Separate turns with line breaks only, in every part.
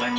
let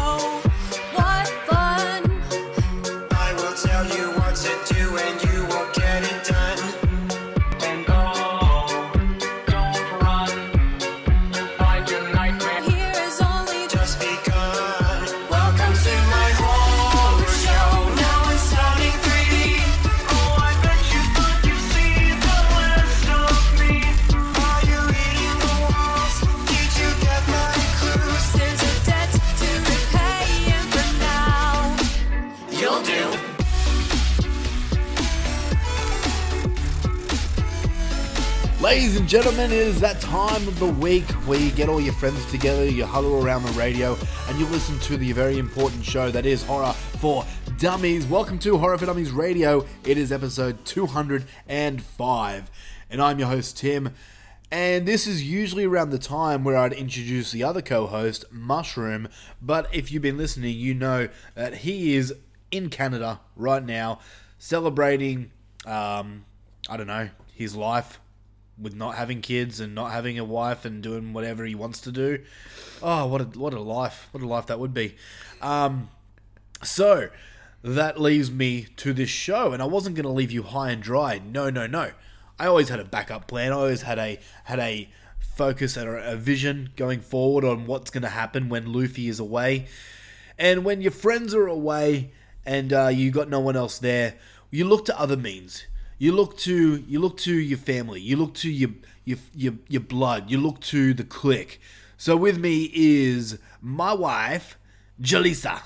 what fun!
I will tell you what to do and you will get it done.
And oh, don't run. You'll find your nightmare.
Here is only just
Just begun. Welcome to my horror show. Now it's sounding 3D.
Oh, I bet you thought you'd see the last of me.
Are you reading the walls? Did you get my clues?
there's a debt to repay, and for now,
You'll do.
Ladies and gentlemen, it is that time of the week where you get all your friends together, you huddle around the radio, and you listen to the very important show that is Horror for Dummies. Welcome to Horror for Dummies Radio. It is episode 205, and I'm your host, Tim. And this is usually around the time where I'd introduce the other co host, Mushroom. But if you've been listening, you know that he is in Canada right now celebrating, um, I don't know, his life with not having kids and not having a wife and doing whatever he wants to do. Oh, what a what a life! What a life that would be. Um, so that leaves me to this show, and I wasn't going to leave you high and dry. No, no, no. I always had a backup plan. I always had a had a focus and a, a vision going forward on what's going to happen when Luffy is away. And when your friends are away and uh, you got no one else there, you look to other means. You look to you look to your family. You look to your your your, your blood. You look to the clique. So with me is my wife, Jalisa.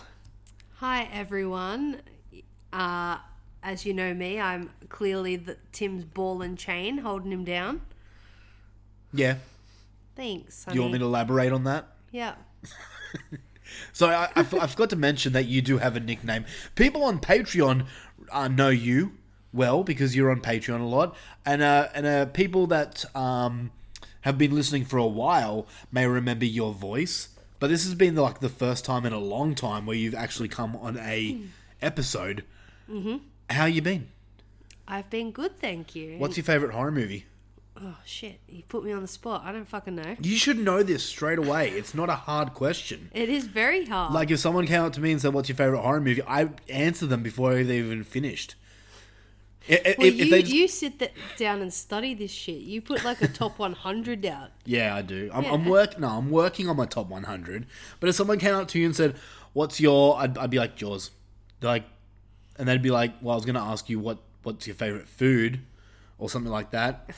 Hi everyone. Uh, as you know me, I'm clearly the, Tim's ball and chain holding him down.
Yeah.
Thanks.
Do you want me to elaborate on that?
Yeah.
So I, I, f- I forgot to mention that you do have a nickname. People on Patreon uh, know you well because you're on Patreon a lot, and uh, and uh, people that um, have been listening for a while may remember your voice. But this has been like the first time in a long time where you've actually come on a episode. Mm-hmm. How you been?
I've been good, thank you.
What's your favorite horror movie?
Oh shit! You put me on the spot. I don't fucking know.
You should know this straight away. It's not a hard question.
It is very hard.
Like if someone came up to me and said, "What's your favorite horror movie?" I answer them before they even finished. I- I-
well,
if- if
you,
they just-
you sit th- down and study this shit. You put like a top 100 out.
yeah, I do. I'm, I'm
Yeah.
work. No, I'm working on my top 100. But if someone came up to you and said, "What's your?" I'd, I'd be like Jaws. They're like, and they'd be like, "Well, I was going to ask you what what's your favorite food, or something like that."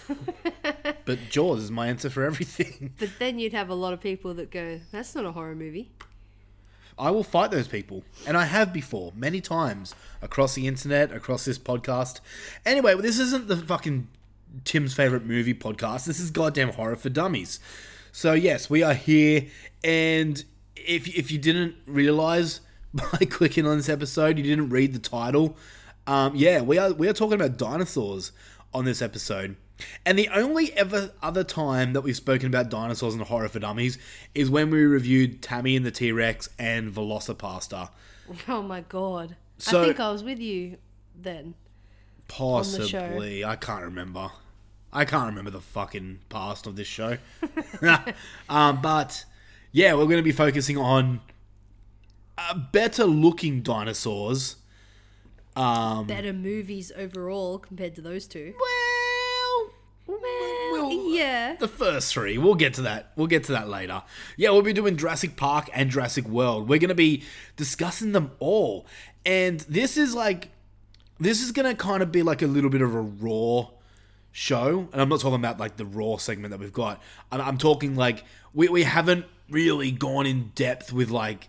but Jaws is my answer for everything.
But then you'd have a lot of people that go, "That's not a horror movie."
I will fight those people, and I have before many times across the internet, across this podcast. Anyway, this isn't the fucking Tim's favorite movie podcast. This is goddamn horror for dummies. So yes, we are here, and if if you didn't realize by clicking on this episode, you didn't read the title. Um, yeah, we are we are talking about dinosaurs on this episode. And the only ever other time that we've spoken about dinosaurs and horror for dummies is when we reviewed Tammy and the T Rex and Velocipasta.
Oh my god!
So-
I think I was with you then. the show.
Possibly, I can't remember. I can't remember the fucking past of this show. um, but yeah, we're going to be focusing on uh, better looking dinosaurs. Um,
Better movies overall compared to those two.
Well,
Well,
Well,
yeah.
The first three. We'll get to that. We'll get to that later. Yeah, we'll be doing Jurassic Park and Jurassic World. We're going to be discussing them all. And this is like, this is going to kind of be like a little bit of a raw show. And I'm not talking about like the raw segment that we've got. I'm, I'm talking like, we, we haven't really gone in depth with like,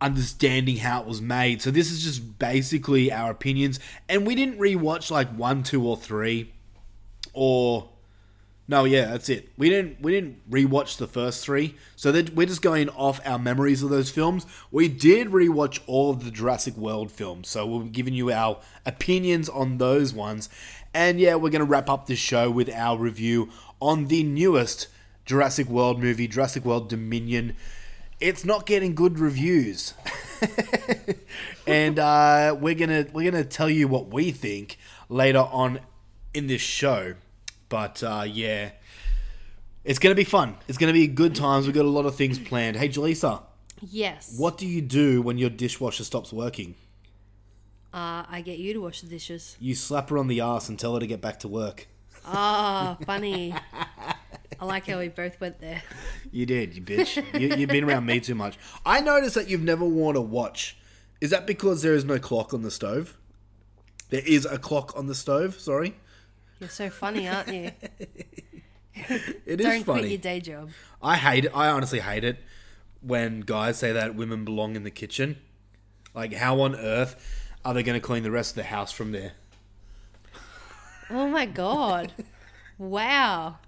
understanding how it was made. So this is just basically our opinions. And we didn't rewatch like one, two, or three, or no, yeah, that's it. We didn't we didn't rewatch the first three, so that we're just going off our memories of those films. We did rewatch all of the Jurassic World films, so we'll be giving you our opinions on those ones. And yeah, we're gonna wrap up this show with our review on the newest Jurassic World movie, Jurassic World Dominion. It's not getting good reviews, and uh, we're gonna we're gonna tell you what we think later on in this show. But uh, yeah, it's gonna be fun. It's gonna be good times. We've got a lot of things planned. Hey, Jaleesa,
Yes.
what do you do when your dishwasher stops working?
Uh, I get you to wash the dishes.
You slap her on the ass and tell her to get back to work.
Oh, funny. I like how we both went there.
You did, you bitch. you, you've been around me too much. I noticed that you've never worn a watch. Is that because there is no clock on the stove? There is a clock on the stove. Sorry,
You're so funny, aren't you?
it is
Don't quit
funny.
your day job.
I hate it. I honestly hate it when guys say that women belong in the kitchen. Like, how on earth are they going to clean the rest of the house from there?
Oh my god. Wow.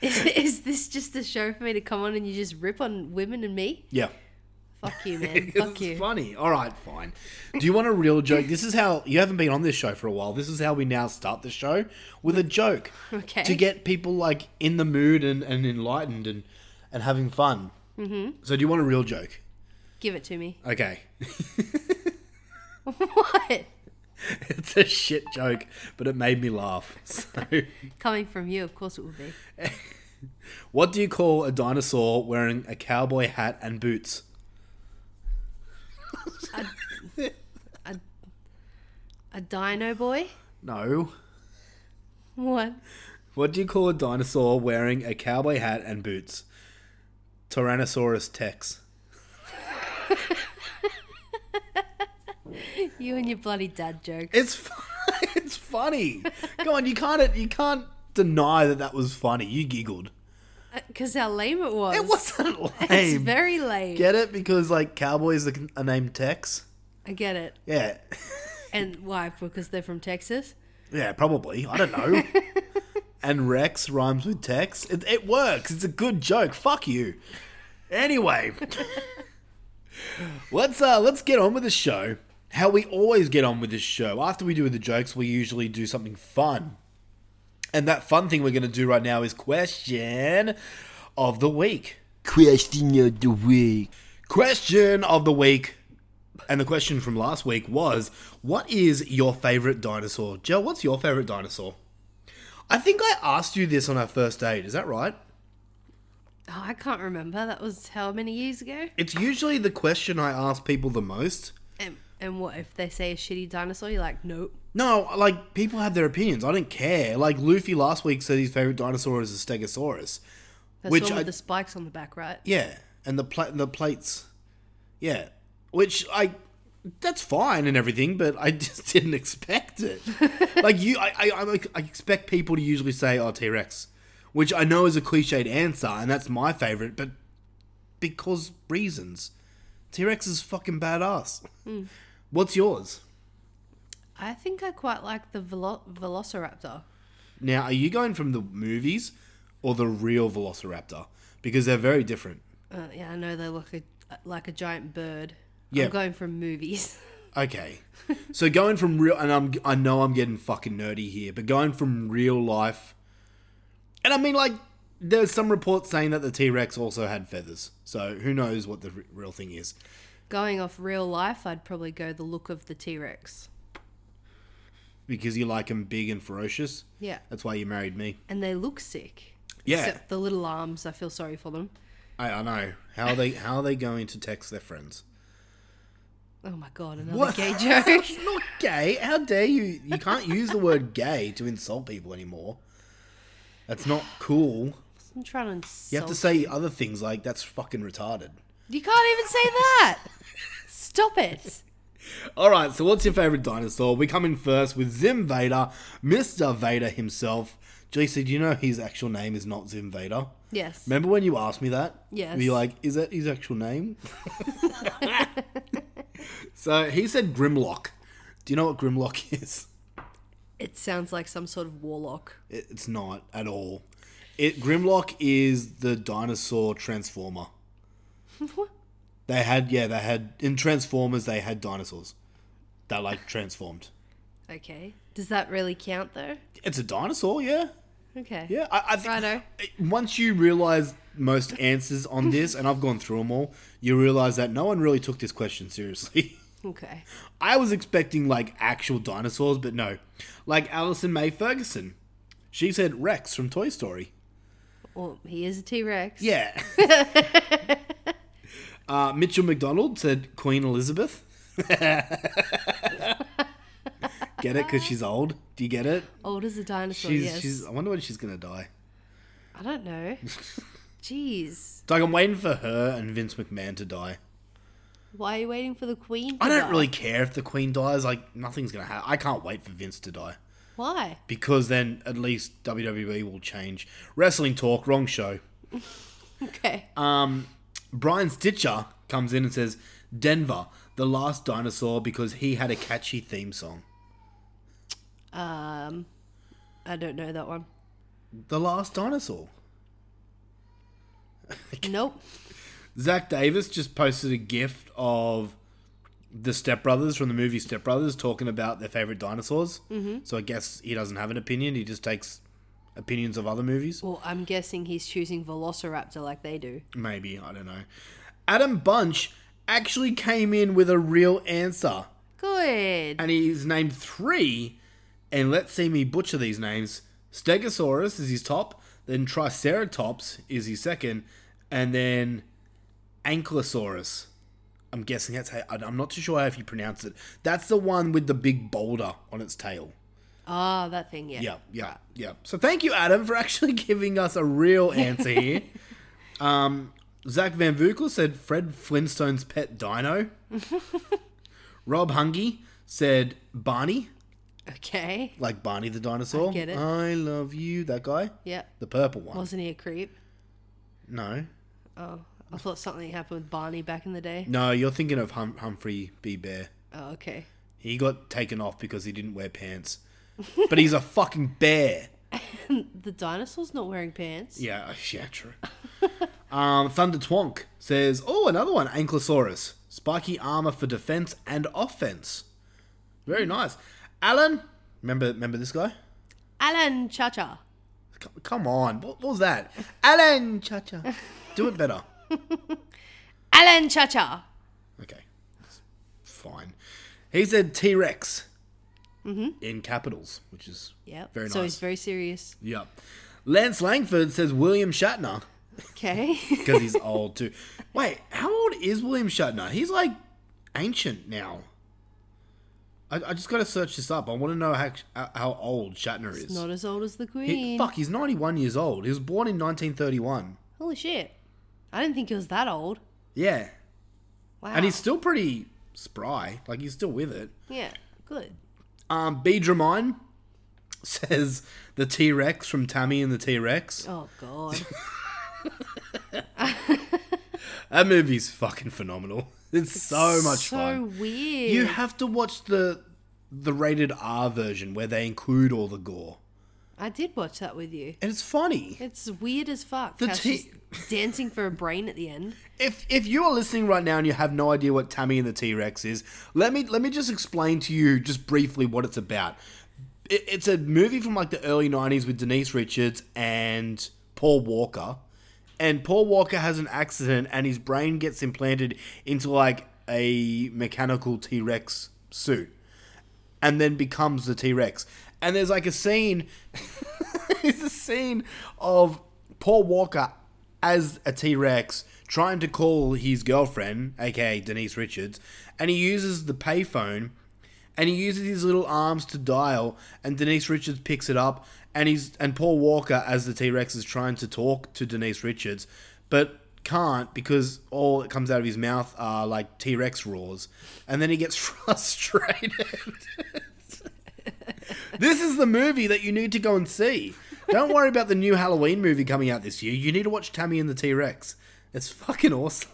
Is, is this just a show for me to come on and you just rip on women and me?
Yeah.
Fuck you, man.
It's
Fuck you.
funny. All right, fine. Do you want a real joke? This is how you haven't been on this show for a while. This is how we now start the show with a joke.
Okay.
To get people like in the mood and, and enlightened and, and having fun. Mm-hmm. So do you want a real joke?
Give it to me.
Okay.
What?
it's a shit joke, but it made me laugh. So
Coming from you, of course it would be.
what do you call a dinosaur wearing a cowboy hat and boots?
A dino boy?
No.
What?
What do you call a dinosaur wearing a cowboy hat and boots? Tyrannosaurus Tex.
You and your bloody dad joke.
It's fu- it's funny. Come on, you can't you can't deny that that was funny. You giggled.
Because Uh, how lame it was.
It wasn't lame.
It's very lame.
Get it because like cowboys are, are named Tex.
I get it.
Yeah,
And why? Because they're from Texas?
yeah, probably. I don't know. and Rex rhymes with Tex. It, it works. It's a good joke. Fuck you. Anyway, let's uh let's get on with the show. How we always get on with this show. After we do the jokes, we usually do something fun. And that fun thing we're going to do right now is question of the week.
Question of the week.
Question of the week. And the question from last week was What is your favorite dinosaur? Joe, what's your favorite dinosaur? I think I asked you this on our first date. Is that right?
Oh, I can't remember. That was how many years ago?
It's usually the question I ask people the most.
And, and what if they say a shitty dinosaur? You're like, nope.
No, like people have their opinions. I don't care. Like Luffy last week said his favorite dinosaur is a Stegosaurus.
That's
Which
the one with
I-
the spikes on the back, right?
Yeah, and the pla- the plates. Yeah, which I that's fine and everything, but I just didn't expect it. like you, I, I I I expect people to usually say, "Oh, T Rex," which I know is a cliched answer, and that's my favorite, but because reasons, T Rex is fucking badass. What's yours?
I think I quite like the velo- Velociraptor.
Now, are you going from the movies or the real Velociraptor? Because they're very different.
Uh, yeah, I know they look a, like a giant bird.
Yeah.
I'm going from movies.
Okay. So going from real, and I'm I know I'm getting fucking nerdy here, but going from real life, and I mean like there's some reports saying that the T Rex also had feathers, so who knows what the r- real thing is?
going off real life, I'd probably go the look of the T Rex.
Because you like them big and ferocious.
Yeah.
That's why you married me.
And they look sick.
Uh, Yeah.
Except the little arms. I feel sorry for them.
I, I know. How are they how are they going to text their friends?
Oh my god, another
What?
gay joke.
It's not gay. How dare you? You can't use the word gay to insult people anymore. That's not cool.
I'm trying to insult.
You have to say other things like that's fucking retarded.
You can't even say that. Stop it.
All right, so what's your favorite dinosaur? We come in first with Zim Vader, Mr. Vader himself. JC, do you know his actual name is not Zim Vader?
Yes.
Remember when you asked me that?
Yes.
Were you like, is that his actual name? so he said Grimlock. Do you know what Grimlock is?
It sounds like some sort of warlock.
It- It's not at all. It Grimlock is the dinosaur transformer. They had, yeah, they had, in Transformers, they had dinosaurs that like transformed.
okay. Does that really count though?
It's a dinosaur, yeah.
Okay.
Yeah, I, I think
Righto.
once you realize most answers on this, and I've gone through them all, you realize that no one really took this question seriously.
Okay.
I was expecting like actual dinosaurs, but no. Like Alison May Ferguson, she said Rex from Toy Story.
Well, he is a T Rex.
Yeah. uh, Mitchell McDonald said Queen Elizabeth. get it? Because she's old. Do you get it?
Old as a dinosaur.
She's.
yes.
She's. I wonder when she's gonna die.
I don't know. Jeez.
It's like I'm waiting for her and Vince McMahon to die.
Why are you waiting for the queen? To
I don't
die?
really care if the Queen dies. Like nothing's gonna happen. I can't wait for Vince to die
Why?
because then at least WWE will change. Wrestling talk. Wrong show.
Okay.
Uh, Brian Stitcher comes in and says, Denver, the last dinosaur, because he had a catchy theme song.
I don't know that one.
The last dinosaur.
Nope.
Zach Davis just posted a gift of the Step Brothers from the movie Step Brothers talking about their favorite dinosaurs. Mm-hmm. So I guess he doesn't have an opinion. He just takes opinions of other movies.
Well, I'm guessing he's choosing Velociraptor like they do.
Maybe. I don't know. Adam Bunch actually came in with a real answer.
Good.
and he's named three. And let's see me butcher these names. Stegosaurus is his top, then Triceratops is his second, and then Ankylosaurus. I'm guessing that's how. I- I'm not too sure how if you pronounce it. That's the one with the big boulder on its tail.
Ah, that thing. Yeah.
Yeah, yeah, yeah. So thank you, Adam, for actually giving us a real answer here. um, Zach Van Vukel said Fred Flintstone's pet dino. Rob Hungy said Barney,
Okay.
like Barney the dinosaur.
I get it.
I love you, that guy.
Yeah.
The purple one.
Wasn't he a creep?
no.
Oh, I thought something happened with Barney back in the day.
No, you're thinking of hum- Humphrey B. Bear.
Oh, okay.
He got taken off because he didn't wear pants. But he's a fucking bear.
The dinosaur's not wearing pants.
Yeah, yeah, true. um, Thunder Twonk says, "Oh, another one, Ankylosaurus, spiky armor for defense and offense. Very nice." Alan, remember, remember this guy?
Alan Cha Cha.
C- Come on, what, what was that? Alan Cha Cha, do it better.
Alan Cha Cha.
Okay, fine. He said T Rex in capitals, which is
Mm-hmm. Yep.
very nice.
So he's very serious.
yep. Lance Langford says William Shatner.
Okay.
because he's old too. Wait, how old is William Shatner? He's like ancient now. I, I just got to search this up. I want to know how how old Shatner is.
not as old as the
He-
queen.
fuck, he's 91 years old. He was born in 1931.
Holy shit. I didn't think he was that old.
Yeah,
Wow.
and he's still pretty spry. Like he's still with it.
Yeah. Good.
Um, B. Dramine says the T Rex from Tammy and the T Rex.
Oh god.
That movie's fucking phenomenal. It's, so much
so
fun.
weird.
You have to watch the the rated R version where they include all the gore,
I did watch that with you.
and it's funny.
It's weird as fuck.
The
how
tea-
she's dancing for a brain at the end.
If if you are listening right now and you have no idea what Tammy and the T Rex is, let me let me just explain to you just briefly what it's about. It, it's a movie from like the early '90s with Denise Richards and Paul Walker, and Paul Walker has an accident and his brain gets implanted into like a mechanical T Rex suit. and then becomes the T Rex. And there's like a scene, there's a scene of Paul Walker as a T Rex trying to call his girlfriend, aka Denise Richards, and he uses the payphone and he uses his little arms to dial and Denise Richards picks it up and he's and Paul Walker as the T Rex is trying to talk to Denise Richards, but can't because all that comes out of his mouth are like T Rex roars, and then he gets frustrated. this is the movie that you need to go and see. Don't worry about the new Halloween movie coming out this year. You need to watch Tammy and the T Rex. It's fucking awesome.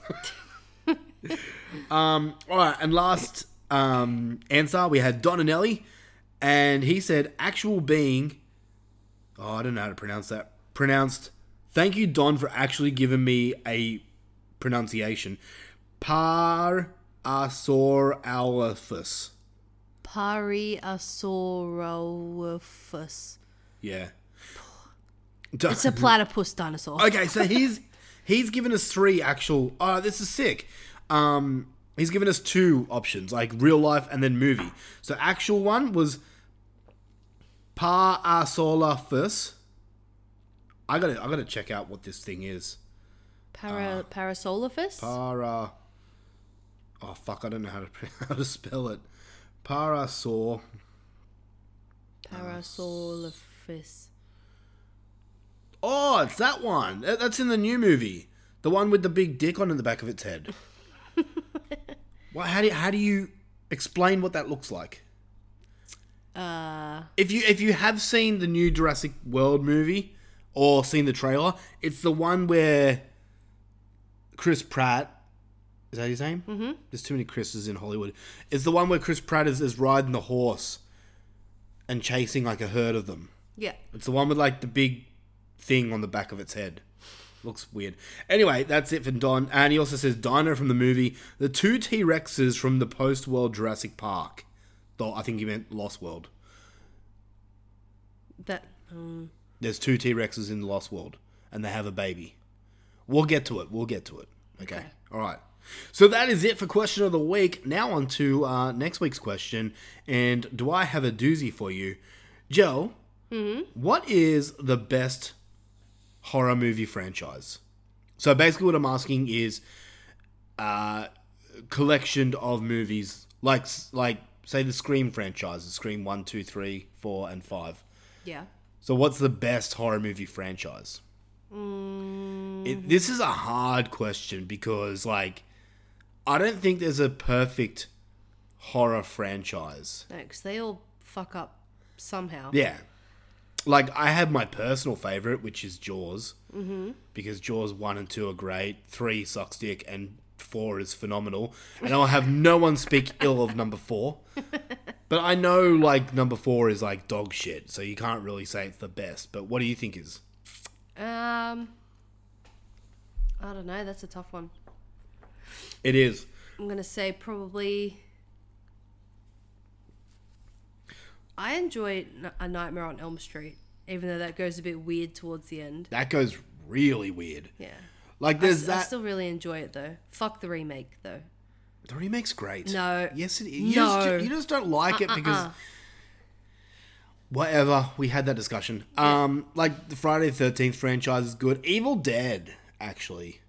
um, all right, and last um, answer we had Don and Ellie, and he said actual being. Oh, I don't know how to pronounce that. Pronounced. Thank you, Don, for actually giving me a pronunciation. Par asor alphus.
Pariasaurophus.
Yeah.
It's a platypus dinosaur.
Okay, so he's he's given us three actual. Oh, this is sick. Um, he's given us two options, like real life and then movie. So actual one was Pa Asolafus. I gotta I gotta check out what this thing is.
Para, Parasolifus?
Para. Oh fuck! I don't know how to pr- how to spell it. Parasaur.
Parasolifus.
Oh, it's that one. That- That's in the new movie. The one with the big dick on the back of its head. well, how do you, how do you explain what that looks like? Uh, if you if you have seen the new Jurassic World movie or seen the trailer, it's the one where Chris Pratt is that his name? Mm-hmm. There's too many Chris's in Hollywood. It's the one where Chris Pratt is, is riding the horse and chasing like a herd of them.
Yeah.
It's the one with like the big thing on the back of its head. Looks weird. Anyway, that's it for Don. And he also says Dino from the movie, the two T Rexes from the post world Jurassic Park. Though I think he meant Lost World.
That. Um,
There's two T Rexes in the Lost World, and they have a baby. We'll get to it. We'll get to it. Okay. All right. So that is it for question of the week. Now on to uh, next week's question. And do I have a doozy for you, Joe? what is the best horror movie franchise? So basically, what I'm asking is uh, collection of movies like like say the Scream franchise, Scream one, two, three, four, and five.
yeah.
So, what's the best horror movie franchise? It, this is a hard question because, like, I don't think there's a perfect horror franchise.
No, 'cause they all fuck up somehow.
Yeah. Like, I have my personal favorite, which is Jaws, mm-hmm. because Jaws 1 and 2 are great, 3 sucks dick, and 4 is phenomenal. And I'll have no one speak ill of number 4. But I know, like, number 4 is, like, dog shit, so you can't really say it's the best. But what do you think is.
Um. I don't know. That's a tough one.
It is.
I'm gonna say probably. I enjoy N- A Nightmare on Elm Street, even though that goes a bit weird towards the end.
That goes really weird.
Yeah.
Like,
I,
there's
s- I
that.
still really enjoy it though. Fuck the remake though.
The remake's great.
No.
Yes, it is. You,
No. Uh-uh.
just, you just don't like it because. Whatever. We had that discussion. Um, Like, the Friday the 13th franchise is good. Evil Dead, actually.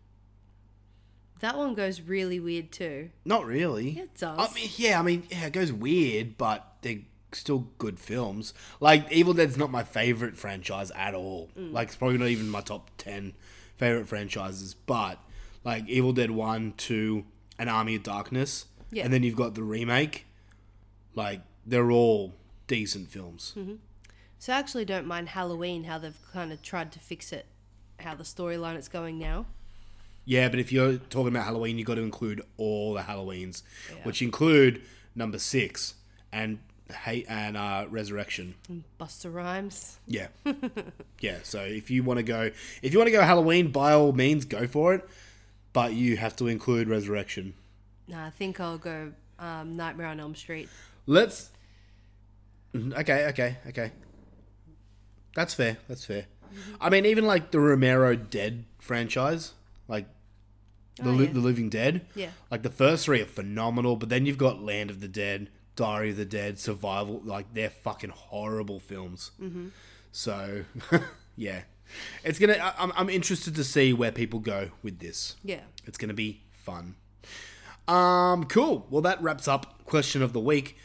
That one goes really weird too.
Not really.
It does.
I mean, yeah, I mean, yeah, it goes weird, but they're still good films. Like, Evil Dead's not my favorite franchise at all.
Mm.
Like, it's probably not even my top 10 favorite franchises, but, like, Evil Dead 1, 2, and Army of Darkness.
Yeah.
And then you've got the remake. Like, they're all decent films.
Mm-hmm. So I actually don't mind Halloween how they've kind of tried to fix it, how the storyline it's going now.
Yeah, but if you're talking about Halloween, you've got to include all the Halloweens, which include number six and. Hate and uh, resurrection.
Buster Rhymes.
Yeah. yeah. So if you want to go, if you want to go Halloween, by all means, go for it. But you have to include Resurrection.
No, I think I'll go um, Nightmare on Elm Street.
Let's. Mm, Okay. Okay. Okay. That's fair. That's fair. I mean, even like the Romero Dead franchise, like the,
Oh,
Li-
yeah.
the Living Dead.
Yeah.
Like the first three are phenomenal, but then you've got Land of the Dead, Diary of the Dead, Survival. Like they're fucking horrible films. Mm-hmm. So, yeah, it's gonna. I, I'm I'm interested to see where people go with this.
Yeah.
It's gonna be fun. Um, cool. Well, that wraps up question of the week.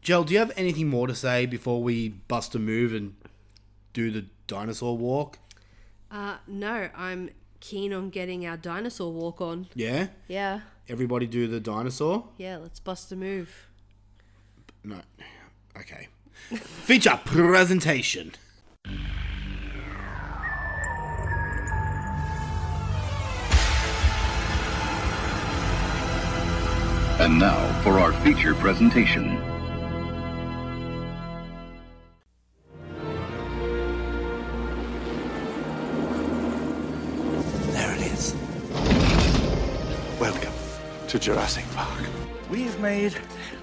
Joel, do you have anything more to say before we bust a move and do the dinosaur walk?
Uh, no, I'm keen on getting our dinosaur walk on.
Yeah.
Yeah.
Everybody do the dinosaur.
Yeah, let's bust a move.
No. Okay. Feature presentation.
And now for our feature presentation.
There it is. Welcome to Jurassic Park.
We've made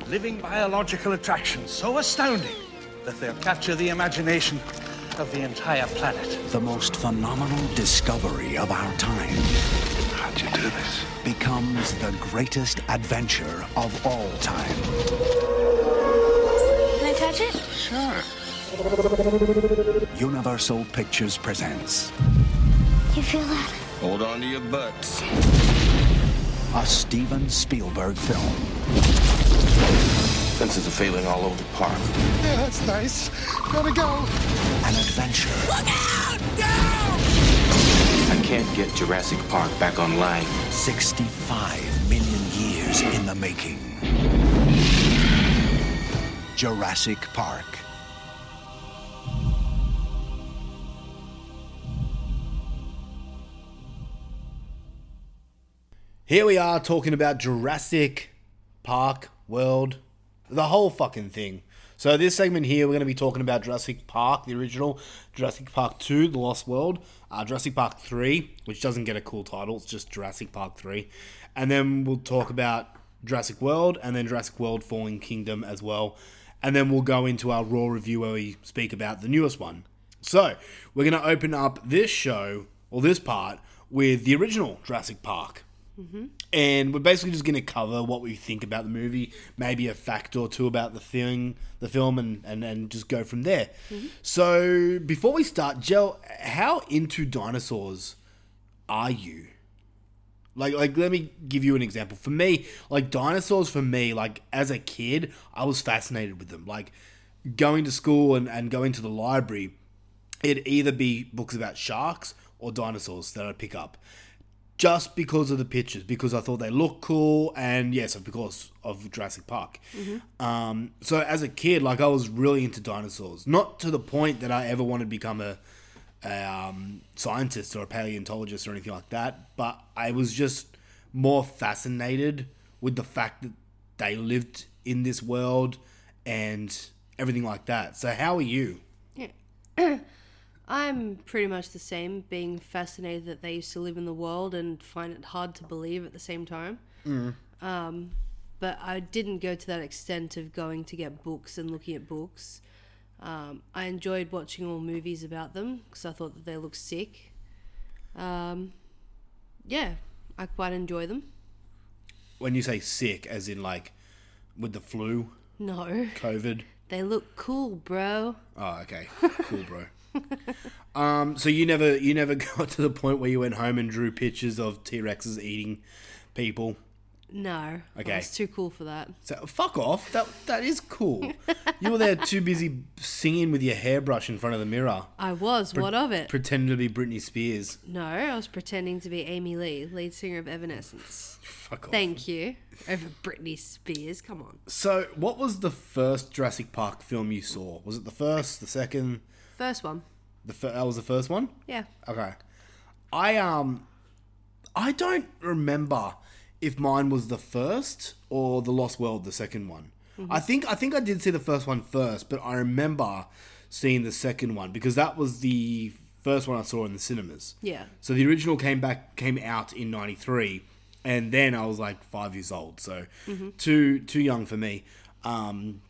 living biological attractions so astounding that they'll capture the imagination of the entire planet.
The most phenomenal discovery of our time
How'd you do this?
becomes the greatest adventure of all time.
Can I touch it?
Universal Pictures presents
You feel that?
Hold on to your butts.
a Steven Spielberg film.
Fences are failing all over the park.
Yeah, that's nice. Gotta go.
An adventure
I can't get Jurassic Park back online.
65 million years in the making. Jurassic Park.
Here we are talking about Jurassic Park World, the whole fucking thing. So this segment here, we're going to be talking about Jurassic Park, the original, Jurassic Park 2, The Lost World, uh, Jurassic Park 3, which doesn't get a cool title, it's just Jurassic Park 3. And then we'll talk about Jurassic World and then Jurassic World Fallen Kingdom as well. And then we'll go into our raw review where we speak about the newest one. So we're going to open up this show, or this part, with the original Jurassic Park and we're basically just going to cover what we think about the movie, maybe a fact or two about the thing, the film, and and, and just go from there. So before we start, Jel, how into dinosaurs are you? Like, like, let me give you an example. For me, like dinosaurs, for me, like as a kid, I was fascinated with them. Like going to school and, and going to the library, it'd either be books about sharks or dinosaurs that I'd pick up just because of the pictures, because I thought they looked cool, and yes, of course, of Jurassic Park. Um, so as a kid, like I was really into dinosaurs, not to the point that I ever wanted to become a, a um, scientist or a paleontologist or anything like that, but I was just more fascinated with the fact that they lived in this world and everything like that. So how are you?
I'm pretty much the same, being fascinated that they used to live in the world and find it hard to believe at the same time. Um, but I didn't go to that extent of going to get books and looking at books. Um, I enjoyed watching all movies about them because I thought that they looked sick. Um, yeah, I quite enjoy them.
When you say sick, as in like with the flu,
No,
COVID.
they look cool, bro.
Oh, okay. Cool, bro. um, so you never you never got to the point where you went home and drew pictures of T Rexes eating people.
No,
Okay.
I was too cool for that.
So fuck off. That that is cool. you were there too busy singing with your hairbrush in front of the mirror,
I was. what of it?
pretending to be Britney Spears.
No, I was pretending to be Amy Lee, lead singer of Evanescence.
Fuck off.
Thank you. Over Britney Spears, come on.
So, what was the first Jurassic Park film you saw? Was it the first, the second,
First one.
the fir- that was the first one?
Yeah.
Okay. I um I don't remember if mine was the first or the Lost World the second one. I think I think I did see the first one first, but I remember seeing the second one because that was the first one I saw in the cinemas.
Yeah.
So the original came back came out in '93, and then I was like five years old, so too too young for me. Um,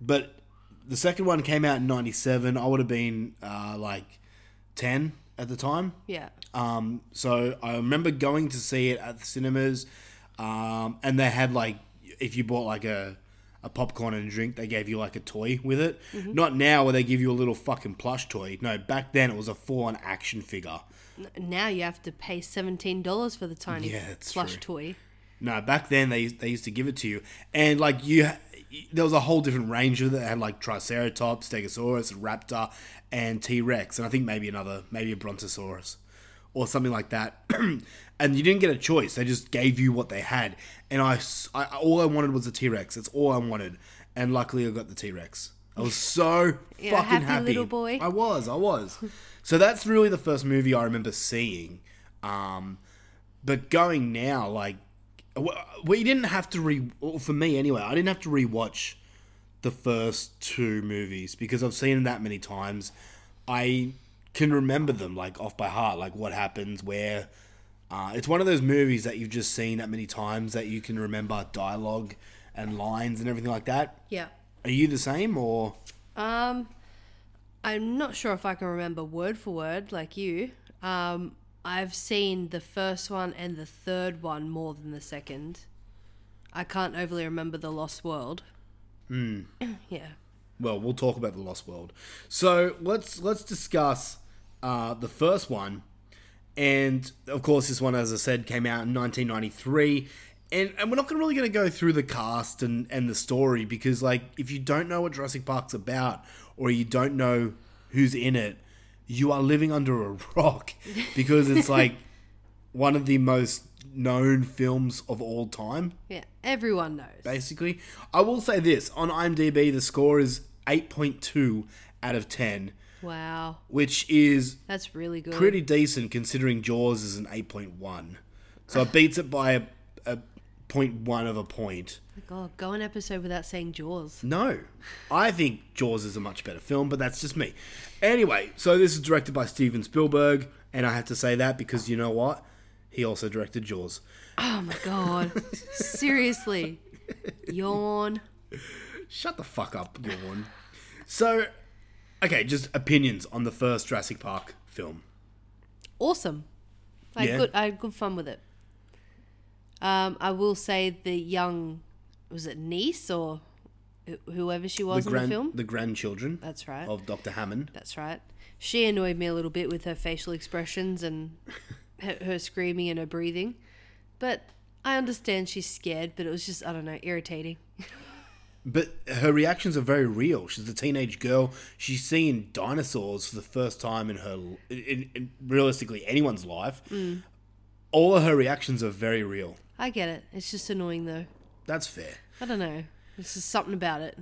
but the second one came out in '97. I would have been uh, like ten at the time.
Yeah.
Um, so I remember going to see it at the cinemas, um, and they had like if you bought like a a popcorn and a drink, they gave you like a toy with it. Not now where they give you a little fucking plush toy. No, back then it was a full on action figure.
Now you have to pay seventeen dollars for the tiny
Yeah, that's
plush
true.
toy.
No, back then they they used to give it to you, and like you, there was a whole different range of it. They had like Triceratops, Stegosaurus, Raptor, and T Rex, and I think maybe another, maybe a Brontosaurus, or something like that. and you didn't get a choice; they just gave you what they had. And I, s- I- all I wanted was a T Rex. That's all I wanted, and luckily I got the T Rex. I was so
Yeah,
fucking
happy
happy,
little boy.
I was, I was. so that's really the first movie I remember seeing. Um, but going now, like w- we didn't have to re well, for me anyway. I didn't have to rewatch the first two movies because I've seen them that many times. I can remember them like off by heart, like what happens, where. Uh, it's one of those movies that you've just seen that many times that you can remember dialogue and lines and everything like that.
Yeah.
Are you the same or?
Um I'm not sure if I can remember word for word like you. Um, I've seen the first one and the third one more than the second. I can't overly remember the Lost World.
Hmm.
Mm. yeah.
Well, we'll talk about the Lost World. So let's let's discuss uh, the first one, and of course, this one, as I said, came out in 1993. And, and we're not gonna really going to go through the cast and, and the story because, like, if you don't know what Jurassic Park's about or you don't know who's in it, you are living under a rock because it's like one of the most known films of all time
Yeah. Everyone knows.
basically. I will say this on IMDb, the score is 8.2 out of 10,
Wow.
which is
That's really good.
pretty decent considering Jaws is an 8.1. So it beats it by a, a 0.1 of a point.
Oh God, go an episode without saying Jaws.
No, I think Jaws is a much better film, but that's just me. Anyway, so this is directed by Steven Spielberg, and I have to say that because you know what? He also directed Jaws.
Oh my God. Seriously. Yawn.
Shut the fuck up, Yawn. So, okay, just opinions on the first Jurassic Park film.
awesome. I
Yeah.
good I had good fun with it. Um, I will say the young was it niece or wh- whoever she was in
gran-
the film.
grandchildren
That's right.
of Dr. Hammond.
That's right. She annoyed me a little bit with her facial expressions and her, her screaming and her breathing, but I understand she's scared. But it was just I don't know irritating.
But her reactions are very real. She's a teenage girl. She's seeing dinosaurs for the first time in her, in, in realistically anyone's life.
Mm.
All of her reactions are very real.
I get it. It's just annoying though.
That's fair.
I don't know. There's just something about it.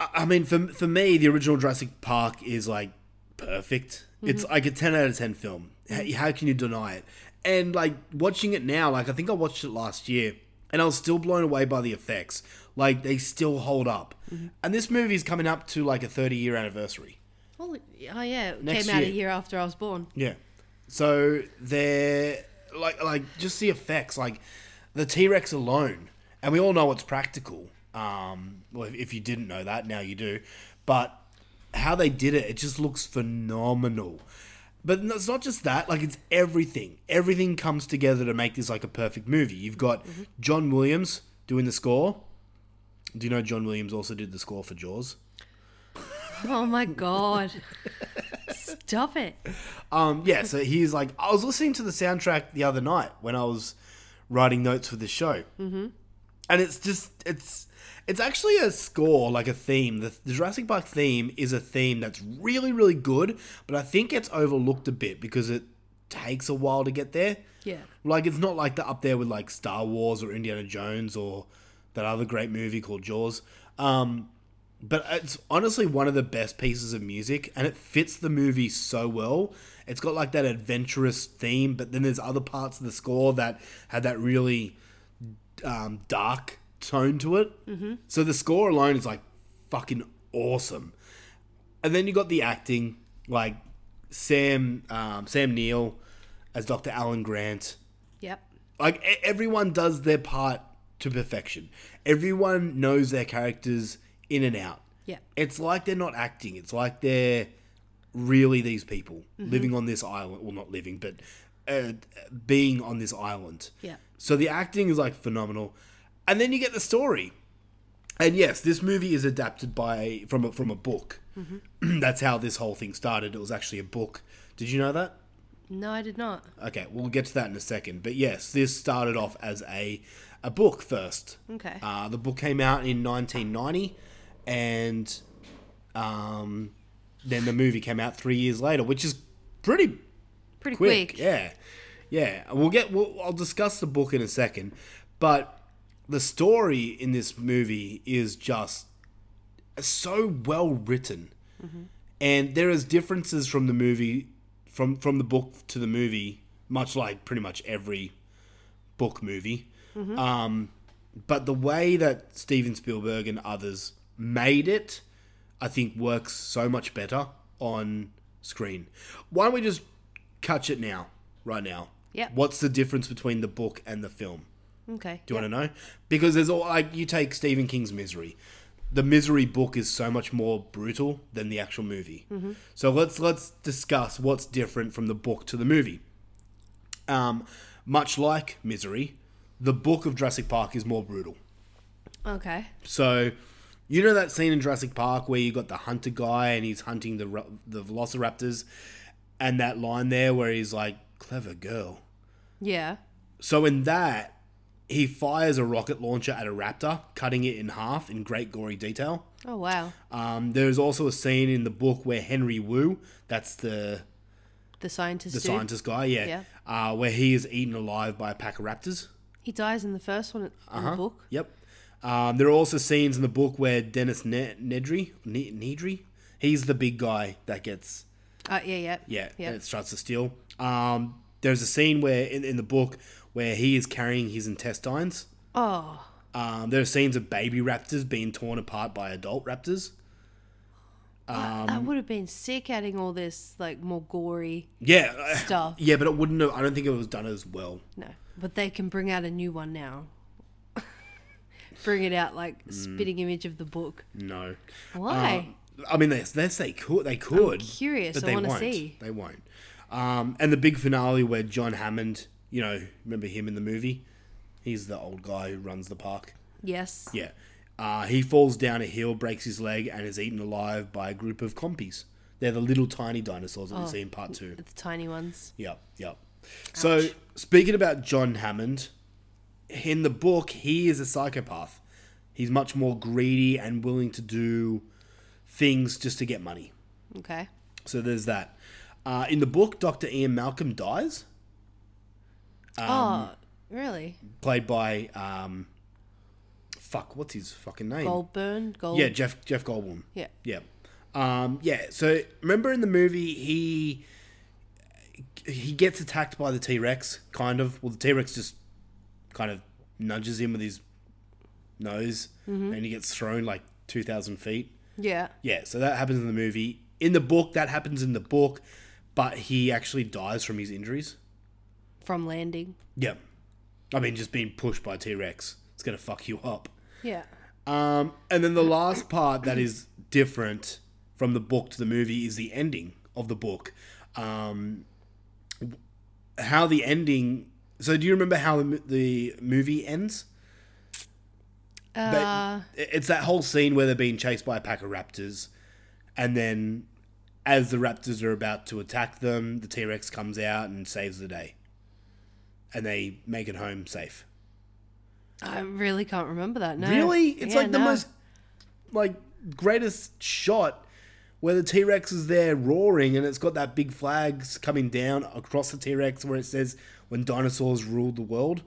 I, I mean, for for me, the original Jurassic Park is like perfect. It's like a ten out of ten film. How, how can you deny it? And like watching it now, like I think I watched it last year, and I was still blown away by the effects. Like they still hold up. And this movie is coming up to like a thirty year anniversary.
Holy, oh yeah, it
Next
came out a
year.
year after I was born.
Yeah. So they're like like just the effects, like the T Rex alone, and we all know it's practical. Um, well, if- if you didn't know that, now you do. But how they did it, it just looks phenomenal. But no- it's not just that; like it's everything. Everything comes together to make this like a perfect movie. You've got John Williams doing the score. Do you know John Williams also did the score for Jaws?
Oh my god. Stop it.
Um, yeah, so he's like, I was listening to the soundtrack the other night when I was writing notes for the show, mm-hmm. and it's just it's it's actually a score like a theme. The, the Jurassic Park theme is a theme that's really really good, but I think it's overlooked a bit because it takes a while to get there.
Yeah.
Like it's not like the up there with like Star Wars or Indiana Jones or that other great movie called Jaws. Um, but it's honestly one of the best pieces of music, and it fits the movie so well. It's got like that adventurous theme, but then there's other parts of the score that have that really um, dark tone to it. Mm-hmm. So the score alone is like fucking awesome. And then you got the acting, like Sam um, Sam Neill as Dr. Alan Grant
Yep.
like e- everyone does their part to perfection. Everyone knows their characters in and out.
Yeah.
It's like they're not acting. It's like they're really these people
Mm-hmm.
living on this island. Well, not living, but uh, being on this island.
Yeah.
So the acting is like phenomenal, and then you get the story. And yes, this movie is adapted by from a, from a book.
Mm-hmm.
That's how this whole thing started. It was actually a book. Did you know that?
No, I did not.
Okay, we'll get to that in a second. But yes, this started off as a a book first.
Okay.
Uh, the book came out in 1990, and um, then the movie came out three years later, which is pretty
Pretty quick.
quick. Yeah, yeah. We'll get. We'll, I'll discuss the book in a second, but the story in this movie is just so well written, and there is differences from the movie, from from the book to the movie, much like pretty much every book movie. Um, but the way that Steven Spielberg and others made it, I think works so much better on screen. Why don't we just catch it now, right now?
Yep.
What's the difference between the book and the film?
Okay.
Do you want to know? Because there's all like you take Stephen King's Misery. the misery book is so much more brutal than the actual movie. So let's let's discuss what's different from the book to the movie. Um, much like Misery, the book of Jurassic Park is more brutal.
Okay.
So, you know that scene in Jurassic Park where you got the hunter guy and he's hunting the ro- the velociraptors, and that line there where he's like, "Clever girl."
Yeah.
So in that, he fires a rocket launcher at a raptor, cutting it in half in great gory detail.
Oh wow.
Um, there's also a scene in the book where Henry Wu, that's the
The scientist.
the
dude.
scientist guy, yeah,
Yeah.
Uh, where he is eaten alive by a pack of raptors.
He dies in the first one in
Uh-huh.
the book.
Yep. Um, there are also scenes in the book where Dennis ne- Nedry, ne- Nedry, he's the big guy that gets
Uh, yeah. Yeah.
yeah,
Yeah.
and it starts to steal. Um, there's a scene where in, in the book where he is carrying his intestines.
Oh.
Um, there are scenes of baby raptors being torn apart by adult raptors.
I
um,
would have been sick adding all this like more gory
Yeah, uh,
Stuff.
Yeah, but it wouldn't have. I don't think it was done as well.
No, but they can bring out a new one now. bring it out like
Mm.
spitting image of the book.
No. Um,
Why?
I mean, they, they say could they could.
curious,
but
I
they
wanna
won't.
see.
They won't. Um, and the big finale where John Hammond, you know, remember him in the movie? He's the old guy who runs the park.
yes.
Yeah. Uh, he falls down a hill, breaks his leg, and is eaten alive by a group of compies. They're the little tiny dinosaurs that we see in part two.
The tiny ones.
Yep, yep. So speaking about John Hammond, in the book he is a psychopath. He's much more greedy and willing to do things just to get money.
Okay.
So there's that. Uh, in the book, Dr. Ian Malcolm dies, Um,
oh, really?
played by um, fuck, what's his fucking name?
Goldburn? Gold?
Yeah, Jeff Jeff Goldblum.
Yeah.
Yeah. Um, yeah. So remember in the movie he he gets attacked by the T Rex, kind of. Well, the T Rex just kind of nudges him with his nose, and he gets thrown like two thousand feet.
Yeah.
Yeah. So that happens in the movie. In the book, that happens in the book, but he actually dies from his injuries.
From landing.
Yeah. I mean, just being pushed by T Rex. It's gonna fuck you up.
Yeah.
Um, and then the last part that is different from the book to the movie is the ending of the book. Um, how the ending. So, do you remember how the, mo- the movie ends? Uh, it's that whole scene where they're being chased by a pack of raptors, and then as the raptors are about to attack them, the T Rex comes out and saves the day, and they make it home safe.
I really can't remember that. No.
Really? It's
Yeah,
like the
no.
most like greatest shot where the T Rex is there roaring and it's got that big flags coming down across the T Rex where it says when dinosaurs ruled the world.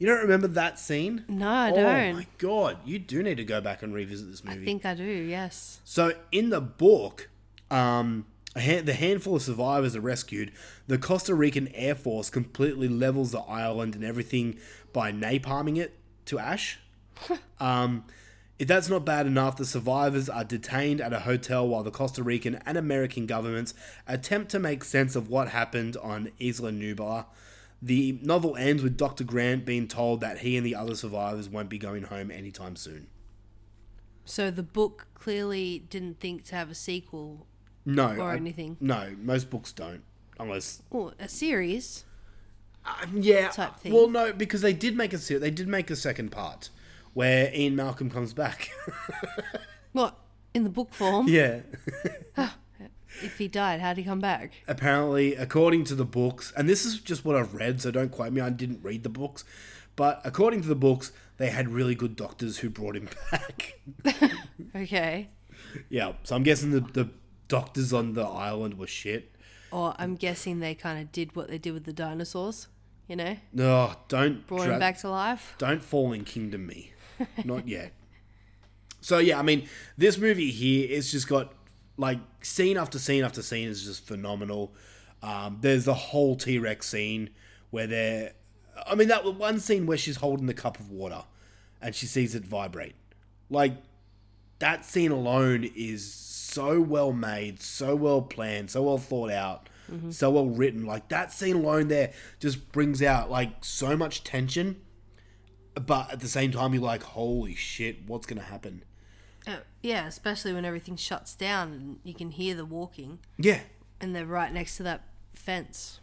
You don't remember that scene?
No, I
Oh
don't.
my god, you do need to go back and revisit this
I
movie.
think I do, yes.
So in the book, um, a han- the handful of survivors are rescued. The Costa Rican Air Force completely levels the island and everything by napalming it to ash. um, if that's not bad enough, the survivors are detained at a hotel while the Costa Rican and American governments attempt to make sense of what happened on Isla Nublar. The novel ends with Dr. Grant being told that he and the other survivors won't be going home anytime soon.
So the book clearly didn't think to have a sequel
No.
or anything.
No, most books don't. Unless.
or a series.
Um, yeah. uh,
Type thing.
Well, no, because they did make a se- they did make a second part where Ian Malcolm comes back.
What? In the book form?
yeah.
If he died, how'd he come back?
Apparently, according to the books, and this is just what I've read, so don't quote me, I didn't read the books, but according to the books, they had really good doctors who brought him back.
Okay.
yeah, so I'm guessing the, the doctors on the island were shit.
Or I'm guessing they kind of did what they did with the dinosaurs, you know?
No, don't
Brought
dra-
him back to life.
Don't fall in kingdom me. Not yet. so yeah, I mean, this movie here it's just got like scene after scene after scene is just phenomenal. Um, there's the whole T Rex scene where they're I mean that one scene where she's holding the cup of water and she sees it vibrate. Like that scene alone is so well made, so well planned, so well thought out, so well written. Like that scene alone there just brings out like so much tension but at the same time you're like holy shit what's gonna happen
Uh, yeah, especially when everything shuts down and you can hear the walking,
Yeah.
and they're right next to that fence.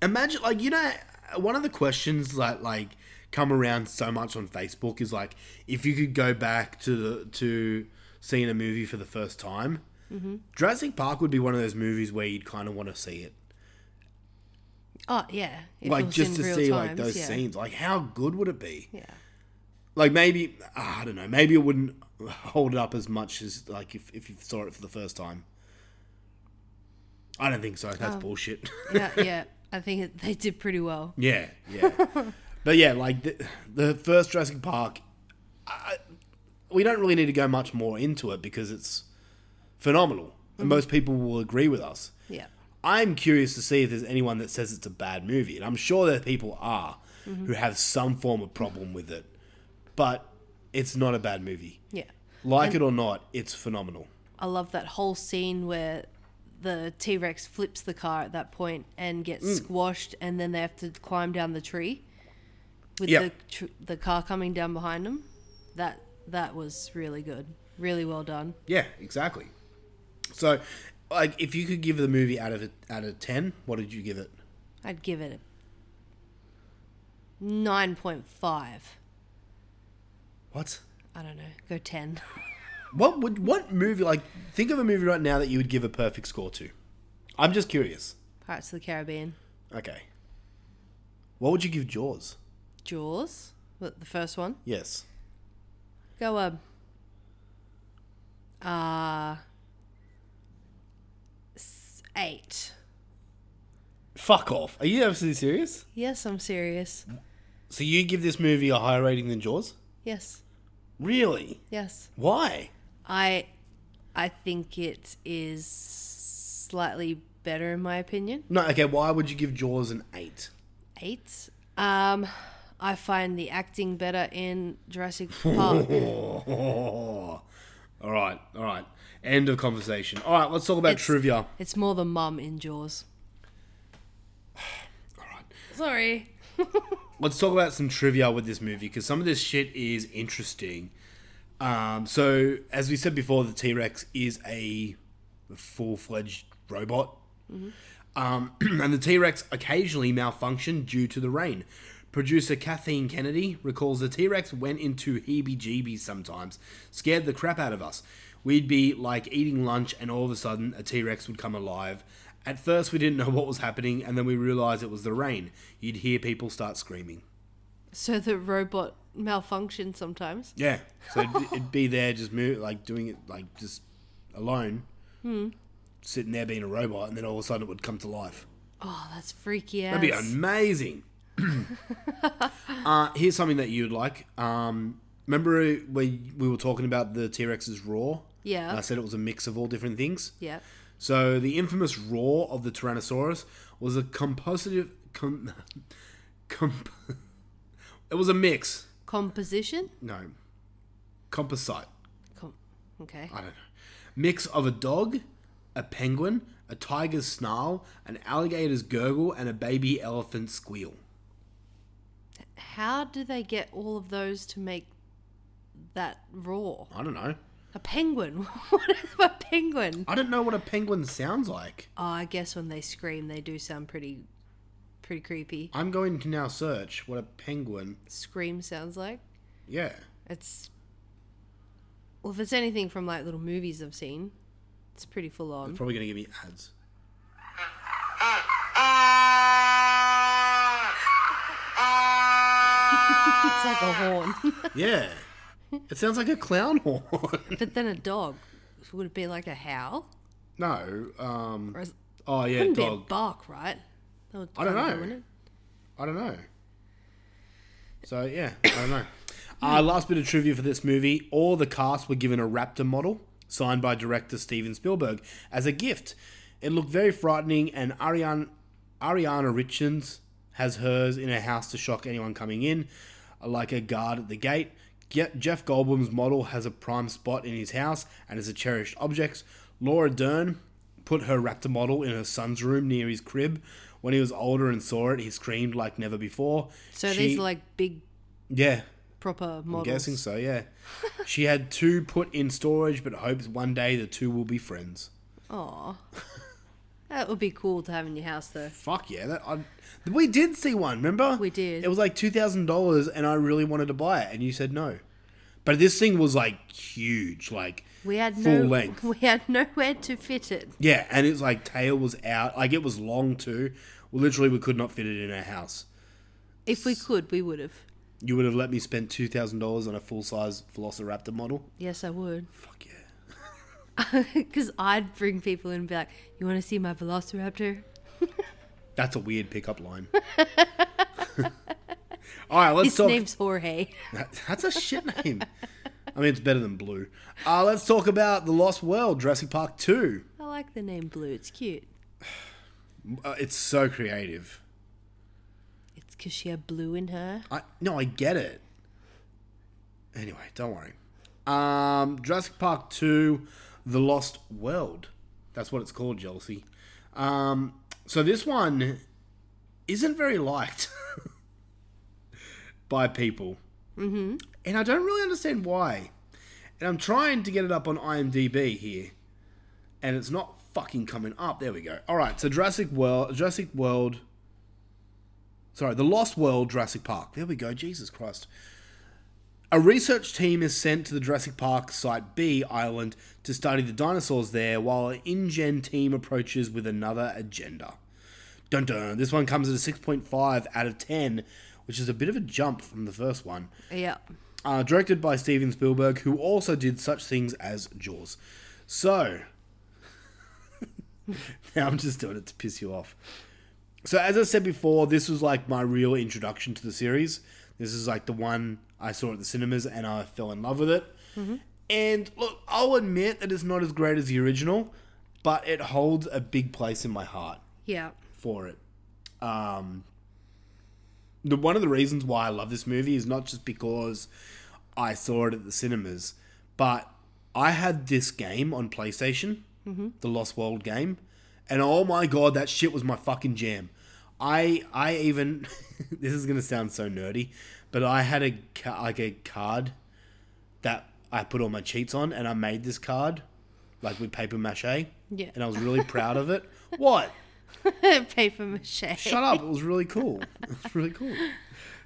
Imagine, like, you know, one of the questions that, like, come around so much on Facebook is, like, if you could go back to the, to seeing a movie for the first time,
Mm-hmm.
Jurassic Park would be one of those movies where you'd kind of want to see it.
Oh yeah, if it
like
was
just
in
to
real
see like
times,
those
yeah.
scenes like how good would it be
Yeah.
like maybe ah, i don't know maybe it wouldn't hold up as much as like if, if you saw it for the first time i don't think so
Oh.
that's bullshit
yeah, yeah. I think it, they did pretty well.
yeah yeah but yeah like the, the first jurassic park I, we don't really need to go much more into it because it's phenomenal and most people will agree with us
Yeah.
I'm curious to see if there's anyone that says it's a bad movie, and I'm sure there people are who have some form of problem with it, but it's not a bad movie.
Yeah.
Like it or not, it's phenomenal.
I love that whole scene where the T Rex flips the car at that point and gets
Mm.
squashed, and then they have to climb down the tree with
Yeah.
the tr- the car coming down behind them. That that was really good, really well done.
Yeah, exactly. So, like, if you could give the movie out of a, out of ten, what did you give it?
I'd give it a nine point five.
What?
I don't know, go ten.
What would what movie? Like, think of a movie right now that you would give a perfect score to. I'm just curious.
Pirates of the Caribbean,
Okay. What would you give Jaws?
Jaws, the the first one.
Yes.
Go um. Uh, s- eight.
Fuck off. Are you absolutely serious?
Yes, I'm serious.
So you give this movie a higher rating than Jaws?
Yes,
Really?
yes.
Why?
I, I think it is slightly better in my opinion.
No, okay, why would you give Jaws an 8?
Eight. Um, I find the acting better in Jurassic Park.
all right, all right. End of conversation. All right, let's talk about
It's-
trivia.
it's more the mum in Jaws. Sorry.
Let's talk about some trivia with this movie because some of this shit is interesting. Um, so, as we said before, the T Rex is a full fledged robot. Um, and the T Rex occasionally malfunctioned due to the rain. Producer Kathleen Kennedy recalls the T Rex went into heebie jeebies sometimes, scared the crap out of us. We'd be like eating lunch, and all of a sudden, a T Rex would come alive. At first, we didn't know what was happening, and then we realized it was the rain. You'd hear people start screaming.
So the robot malfunctioned sometimes.
Yeah. So it'd, it'd be there just move, like doing it like just alone,
Hmm.
sitting there being a robot, and then all of a sudden it would come to life.
Oh, that's freaky ass.
That'd be amazing. uh, here's something that you'd like. Um, remember when we were talking about the T Rex's roar?
Yeah.
And I said it was a mix of all different things.
yeah.
So the infamous roar of the Tyrannosaurus was a compositive. Com, comp, it was a mix.
Composition?
No. Composite.
Com- okay.
I don't know. Mix of a dog, a penguin, a tiger's snarl, an alligator's gurgle, and a baby elephant squeal.
How do they get all of those to make that roar?
I don't know.
A penguin. what is a penguin?
I don't know what a penguin sounds like.
Oh, I guess when they scream, they do sound pretty, pretty creepy.
I'm going to now search what a penguin.
Scream sounds like
Yeah.
it's. Well, if it's anything from like little movies I've seen, it's pretty full
They're
on.
probably going to give me ads.
It's like a horn,
Yeah. It sounds like a clown horn.
but then a dog. Would it be like a howl?
no. Um.
Or is,
Oh yeah,
couldn't be a
dog.
bark, right? That would
I don't
kinda
know.
ruin it.
I don't know. So yeah, I don't know. Uh, last bit of trivia for this movie: all the cast were given a raptor model signed by director Steven Spielberg as a gift. It looked very frightening, and Ariane, Ariana Richards has hers in her house to shock anyone coming in, like a guard at the gate. Ge- Jeff Goldblum's model has a prime spot in his house and is a cherished object. Laura Dern put her raptor model in her son's room near his crib. When he was older and saw it, he screamed like never before.
So
She-
these are like big
yeah,
proper models.
I'm guessing so, yeah. she had two put in storage, but hopes one day the two will be friends.
Aw. that would be cool to have in your house, though.
Fuck yeah! That I, we did see one. Remember?
We did.
It was like two thousand dollars, and I really wanted to buy it, and you said no. But this thing was like huge, like
We had
full
no.
length.
We had nowhere to fit it.
Yeah, and its like tail was out, like it was long too. Literally, we could not fit it in our house.
If we could, we would have.
You would have let me spend two thousand dollars on a full size Velociraptor model.
Yes, I would.
Fuck yeah!
Because I'd bring people in and be like, "You want to see my Velociraptor?"
That's a weird pickup line. All right, let's
His
talk.
name's Jorge.
That- That's a shit name. I mean, it's better than Blue. Uh, let's talk about The Lost World, Jurassic Park 2.
I like the name Blue. It's cute.
Uh, it's so creative.
It's because she had blue in her.
I No, I get it. Anyway, don't worry. Um, Jurassic Park 2, The Lost World. That's what it's called, Jealousy. Um, so this one isn't very liked by people. Mm-hmm. And I don't really understand why. And I'm trying to get it up on IMDb here, and it's not fucking coming up. There we go. All right, so Jurassic World, Jurassic World. Sorry, The Lost World, Jurassic Park. There we go. Jesus Christ. A research team is sent to the Jurassic Park Site B island to study the dinosaurs there, while an InGen team approaches with another agenda. Dun dun. This one comes at a 6.5 out of 10, which is a bit of a jump from the first one
Yeah.
uh, directed by Steven Spielberg, who also did such things as Jaws. So, now I'm just doing it to piss you off. So, as I said before, this was like my real introduction to the series. This is like the one I saw at the cinemas and I fell in love with it. And look, I'll admit that it's not as great as the original, but it holds a big place in my heart
Yeah.
for it. Um, the one of the reasons why I love this movie is not just because I saw it at the cinemas, but I had this game on PlayStation, the Lost World game, and oh my god, that shit was my fucking jam. I I even this is gonna sound so nerdy, but I had a ca- like a card that I put all my cheats on, and I made this card like with paper mache.
Yeah.
and I was really proud of it. What?
Paper mache.
Shut up. It was really cool. It was really cool.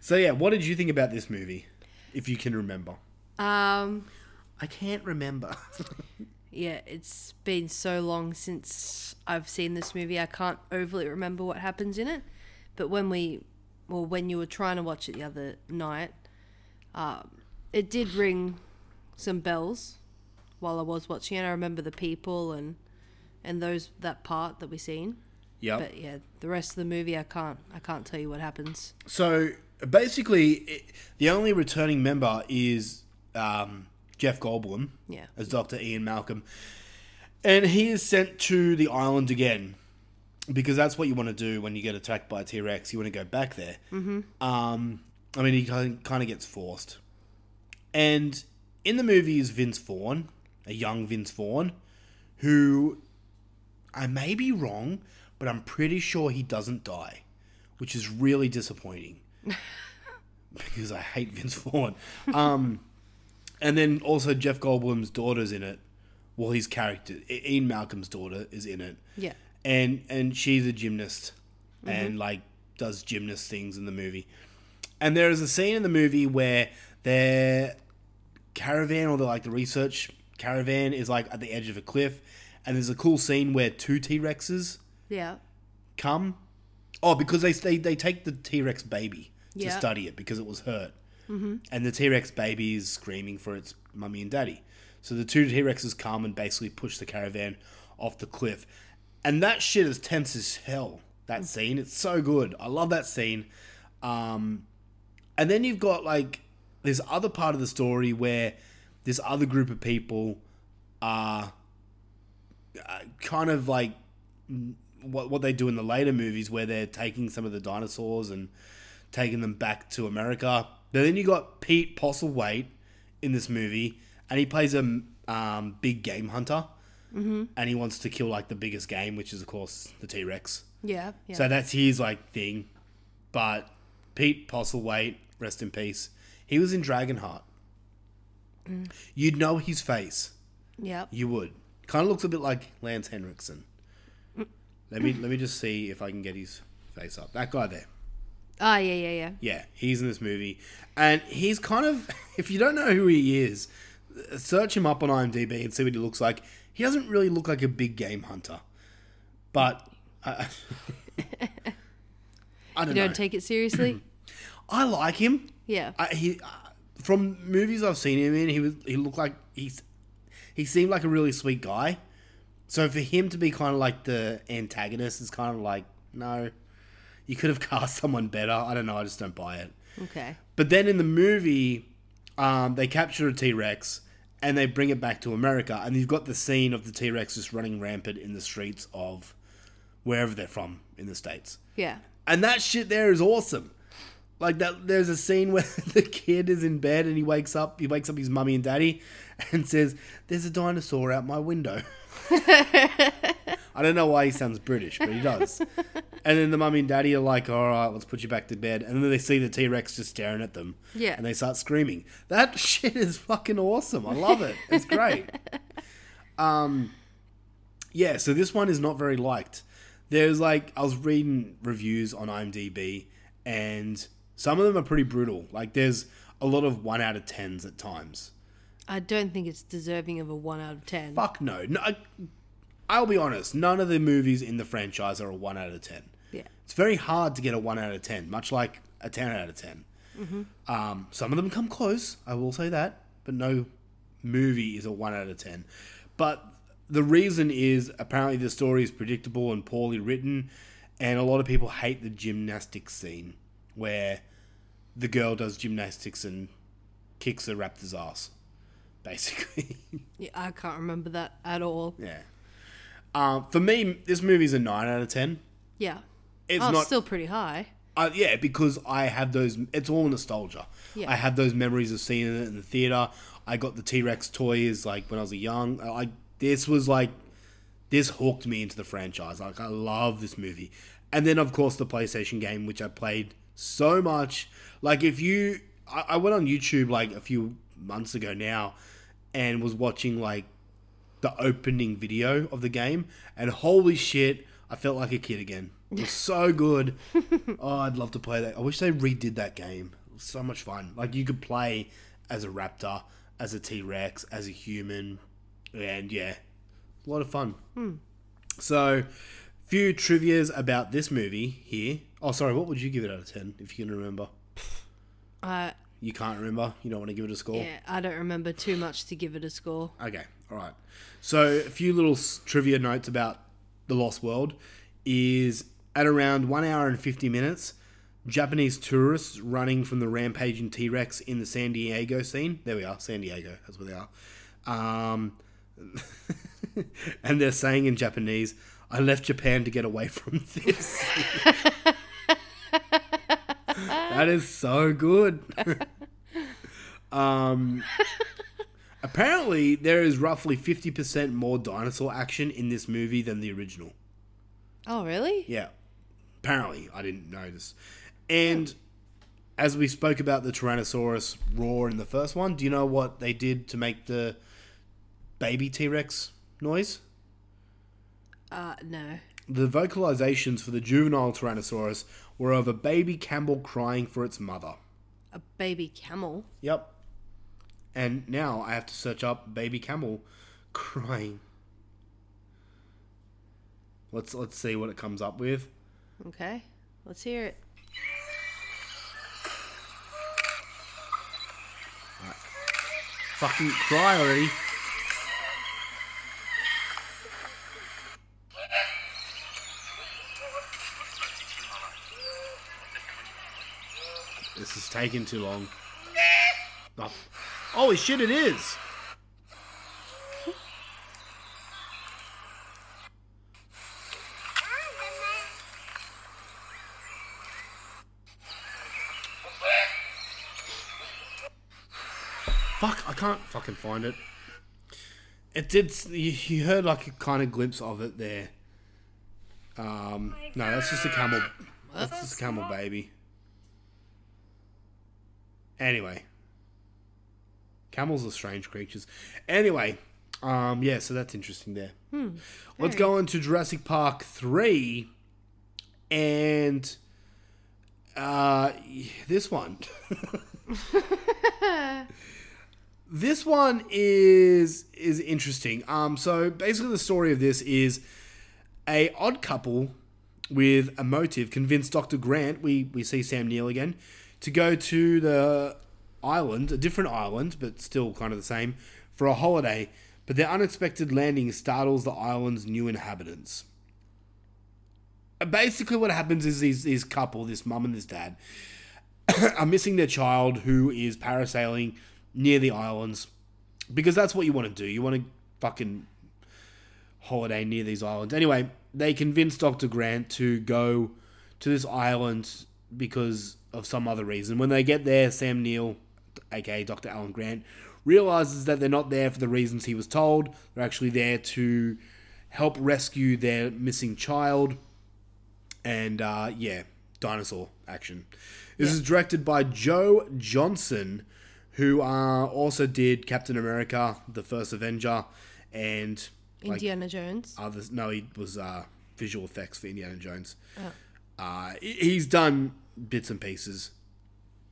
So, yeah, what did you think about this movie, if you can remember?
Um.
I can't remember.
Yeah. It's been so long since I've seen this movie. I can't overly remember what happens in it. But when we, well, when you were trying to watch it the other night, um, it did ring some bells while I was watching it. I remember the people and and those that part that we seen.
yep.
But yeah, the rest of the movie, I can't. I can't tell you what happens.
So, basically, it, the only returning member is um, Jeff Goldblum
Yeah.
as Dr. Ian Malcolm. And he is sent to the island again because that's what you want to do when you get attacked by a T Rex. You want to go back there. Mm-hmm. Um, I mean, he kind of gets forced. And in the movie is Vince Vaughn, a young Vince Vaughn, who I may be wrong, but I'm pretty sure he doesn't die, which is really disappointing because I hate Vince Vaughn. Um, and then also Jeff Goldblum's daughter's in it. Well, his character, I- Ian Malcolm's daughter, is in it.
Yeah.
And and she's a gymnast, and like does gymnast things in the movie. And there is a scene in the movie where they're caravan or the like the research caravan is like at the edge of a cliff and there's a cool scene where two T-Rexes
Yeah.
come oh because they they, they take the T-Rex baby to
Yeah.
study it because it was hurt mm-hmm. and the T-Rex baby is screaming for its mummy and daddy so the two T-Rexes come and basically push the caravan off the cliff and that shit is tense as hell that scene it's so good I love that scene um and then you've got like this other part of the story where this other group of people are uh, kind of like mm, what what they do in the later movies, where they're taking some of the dinosaurs and taking them back to America. But then you got Pete Postlewaite in this movie, and he plays a um, big game hunter, mm-hmm. and he wants to kill like the biggest game, which is of course the T Rex.
Yeah. Yeah.
So that's his like thing. But Pete Postlewaite, rest in peace. He was in Dragonheart. You'd know his face.
Yep.
You would. Kind of looks a bit like Lance Henriksen. Let me let me just see if I can get his face up. That guy there.
Ah, yeah, yeah, yeah.
Yeah, he's in this movie, and he's kind of. If you don't know who he is, search him up on IMDb and see what he looks like. He doesn't really look like a big game hunter, but uh, I, I
You
don't know.
don't take it seriously?
I like him.
Yeah.
I, he uh, from movies I've seen him in, he was he looked like he's he seemed like a really sweet guy. So for him to be kind of like the antagonist is kind of like no, you could have cast someone better. I don't know. I just don't buy it.
Okay.
But then in the movie, um, they capture a T Rex and they bring it back to America, and you've got the scene of the T Rex just running rampant in the streets of wherever they're from in the states.
Yeah.
And that shit there is awesome. Like that there's a scene where the kid is in bed and he wakes up he wakes up his mummy and daddy and says, There's a dinosaur out my window. I don't know why he sounds British, but he does. and then the mummy and daddy are like, Alright, let's put you back to bed and then they see the T Rex just staring at them.
Yeah.
And they start screaming. That shit is fucking awesome. I love it. It's great. Um, Yeah, so this one is not very liked. There's like I was reading reviews on IMDb, and some of them are pretty brutal. Like there's a lot of one out of tens at times.
I don't think it's deserving of a 1 out of 10.
Fuck no. No, I, I'll be honest. None of the movies in the franchise are a one out of ten.
Yeah.
It's very hard to get a one out of ten, much like a ten out of 10 Um, some of them come close. I will say that, but no movie is a one out of ten. But the reason is apparently the story is predictable and poorly written, and a lot of people hate the gymnastics scene where the girl does gymnastics and kicks the raptor's ass, basically.
Yeah, I can't remember that at all.
Yeah. Um, for me, this movie's a nine out of ten.
Yeah.
It's
oh,
not.
it's still pretty high.
uh, yeah, because I have those. It's all nostalgia.
Yeah.
I have those memories of seeing it in the theater. I got the T Rex toys like when I was a young. Uh, I this was like this hooked me into the franchise. Like I love this movie, and then of course the PlayStation game, which I played so much. Like if you, I, I went on YouTube like a few months ago now, and was watching like the opening video of the game, and holy shit, I felt like a kid again. It was so good. oh, I'd love to play that. I wish they redid that game. It was so much fun. Like you could play as a raptor, as a T Rex, as a human, and yeah, a lot of fun. So, few trivia's about this movie here. Oh, sorry, what would you give it out of ten if you can remember?
I
You can't remember. You don't want to give it a score.
yeah, I don't remember too much to give it a score.
Okay, all right. So, a few little s- trivia notes about The Lost World is at around 1 hour and 50 minutes, Japanese tourists running from the rampaging T Rex in the San Diego scene. There we are, San Diego, that's where they are. Um, and they're saying in Japanese, I left Japan to get away from this. that is so good. Apparently, there is roughly 50% more dinosaur action in this movie than the original.
Oh, really?
Yeah. Apparently, I didn't notice. And as we spoke about the Tyrannosaurus roar in the first one, do you know what they did to make the baby T Rex noise?
Uh, no.
The vocalizations for the juvenile Tyrannosaurus were of a baby camel crying for its mother.
A baby camel.
Yep. And now I have to search up baby camel crying. Let's let's see what it comes up with.
Okay. Let's hear it.
Fucking cry already. This is taking too long. Oh, holy shit, it is! Fuck, I can't fucking find it. It did. s- You you heard like a kind of glimpse of it there. Um, no, that's just a camel. That's just a camel baby. Anyway, Camels are strange creatures. Anyway, um, yeah, so that's interesting there. Let's go on to Jurassic Park 3 and uh, this one. this one is is interesting. Um, so basically, the story of this is a odd couple with a motive convince Dr. Grant, we, we see Sam Neill again, to go to the island, a different island, but still kind of the same, for a holiday. But their unexpected landing startles the island's new inhabitants. And Basically, what happens is these, these couple, this mum and this dad, are missing their child who is parasailing near the islands because that's what you want to do. You want to fucking holiday near these islands. Anyway, they convinced Dr. Grant to go to this island because of some other reason. When they get there, Sam Neill, aka Dr. Alan Grant, realizes that they're not there for the reasons he was told. They're actually there to help rescue their missing child. And uh, yeah, dinosaur action. This is directed by Joe Johnson, who uh, also did Captain America, The First Avenger, and like,
Indiana Jones.
others. No, he was uh, visual effects for Indiana Jones. Uh, he- he's done bits and pieces.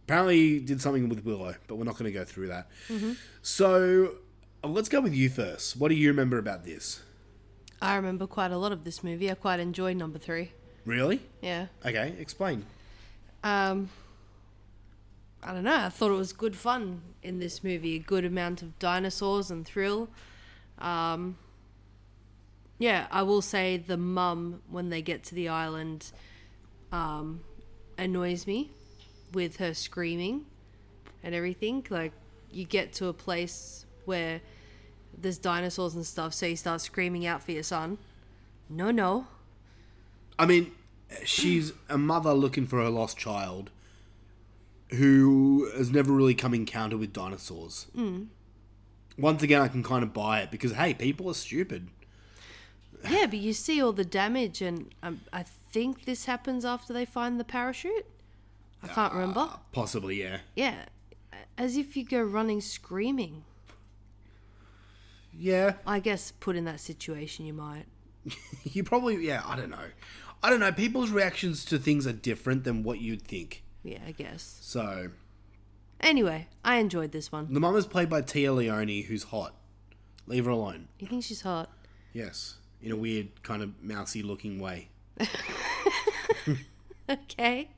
Apparently, he did something with Willow, but we're not going to go through that. So uh, let's go with you first. What do you remember about this?
I remember quite a lot of this movie. I quite enjoyed number three.
Really?
Yeah.
Okay, explain.
Um, I don't know. I thought it was good fun in this movie. A good amount of dinosaurs and thrill. Um, yeah, I will say the mum when they get to the island um, annoys me with her screaming and everything. Like you get to a place where there's dinosaurs and stuff, so you start screaming out for your son. No, no.
I mean, she's a mother looking for her lost child who has never really come encounter with dinosaurs. Once again, I can kind of buy it because, hey, people are stupid.
Yeah, but you see all the damage, and um, I think this happens after they find the parachute. I can't remember.
Possibly, yeah.
Yeah, as if you go running screaming.
Yeah,
I guess put in that situation, you might.
you probably yeah i don't know i don't know people's reactions to things are different than what you'd think
Yeah, I guess.
so
Anyway, I enjoyed this one.
the mum is played by tia leone who's hot leave her alone
You think she's hot?
yes in a weird kind of mousy looking way
Okay.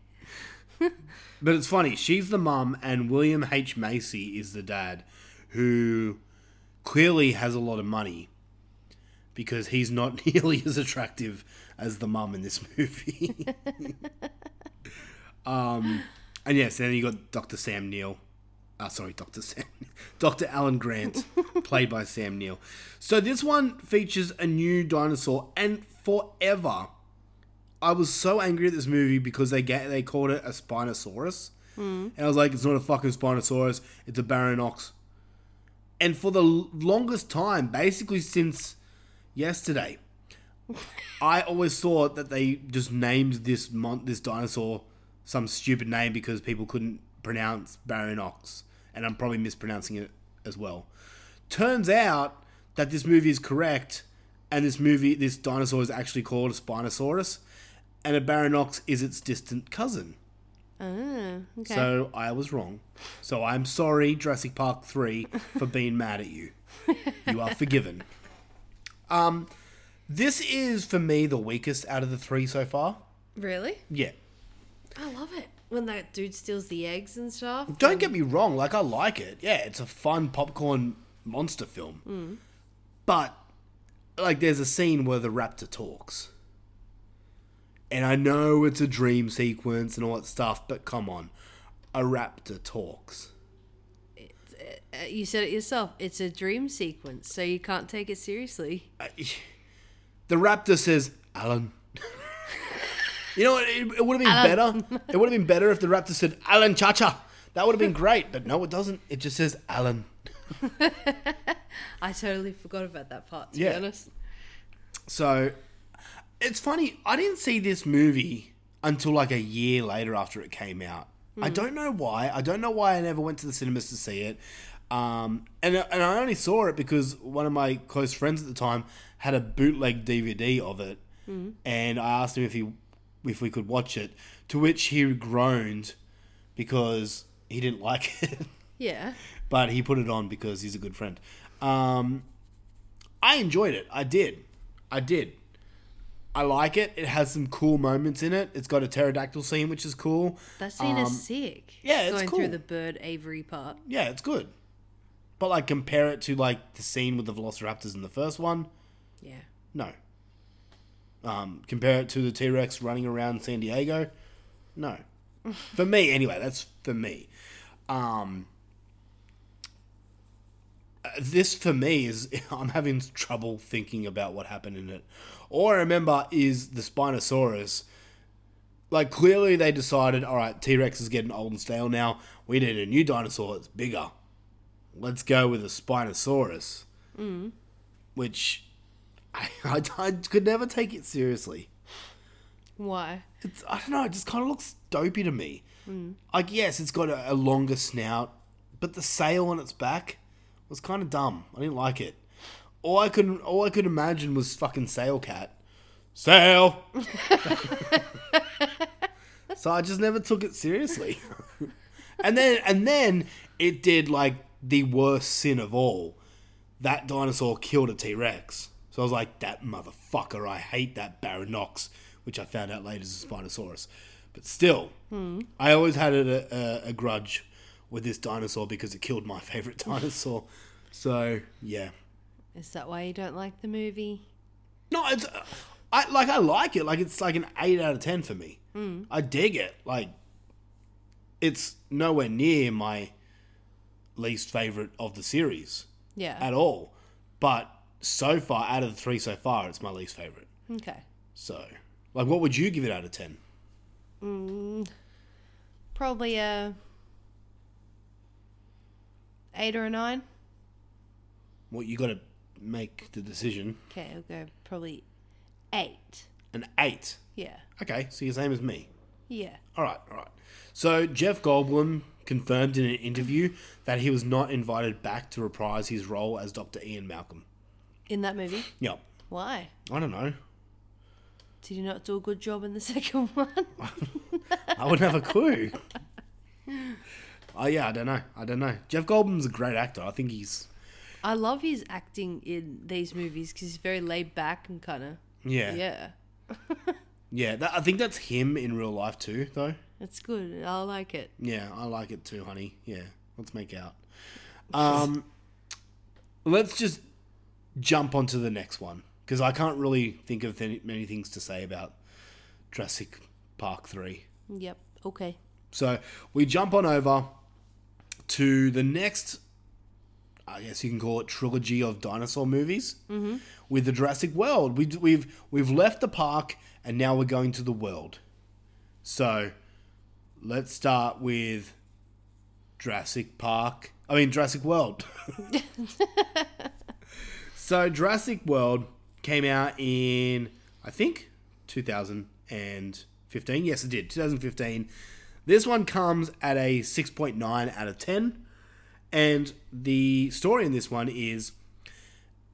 but it's funny she's the mum and william h macy is the dad who clearly has a lot of money because he's not nearly as attractive as the mum in this movie um and yes then you got dr sam neill uh, sorry, Dr. Sam, Dr. Alan Grant, played by Sam Neill. So this one features a new dinosaur, and forever, I was so angry at this movie because they get they called it a Spinosaurus, and I was like, it's not a fucking Spinosaurus, it's a Baronox. And for the l- longest time, basically since yesterday, I always thought that they just named this mon- this dinosaur some stupid name because people couldn't pronounce Baronox, and I'm probably mispronouncing it as well. Turns out that this movie is correct, and this movie this dinosaur is actually called a Spinosaurus, and a Baronox is its distant cousin.
Okay.
So I was wrong. So I'm sorry, Jurassic Park 3, for being mad at you. You are forgiven. Um, this is, for me, the weakest out of the three so far.
really?
Yeah.
I love it when that dude steals the eggs and stuff.
Don't get me wrong, like, I like it. Yeah, it's a fun popcorn monster film. But, like, there's a scene where the raptor talks. And I know it's a dream sequence and all that stuff, but come on. A raptor talks.
Uh, You said it yourself. It's a dream sequence, so you can't take it seriously.
The raptor says, Alan. you know, what, it, it would have been better. It would have been better if the raptor said, Alan Chacha. That would have been great, but no, it doesn't. It just says Alan.
I totally forgot about that part. To
Yeah.
be honest.
So it's funny. I didn't see this movie until like a year later after it came out. I don't know why. I don't know why I never went to the cinemas to see it. Um, and, and I only saw it because one of my close friends at the time had a bootleg DVD of it, and I asked him if he if we could watch it. To which he groaned because he didn't like it,
Yeah.
but he put it on because he's a good friend. Um, I enjoyed it. I did. I did. I like it. It has some cool moments in it. It's got a pterodactyl scene, which is cool.
That scene is sick.
Um, yeah, it's
Going
cool.
through the bird Avery part.
Yeah, it's good. But like compare it to like the scene with the velociraptors in the first one.
Yeah.
No. Um, compare it to the T Rex running around San Diego. No. for me, anyway, that's for me. Um, uh, this for me is I'm having trouble thinking about what happened in it. All I remember is the Spinosaurus. Like clearly they decided, all right, T Rex is getting old and stale now. We need a new dinosaur that's bigger. Let's go with a Spinosaurus, mm. which I, I, I could never take it seriously.
Why?
It's, I don't know. It just kind of looks dopey to me. Like, yes, it's got a, a longer snout, but the sail on its back was kind of dumb. I didn't like it. All I could all I could imagine was fucking sail cat. Sail. so I just never took it seriously. and then and then it did like the worst sin of all. That dinosaur killed a T Rex. So I was like, that motherfucker, I hate that Baronox, which I found out later is a Spinosaurus. But still, I always had a, a, a grudge with this dinosaur because it killed my favorite dinosaur. so, yeah.
Is that why you don't like the movie?
No, it's I like I like it. Like it's like an eight out of ten for me. Mm. I dig it. Like it's nowhere near my least favorite of the series
Yeah.
at all. But so far, out of the three so far, it's my least favorite.
Okay.
So, like, what would you give it out of ten?
Probably a eight or a nine.
Well, you got to make the decision.
Okay, I'll go probably eight.
An eight.
Yeah.
Okay, so you're the same as me.
Yeah.
All right, all right. So Jeff Goldblum confirmed in an interview that he was not invited back to reprise his role as Dr. Ian Malcolm.
In that movie.
Yep.
Why?
I don't know.
Did you not do a good job in the second one?
I wouldn't have a clue. Oh yeah, I don't know. I don't know. Jeff Goldblum's a great actor. I think he's
I love his acting in these movies because he's very laid back and kind of.
yeah yeah.
Yeah.
that, I think that's him in real life too, though.
It's good. I like it.
Yeah, I like it too, honey. Yeah, let's make out. Um, let's just jump onto the next one because I can't really think of any, many things to say about Jurassic Park three.
Yep. Okay.
So we jump on over to the next, I guess you can call it trilogy of dinosaur movies mm-hmm. with the Jurassic World. We, we've we've left the park and now we're going to the world. So let's start with Jurassic Park. I mean Jurassic World. so Jurassic World came out in I think 2015. Yes, it did. 2015. This one comes at a 6.9 out of 10. And the story in this one is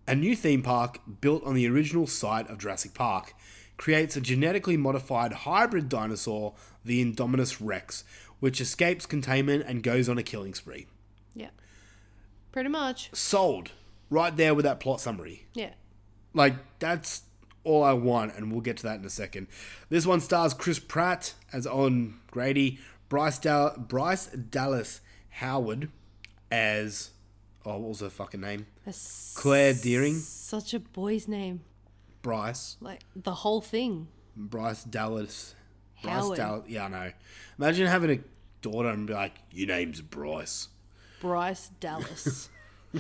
a new theme park built on the original site of Jurassic Park creates a genetically modified hybrid dinosaur, the Indominus Rex, which escapes containment and goes on a killing spree.
Yeah. Pretty much.
Sold. Right there with that plot summary.
Yeah.
Like, that's all I want, and we'll get to that in a second. This one stars Chris Pratt as Owen Grady, Bryce, Dal- Bryce Dallas Howard as. Oh, what was her fucking name?
That's
Claire Deering.
such a boy's name.
Bryce.
Like the whole thing.
Bryce Dallas. Bryce
Howard.
Dallas. Yeah, I know. Imagine having a daughter and be like, your name's Bryce.
Bryce Dallas.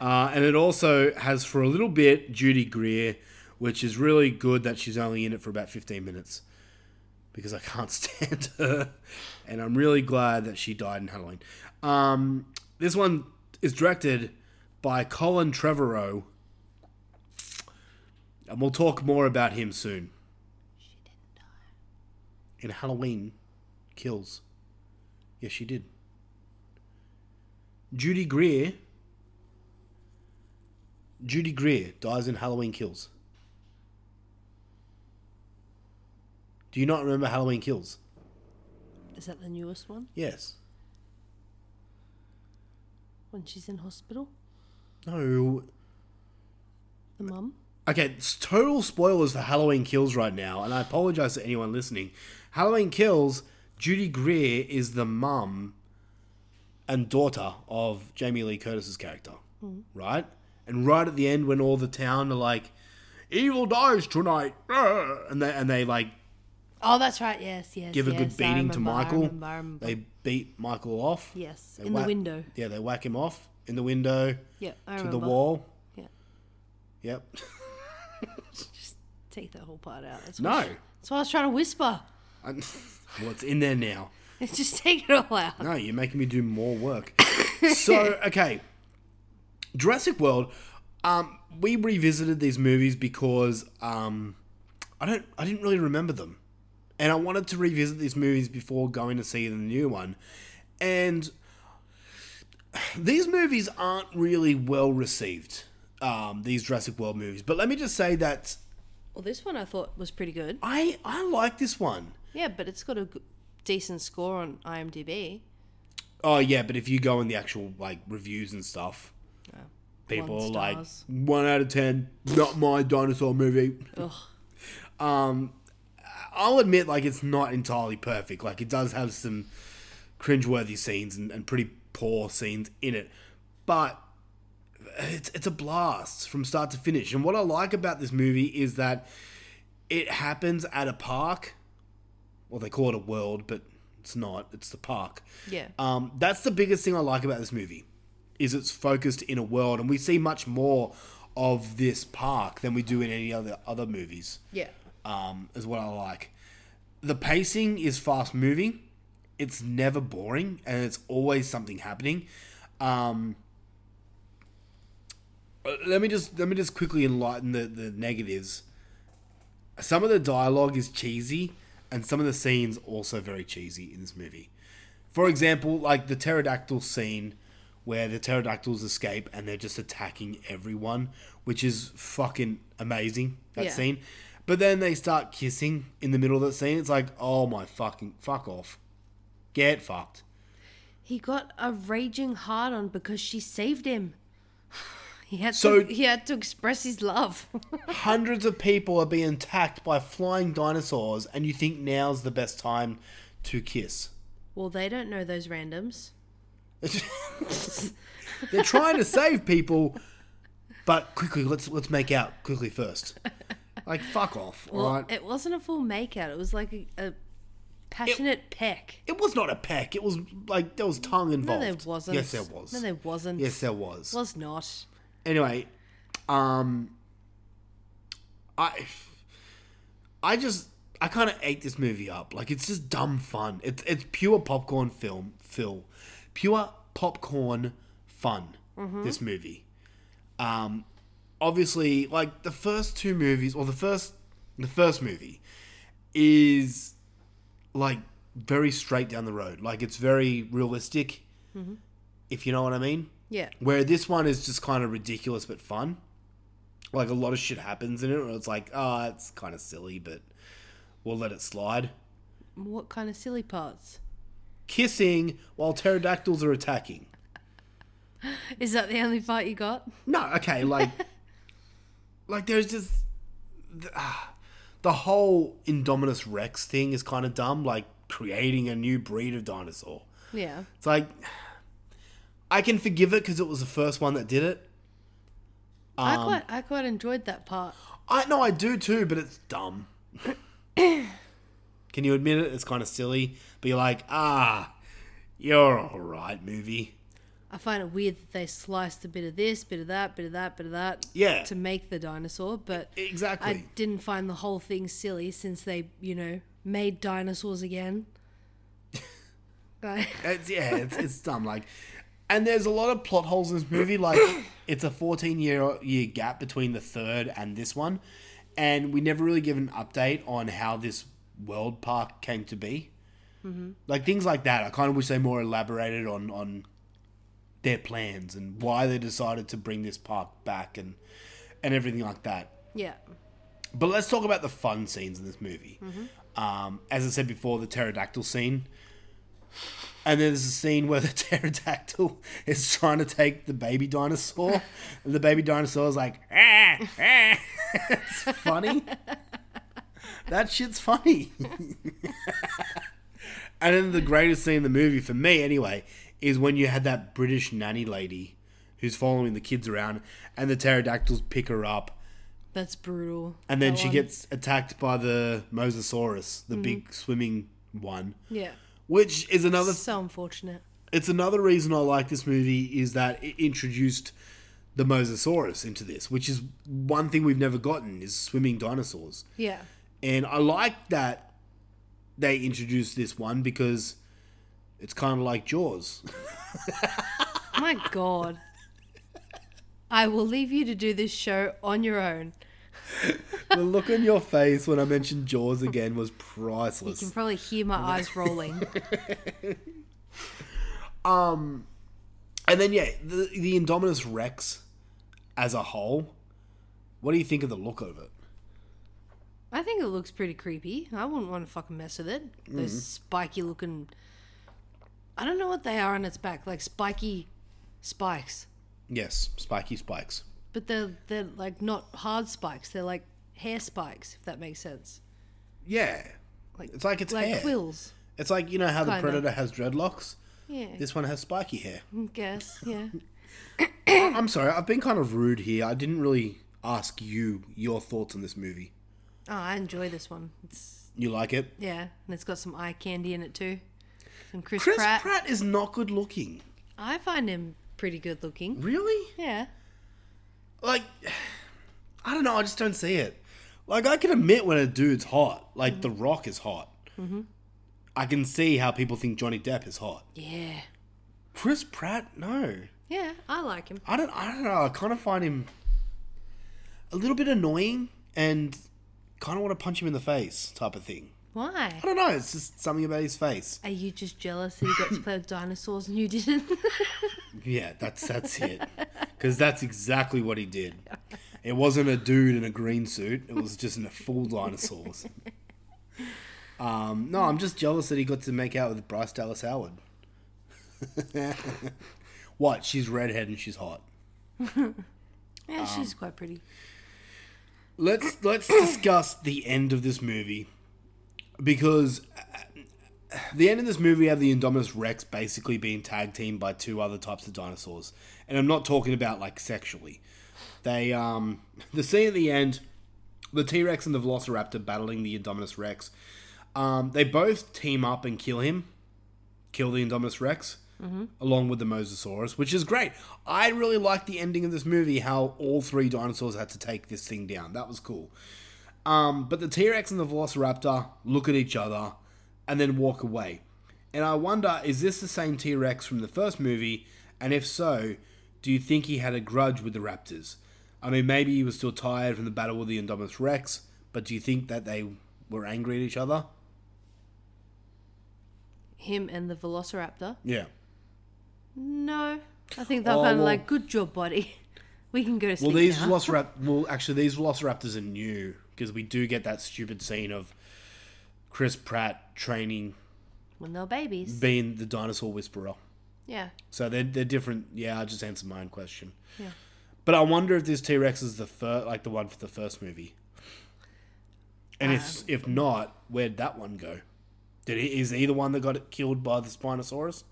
Uh, and it also has for a little bit Judy Greer, which is really good that she's only in it for about 15 minutes because I can't stand her. And I'm really glad that she died in Halloween. Um, this one is directed by Colin Trevorrow. And we'll talk more about him soon. She didn't die. In Halloween Kills. Yes, she did. Judy Greer. Judy Greer dies in Halloween Kills. Do you not remember Halloween Kills?
Is that the newest one?
Yes.
When she's in hospital?
No.
The mum?
Okay, it's total spoilers for Halloween Kills right now, and I apologize to anyone listening. Halloween Kills, Judy Greer is the mum and daughter of Jamie Lee Curtis's character, right? And right at the end, when all the town are like, "Evil dies tonight," ah," and they and they like
Oh, that's right. Yes, yes.
give a
yes.
good
I
beating to
remember, I
Michael.
remember, I remember.
They beat Michael off.
Yes,
They
in the
whack-
window.
Yeah, they whack him off in the window
yeah, I
to
remember.
the wall.
Yeah.
Yep.
Take that whole part out. That's
no,
What, that's what I was trying to whisper.
I'm- what's in there now?
Just take it all out.
No, you're making me do more work. so, okay. Jurassic World, um, we revisited these movies because um, I don't I didn't really remember them. And I wanted to revisit these movies before going to see the new one. And these movies aren't really well received. Um, these Jurassic World movies. But let me just say that
Well, this one I thought was pretty good.
I I like this one.
Yeah, but it's got a g- decent score on IMDb.
Oh yeah, but if you go in the actual like reviews and stuff, people
One
are like
stars.
one out of ten. Not my dinosaur movie. Um,
Ugh.
I'll admit, like it's not entirely perfect. Like it does have some cringeworthy scenes and, and pretty poor scenes in it, but it's it's a blast from start to finish. And what I like about this movie is that it happens at a park. Well, they call it a world, but it's not. It's the park.
Yeah.
Um, that's the biggest thing I like about this movie, is it's focused in a world, and we see much more of this park than we do in any other other movies.
Yeah.
Um, is what I like. The pacing is fast moving. It's never boring, and it's always something happening. Um, uh, let me just let me just quickly enlighten the, the negatives. Some of the dialogue is cheesy, and some of the scenes also very cheesy in this movie. For example, like the pterodactyl scene where the pterodactyls escape and they're just attacking everyone, which is fucking amazing, that
Yeah.
scene. But then they start kissing in the middle of that scene. It's like, oh my fucking, fuck off. Get fucked.
He got a raging hard on because she saved him. He had
So-
to, he had to express his love.
Hundreds of people are being attacked by flying dinosaurs, and you think now's the best time to kiss.
well, they don't know those randoms.
They're trying to save people, but quickly, let's let's make out quickly first. Like, fuck off.
Well,
all right?
it wasn't a full makeout. It was like a, a passionate peck.
It was not a peck. It was like there was tongue
No,
involved.
there wasn't.
Yes, there was.
No, there wasn't.
Yes, there was.
was not.
anyway, um, I, I just I kind of ate this movie up. Like it's just dumb fun. It's it's pure popcorn film. Phil, pure popcorn fun. This movie. Um, obviously, like the first two movies, or the first the first movie, is like very straight down the road. Like it's very realistic. If you know what I mean.
Yeah.
Where this one is just kind of ridiculous but fun. Like a lot of shit happens in it, and it's like, ah, it's kind of silly, but we'll let it slide. Mm.
What kind of silly parts?
Kissing while pterodactyls are attacking.
Is that the only part you got?
No, okay, like, like there's just th- ah, the whole Indominus Rex thing is kind of dumb. Like creating a new breed of dinosaur.
Yeah.
It's like I can forgive it because it was the first one that did it.
I
Um,
quite I quite enjoyed that part.
I no, I do too, but it's dumb. Can you admit it? It's kind of silly, but you're like, ah, you're all right, movie.
I find it weird that they sliced a bit of this, bit of that, bit of that, bit of that
Yeah. E-,
to make the dinosaur, but
Exactly.
I didn't find the whole thing silly since they, you know, made dinosaurs again. Like,
It's, yeah, it's, it's dumb. Like, and there's a lot of plot holes in this movie. Like, it's a 14 year year gap between the third and this one, and we never really give an update on how this world park came to be. Like things like that, I kind of wish they more elaborated on on their plans and why they decided to bring this park back and and everything like that.
Yeah.
But let's talk about the fun scenes in this movie. Um, as I said before, the pterodactyl scene. And then there's a scene where the pterodactyl is trying to take the baby dinosaur. and the baby dinosaur is like, ah, ah. it's funny. that shit's funny. and then the greatest scene in the movie, for me anyway, is when you had that British nanny lady who's following the kids around and the pterodactyls pick her up
That's brutal.
and then
That
she
one.
gets attacked by the mosasaurus, the big swimming one,
Mm-hmm. Yeah.
which is another.
So unfortunate.
It's another reason I like this movie is that it introduced the mosasaurus into this, which is one thing we've never gotten is swimming dinosaurs,
Yeah.
and I like that they introduced this one because it's kind of like Jaws.
My God. I will leave you to do this show on your own.
the look on your face when I mentioned Jaws again was
You can
priceless.
probably hear my eyes rolling.
And then yeah, the, the Indominus Rex as a whole. What do you think of the look of it?
I think it looks pretty creepy. I wouldn't want to fucking mess with it.
Mm-hmm.
Those spiky looking. I don't know what they are on its back, like spiky spikes.
Yes, spiky spikes.
But they're they're like not hard spikes. They're like hair spikes, if that makes sense.
Yeah,
Like
it's like it's
like
hair.
quills.
It's like you know how the
Kinda.
predator has dreadlocks.
Yeah.
This one has spiky hair.
I guess. Yeah.
I'm sorry, I've been kind of rude here. I didn't really ask you your thoughts on this movie.
Oh, I enjoy this one. It's
You like it?
yeah, and it's got some eye candy in it too. Some Chris,
Chris
Pratt.
Pratt, is not good looking.
I find him pretty good looking.
Really?
Yeah.
Like, I don't know. I just don't see it. Like, I can admit when a dude's hot. Like, The Rock is hot. I can see how people think Johnny Depp is hot.
Yeah.
Chris Pratt, no.
Yeah, I like him.
I don't I don't know. I kind of find him a little bit annoying and kind of want to punch him in the face type of thing.
Why?
I don't know. It's just something about his face.
Are you just jealous that you got to play with dinosaurs and you didn't?
Yeah, that's that's it. Because that's exactly what he did. It wasn't a dude in a green suit. It was just in a full dinosaurs. Um, no, I'm just jealous that he got to make out with Bryce Dallas Howard. what? She's redhead and she's hot.
yeah, she's quite pretty.
let's let's discuss the end of this movie because uh, the end of this movie had the Indominus Rex basically being tag teamed by two other types of dinosaurs, and I'm not talking about like sexually. They um the scene at the end, the T Rex and the Velociraptor battling the Indominus Rex. Um, they both team up and kill him, kill the Indominus Rex. Along with the Mosasaurus, which is great. I really liked the ending of this movie, how all three dinosaurs had to take this thing down. That was cool. Um, but the T Rex and the Velociraptor look at each other and then walk away. And I wonder, is this the same T Rex from the first movie? And if so, do you think he had a grudge with the Raptors? I mean, maybe he was still tired from the battle with the Indominus Rex, but do you think that they were angry at each other?
Him and the Velociraptor.
Yeah.
No, I think they're
Oh,
kind of
well-
like, good job, buddy. We can go to
Well,
sleep
these
now.
Velociraptors. Well, actually, these Velociraptors are new because we do get that stupid scene of Chris Pratt training
when they're babies.
being the dinosaur whisperer.
yeah.
So they're, they're different. Yeah, I just answered my own question.
Yeah.
But I wonder if this T Rex is the first, like the one for the first movie. And if if not, where'd that one go? Did he, is he the one that got killed by the Spinosaurus?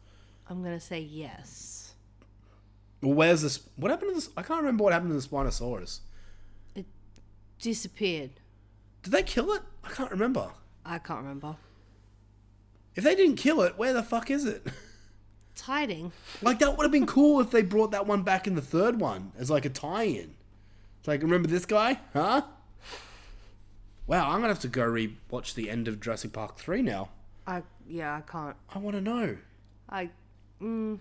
I'm going to say yes.
Well, where's this? What happened to this? I can't remember what happened to the Spinosaurus.
Disappeared.
Did they kill it? I can't remember.
I can't remember.
If they didn't kill it, where the fuck is it?
It's hiding.
Like that would have been cool if they brought that one back in the third one as like a tie-in. It's like, remember this guy? Huh? Wow, I'm gonna have to go re-watch the end of Jurassic Park three now.
I yeah, I can't.
I want to know.
I mm,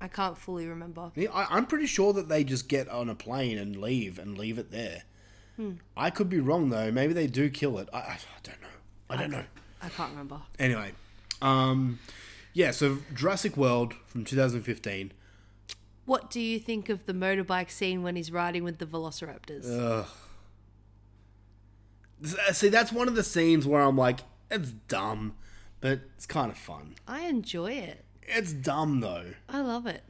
I can't fully remember.
Yeah, I, I'm pretty sure that they just get on a plane and leave and leave it there. I could be wrong though. Maybe they do kill it. I, I, I don't know. I don't know.
I can't remember.
Anyway, um, Yeah, so Jurassic World from 2015.
What do you think of the motorbike scene when he's riding with the velociraptors?
Uh. S- See, that's one of the scenes where I'm like, it's dumb, but it's kind of fun.
I enjoy it.
It's dumb though.
I love it.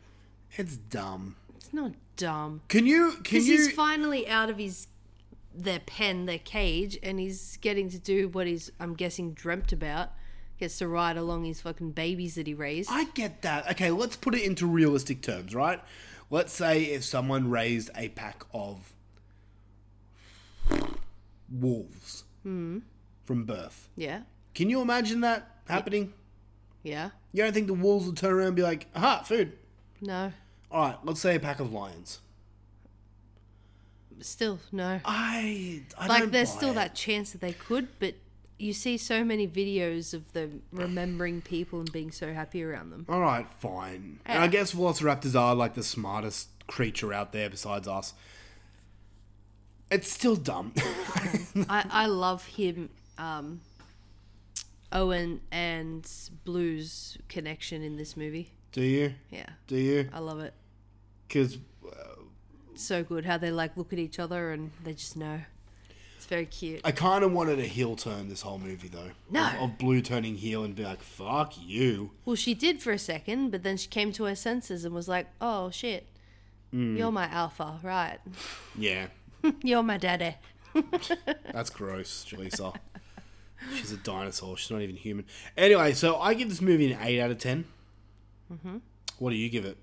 It's dumb.
It's not dumb.
Can you? Can
Because
you?
he's finally out of his their pen, their cage, and he's getting to do what he's I'm guessing dreamt about. Gets to ride along his fucking babies that he raised.
I get that. Okay, let's put it into realistic terms, right? Let's say if someone raised a pack of wolves Hmm. from birth.
yeah.
Can you imagine that happening?
Yeah.
You don't think the wolves would turn around and be like, aha, food.
No.
All right, let's say a pack of lions.
Still no.
I, I
like
don't
there's
buy
still
it.
that chance that they could, but you see so many videos of them remembering people and being so happy around them.
All right, fine. And I
Yeah.
guess velociraptors are like the smartest creature out there besides us. It's still dumb.
I, I love him, um, Owen and Blue's connection in this movie.
Do you?
Yeah,
Do you?
I love it.
Because
It's so good how they like look at each other and they just know. It's very cute.
I kind of wanted a heel turn this whole movie, though.
No.
Of, of Blue turning heel and be like, fuck you.
Well, she did for a second, but then she came to her senses and was like, "Oh shit,
Mm.
you're my alpha, right?
Yeah,
You're my daddy."
that's gross, Lisa. She's a dinosaur. She's not even human. Anyway, so I give this movie an 8 out of 10. Mm-hmm. What do you give it?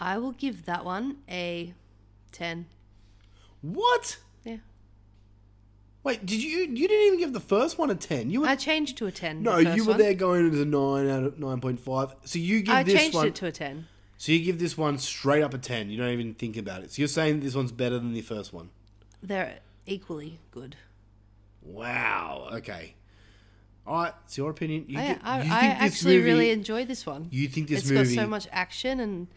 I will give that one a ten.
What?
Yeah,
Wait, did you? You didn't even give the first one a 10. You were
I changed to a ten.
No,
the first
you were
one.
there going as a nine out of nine point five. So you give
I
this
changed
one.
it to a ten.
so you give this one straight up a ten. You don't even think about it. So you're saying this one's better than the first one.
They're equally good.
Wow. Okay. All right. It's your opinion. You,
I,
thi-
I,
you
I
think this
actually
movie-
really enjoyed this one.
You think this
It's
movie?
got so much action and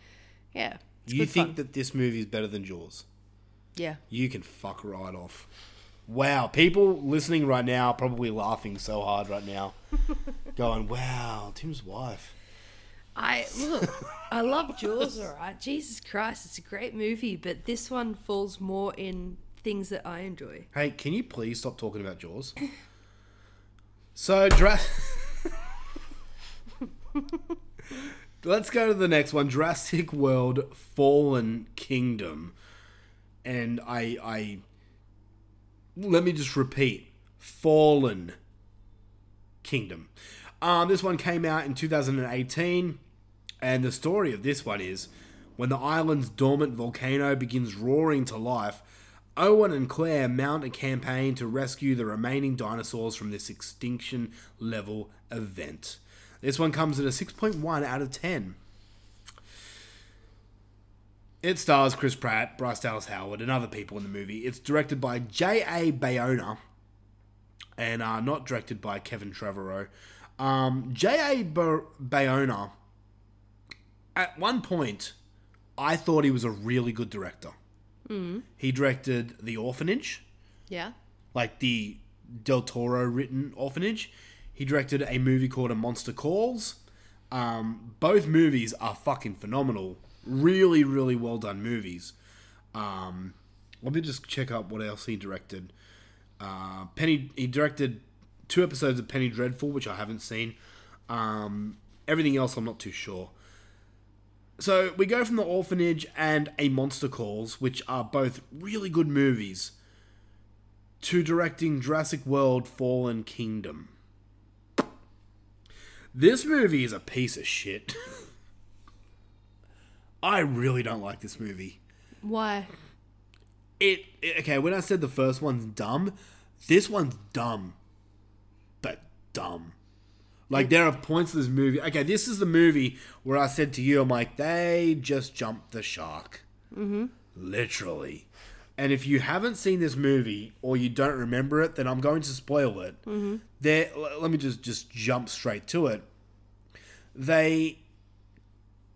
yeah, it's
you
good
think
fun.
that this movie is better than Jaws?
yeah.
You can fuck right off. Wow. People listening right now are probably laughing so hard right now, going, "Wow, Tim's wife."
I look, I love Jaws, all right. Jesus Christ, it's a great movie, but this one falls more in things that I enjoy.
Hey, can you please stop talking about Jaws? So, Jurassic. Let's go to the next one Jurassic World Fallen Kingdom. And I. I let me just repeat Fallen Kingdom. Um, this one came out in 2018. And the story of this one is when the island's dormant volcano begins roaring to life, Owen and Claire mount a campaign to rescue the remaining dinosaurs from this extinction level event. This one comes at a 6.1 out of 10. It stars Chris Pratt, Bryce Dallas Howard, and other people in the movie. It's directed by J.A. Bayona and uh, not directed by Kevin Trevorrow. Um, J.A. Ba- Bayona at one point, I thought he was a really good director. He directed The Orphanage,
Yeah.
like the Del Toro written Orphanage. He directed a movie called A Monster Calls. Um, both movies are fucking phenomenal. Really, really well done movies. Um, let me just check up what else he directed. Uh, Penny, he directed two episodes of Penny Dreadful, which I haven't seen. Um, everything else, I'm not too sure. So we go from the orphanage and a monster calls, which are both really good movies, to directing Jurassic World: Fallen Kingdom. This movie is a piece of shit. I really don't like this movie.
Why?
It, it okay. When I said the first one's dumb, this one's dumb, but dumb. Like there are points in this movie. Okay, this is the movie where I said to you, I'm like, they just jumped the shark, mm-hmm. literally. And if you haven't seen this movie or you don't remember it, then I'm going to spoil it. Mm-hmm. There, l- let me just just jump straight to it. They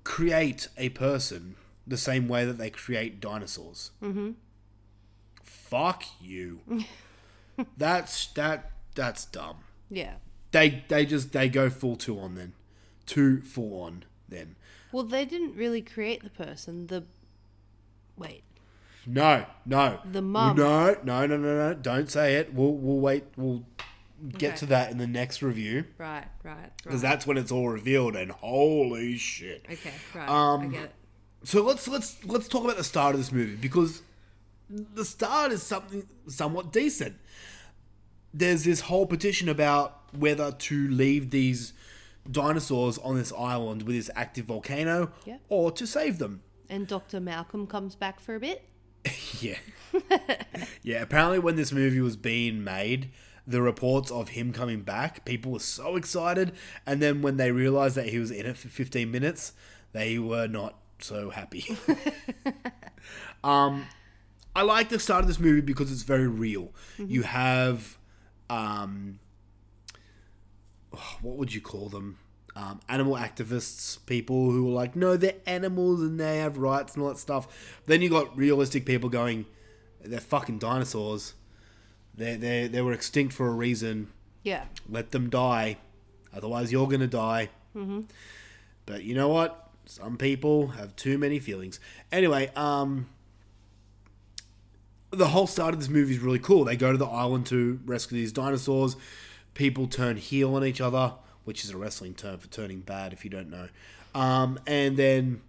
create a person the same way that they create dinosaurs. Mm-hmm. Fuck you. that's that that's dumb
Yeah.
they they just they go full two on then too full on then.
Well, they didn't really create the person. The wait,
No, no.
The mum.
No, no, no, no, no. Don't say it. We'll we'll wait. We'll get
Okay.
to that in the next review
right, right,
because
right.
that's when it's all revealed. And holy shit!
okay, right. I
Um,
get it.
So let's let's let's talk about the start of this movie because the start is something somewhat decent. There's this whole petition about whether to leave these dinosaurs on this island with this active volcano
Yeah.
or to save them.
And Dr. Malcolm comes back for a bit.
Yeah. yeah, apparently when this movie was being made, the reports of him coming back, people were so excited, and then when they realized that he was in it for 15 minutes, they were not so happy. um I like the start of this movie because it's very real. You have um what would you call them? Um, animal activists, people who are like, no, they're animals and they have rights and all that stuff. Then you got realistic people going, they're fucking dinosaurs. They they they were extinct for a reason.
Yeah.
Let them die, otherwise you're gonna die. Mm-hmm. But you know what? Some people have too many feelings. Anyway, um, the whole start of this movie is really cool. They go to the island to rescue these dinosaurs. People turn heel on each other, which is a wrestling term for turning bad, if you don't know. Um, and then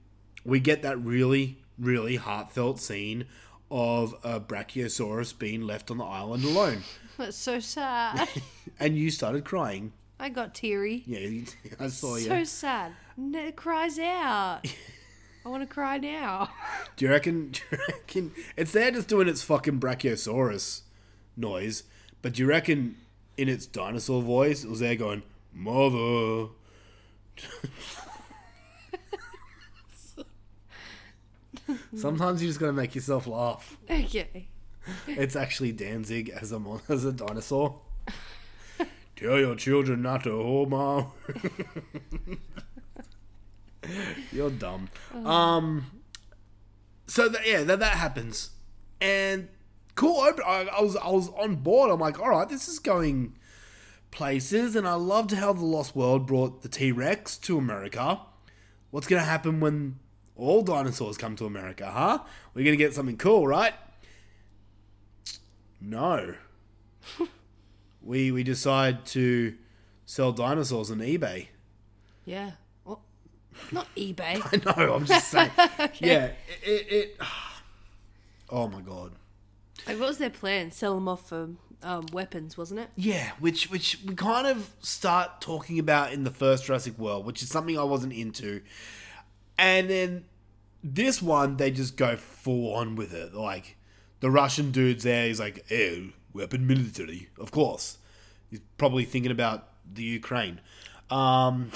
we get that really, really heartfelt scene of a Brachiosaurus being left on the island alone.
That's so sad.
And you started crying.
I got teary.
Yeah, you- I saw you.
So sad. And it cries out. I want to cry now.
Do you reckon? Do you reckon it's there just doing its fucking brachiosaurus noise? But do you reckon in its dinosaur voice it was there going mother? Sometimes you just gotta make yourself laugh.
Okay.
It's actually Danzig as a mon- as a dinosaur. Tell your children not to hold mom. You're dumb. Um. So that yeah, that that happens, and cool. Open. I, I was I was on board. I'm like, all right, this is going places, and I loved how the Lost World brought the T Rex to America. What's gonna happen when all dinosaurs come to America? Huh? We're gonna get something cool, right? No. we we decide to sell dinosaurs on eBay.
Yeah. Well, not eBay.
No, I'm just saying. Yeah, it, it, it. Oh my god.
Like, what was their plan? Sell them off for um, weapons, wasn't it?
Yeah, which which we kind of start talking about in the first Jurassic World, which is something I wasn't into, and then this one they just go full on with it. Like the Russian dude's there, he's like, "Oh, weapon military, of course." He's probably thinking about the Ukraine. Um,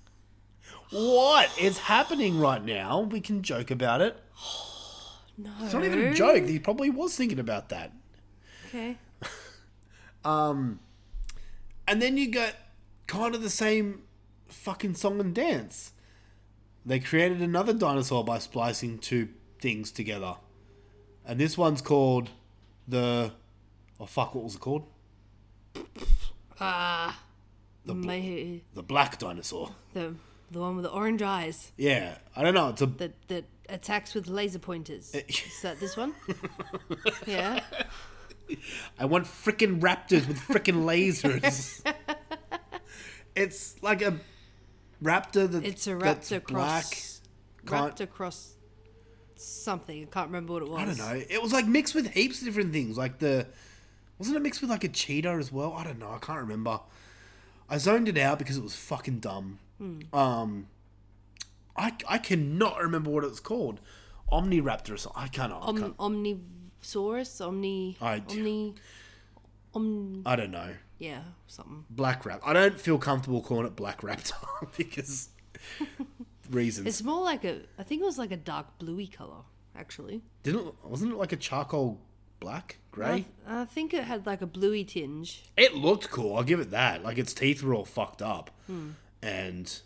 what is happening right now? We can joke about it.
No.
It's not even a joke. He probably was thinking about that.
Okay.
And then you got kind of the same fucking song and dance. They created another dinosaur by splicing two things together. And this one's called the. Oh fuck, what was it called?
The, May-
The black dinosaur.
the, the one with the orange eyes
Yeah, I don't know. It's a.
that, that attacks with laser
Eh.
pointers. Is that this one? yeah.
I want freaking raptors with freaking lasers. it's like a raptor that.
It's a
that's
raptor
black.
cross.
can't-
Raptor cross something. I can't remember what it was.
I don't know. It was like mixed with heaps of different things. Like the wasn't it mixed with like a cheetah as well? I don't know. I can't remember. I zoned it out because it was fucking dumb. Um, I I cannot remember what it's called. Omniraptor. Or something. I can't. I,
Om-
can't-
Omnisaurus? Omni.
I-
Omni. Om.
I don't know.
Yeah, something.
Black raptor. I don't feel comfortable calling it black raptor because reasons.
It's more like a. I think it was like a dark bluey color, actually.
Didn't wasn't it like a charcoal black
I,
gray?
th- I think it had like a bluey tinge.
It looked cool. I'll give it that. Like its teeth were all fucked up, and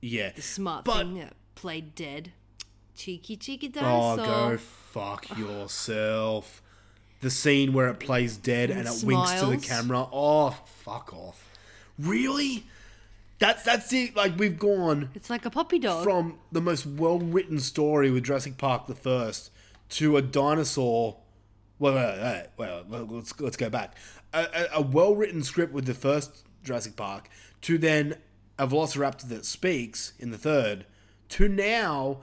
yeah,
The smart
But-
thing that played dead. Cheeky, cheeky
oh,
dinosaur.
go fuck yourself. The scene where it plays dead and, it winks to the
smiles.
camera. Oh, fuck off. Really? That's that's it. Like we've gone
It's like a puppy dog.
from the most well written story with Jurassic Park the first to a dinosaur. Well, wait, wait, wait, wait, let's let's go back. A, a, a well written script with the first Jurassic Park to then a Velociraptor that speaks in the third to now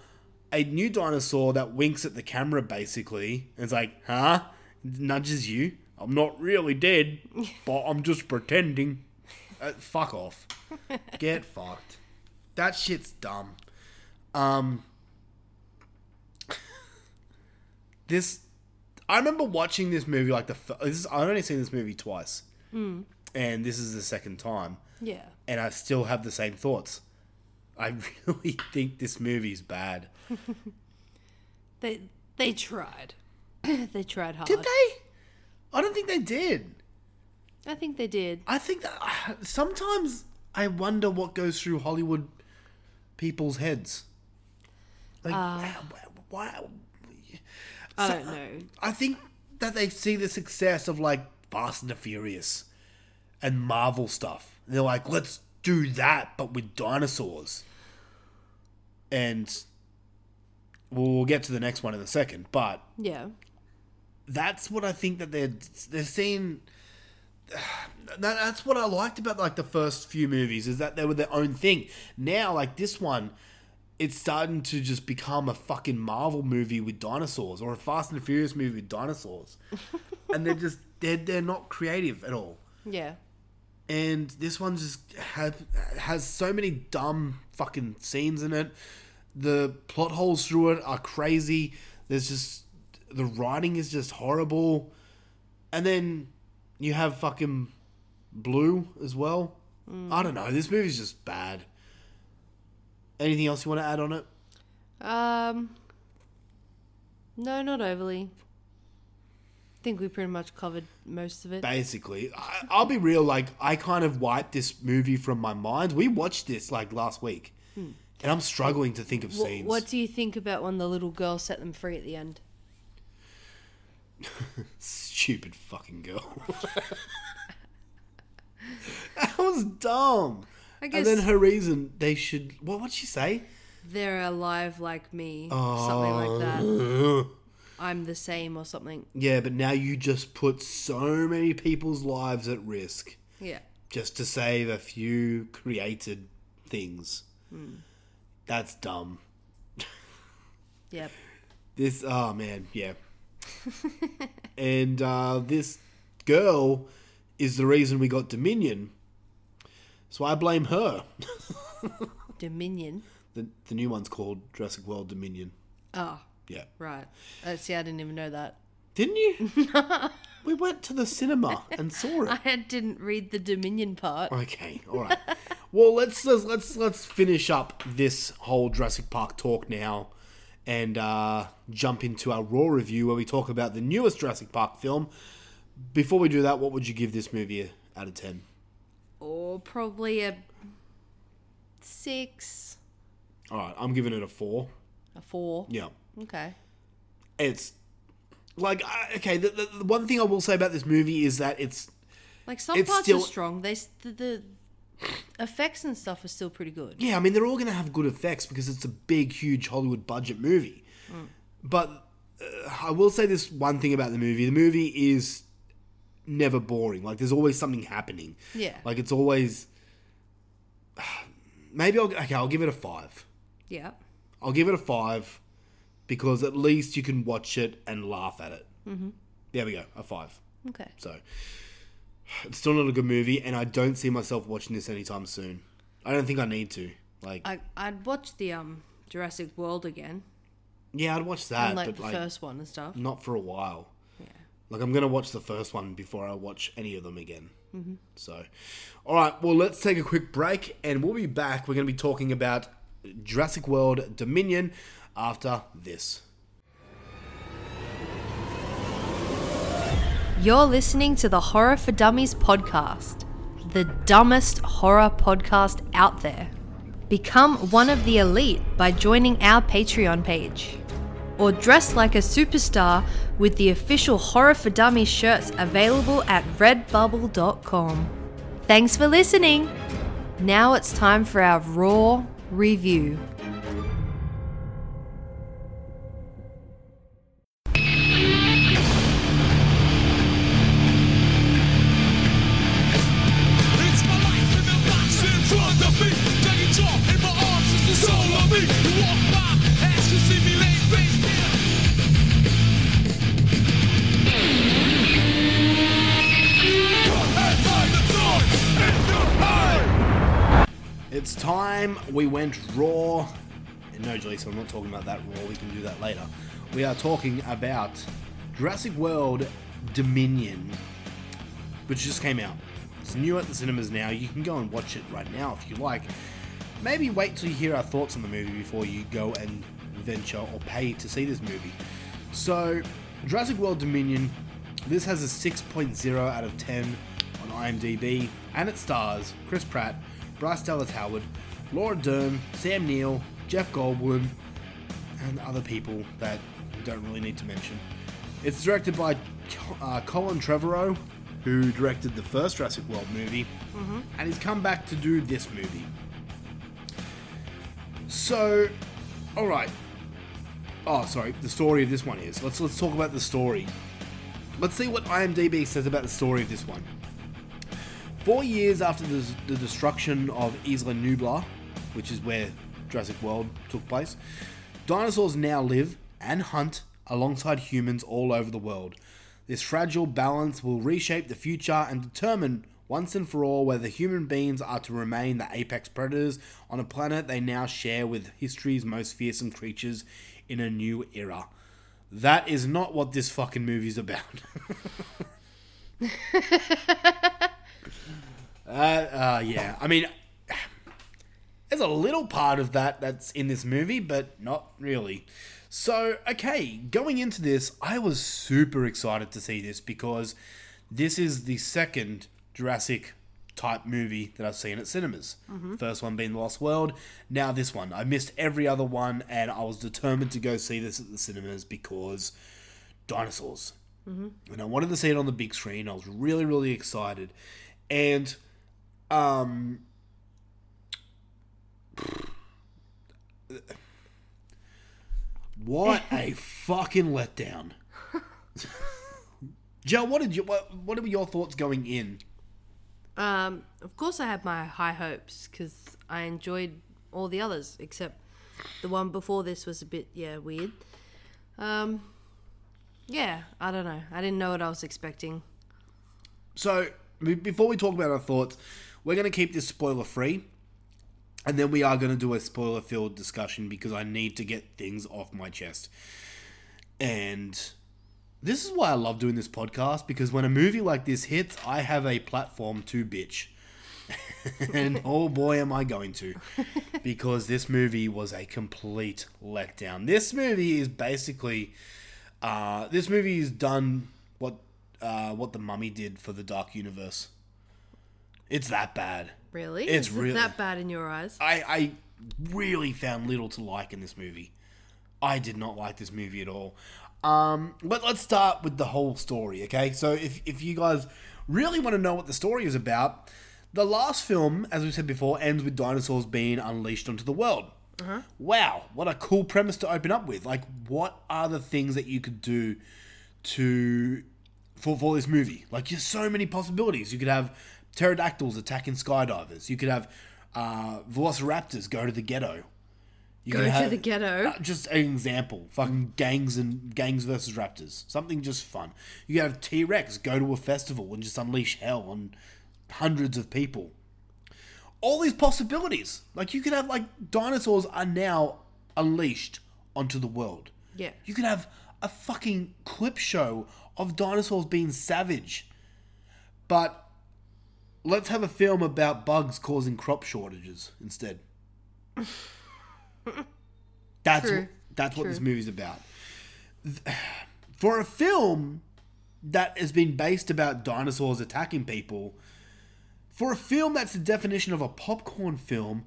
a new dinosaur that winks at the camera basically and is like, huh? Nudges you. I'm not really dead, but I'm just pretending. Uh, fuck off. Get fucked. That shit's dumb. Um, this, I remember watching this movie like the. f- This is, I've only seen this movie twice, Hmm. and this is the second time,
yeah.
and I still have the same thoughts. I really think this movie's bad.
They they tried. they tried hard.
Did they? I don't think they did.
I think they did.
I think that sometimes I wonder what goes through Hollywood people's heads. Like, why? why
I don't know.
I think that they see the success of like Fast and the Furious and Marvel stuff. And they're like, let's do that, but with dinosaurs. And we'll, we'll get to the next one in a second. But
Yeah.
that's what I think that they're they're seeing. that- that's what I liked about like the first few movies is that they were their own thing. Now, like this one, it's starting to just become a fucking Marvel movie with dinosaurs or a Fast and Furious movie with dinosaurs, and they're just they're they're not creative at all.
Yeah.
And this one just has has so many dumb fucking scenes in it. The plot holes through it are crazy. There's just the writing is just horrible. And then you have fucking Blue as well. I don't know. This movie's just bad. Anything else you want to add on it?
Um. No, not overly. I think we pretty much covered most of it.
Basically, I, I'll be real. Like I kind of wiped this movie from my mind. We watched this like last week, and I'm struggling to think of
Wh-
scenes.
what do you think about when the little girl set them free at the end?
Stupid fucking girl. that was dumb.
I
And
guess
then her reason they should. What would she say?
they're alive like me, something like that.
Oh.
I'm the same or something.
Yeah, but now you just put so many people's lives at risk
Yeah.
just to save a few created things.
Hmm.
That's dumb.
Yep.
This oh man, yeah. and uh, this girl is the reason we got Dominion. So I blame her.
Dominion.
The the new one's called Jurassic World Dominion.
Oh,
Yeah.
right. Uh, see, I didn't even know that.
Didn't you? we went to the cinema and saw it.
I didn't read the Dominion part.
Okay, all right. well, let's let's let's let's finish up this whole Jurassic Park talk now, and uh, jump into our raw review where we talk about the newest Jurassic Park film. Before we do that, what would you give this movie a- out of ten?
Or probably a six,
All right, I'm giving it a four.
a four.
Yeah,
Okay.
it's like I- okay. The, the, the one thing I will say about this movie is that it's
Like some
It's
parts
still-
are strong. They s- the, the effects and stuff are still pretty good.
Yeah, I mean, they're all going to have good effects because it's a big, huge Hollywood budget movie. But uh, I will say this one thing about the movie the movie is never boring. Like, there's always something happening.
Yeah.
Like, it's always. Maybe I'll. Okay, I'll give it a five.
Yeah.
I'll give it a five because at least you can watch it and laugh at it. Mm-hmm. There we go, a five.
Okay.
So it's still not a good movie, and I don't see myself watching this anytime soon. I don't think I need to. Like,
I I'd watch the um Jurassic World again,
Yeah, I'd watch that,
and Ah, like
but
the
like
first one and stuff.
not for a while. Like I'm gonna watch the first one before I watch any of them again.
Mm-hmm.
So, all right. Well, let's take a quick break, and we'll be back. We're gonna be talking about Jurassic World Dominion after this.
You're listening to the Horror for Dummies podcast, the dumbest horror podcast out there. Become one of the elite by joining our Patreon page. Or dress like a superstar with the official Horror for Dummies shirts available at redbubble.com. Thanks for listening! Now it's time for our raw review.
It's my life in a box in front of me. Taking off in my arms is the soul of me. You walk by, ask to see me laid face down. Come and find the thorn in your eye.
It's time we went raw. And no, Jaleesa, I'm not talking about that raw. We can do that later. We are talking about Jurassic World Dominion, which just came out. It's new at the cinemas now. You can go and watch it right now if you like. Maybe wait till you hear our thoughts on the movie before you go and venture or pay to see this movie. So, Jurassic World Dominion. This has a 6.0 out of 10 on IMDb, and it stars Chris Pratt, Bryce Dallas Howard, Laura Dern, Sam Neill, Jeff Goldblum, and other people that we don't really need to mention. It's directed by uh, Colin Trevorrow, who directed the first Jurassic World movie, and he's come back to do this movie. So, all right. Oh, sorry. The story of this one is let's let's talk about the story. Let's see what IMDb says about the story of this one. Four years after the, the destruction of Isla Nublar, which is where Jurassic World took place, dinosaurs now live and hunt alongside humans all over the world. This fragile balance will reshape the future and determine once and for all whether human beings are to remain the apex predators on a planet they now share with history's most fearsome creatures in a new era. That is not what this fucking movie's about. Uh, yeah, I mean, there's a little part of that that's in this movie, but not really. So, okay, going into this, I was super excited to see this because this is the second Jurassic type movie that I've seen at cinemas. First one being The Lost World, now this one. I missed every other one, and I was determined to go see this at the cinemas because dinosaurs and I wanted to see it on the big screen. I was really, really excited, and um, what a fucking letdown, Joe. What did you? What, what were your thoughts going in?
Um, of course, I had my high hopes because I enjoyed all the others except the one before this was a bit yeah weird. Um, yeah, I don't know. I didn't know what I was expecting.
So be- before we talk about our thoughts, we're going to keep this spoiler free, and then we are going to do a spoiler filled discussion because I need to get things off my chest. And this is why I love doing this podcast because when a movie like this hits, I have a platform to bitch. and oh boy, am I going to. Because this movie was a complete letdown. This movie is basically. Uh, this movie has done what uh, what the mummy did for the dark universe. It's that bad.
Really?
It's
Is
really-
it that bad in your eyes?
I, I really found little to like in this movie. I did not like this movie at all. Um, but let's start with the whole story, okay? So if, if you guys really want to know what the story is about, the last film, as we said before, ends with dinosaurs being unleashed onto the world. Wow, what a cool premise to open up with. Like, what are the things that you could do to for, for this movie. Like, there's so many possibilities. You could have pterodactyls attacking skydivers. You could have uh, velociraptors go to the ghetto. You
Go
could
to the ghetto?
Uh, just an example. Fucking gangs and gangs versus raptors. Something just fun. You could have T Rex go to a festival and just unleash hell on hundreds of people. All these possibilities. Like you could have like dinosaurs are now unleashed onto the world.
Yeah.
You could have a fucking clip show of dinosaurs being savage. But let's have a film about bugs causing crop shortages instead. that's
True.
what, that's what this
True.
movie's about. Th- For a film that has been based about dinosaurs attacking people, for a film that's the definition of a popcorn film,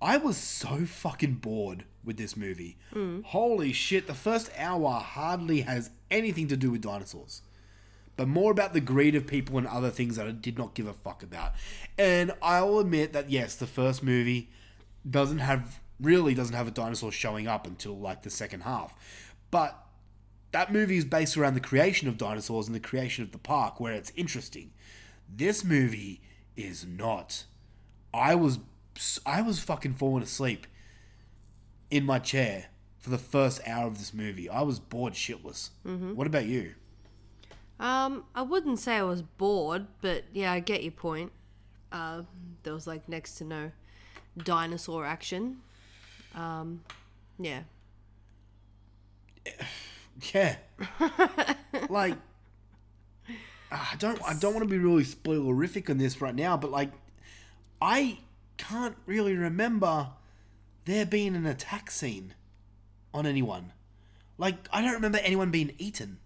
I was so fucking bored with this movie. Holy shit, the first hour hardly has anything to do with dinosaurs. but more about the greed of people and other things that I did not give a fuck about. And I'll admit that yes, the first movie doesn't have really doesn't have a dinosaur showing up until like the second half. But that movie is based around the creation of dinosaurs and the creation of the park where it's interesting. This movie is not. I was I was fucking falling asleep in my chair for the first hour of this movie. I was bored shitless. What about you?
Um, I wouldn't say I was bored, but yeah, I get your point. Uh, there was like next to no dinosaur action. Um, yeah.
Yeah. like ah, I don't I don't want to be really spoilerific on this right now, but like I can't really remember there being an attack scene on anyone. Like I don't remember anyone being eaten.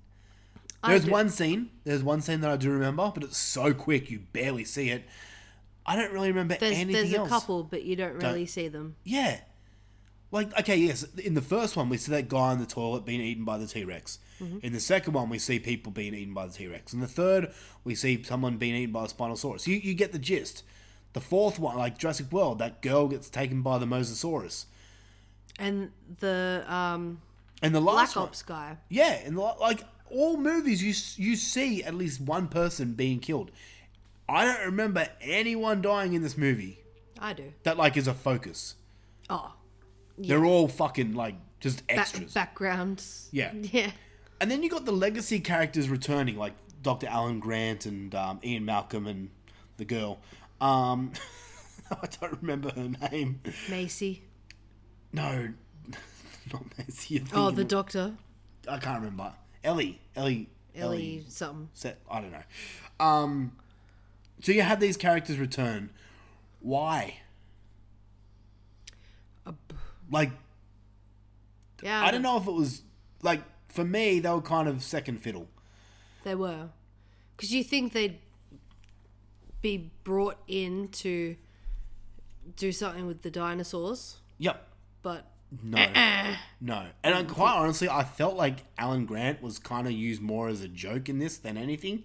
There's
do.
one scene, there's one scene that I do remember, but it's so quick you barely see it. I don't really remember
There's
anything
there's a
else.
couple, but you don't really
Don't-
see them.
Yeah. Like, okay, yes, in the first one, we see that guy in the toilet being eaten by the T Rex.
Mm-hmm.
In the second one, we see people being eaten by the T Rex. In the third, we see someone being eaten by a Spinosaurus. You, you get the gist. The fourth one, like Jurassic World, that girl gets taken by the Mosasaurus.
And the um,
And the
Black
last one,
Ops guy.
yeah, and the, la- like all movies, you s- you see at least one person being killed. I don't remember anyone dying in this movie
I do.
that like is a focus.
Oh,
They're all fucking like just
back,
extras.
backgrounds.
Yeah.
Yeah.
And then you got the legacy characters returning, like Dr. Alan Grant and um, Ian Malcolm and the girl. Um, I don't remember her name.
Macy.
No, not Nancy. you're
Oh, the
thinking-
doctor.
I can't remember. Ellie. Ellie.
Ellie, something.
set I don't know. Um, so you had these characters return. Why? Like
Yeah.
I don't know if it was like for me they were kind of second fiddle.
They were. Because you think they'd be brought in to do something with the dinosaurs,
Yep.
but
No. No. And I, quite honestly, I felt like Alan Grant was kind of used more as a joke in this than anything.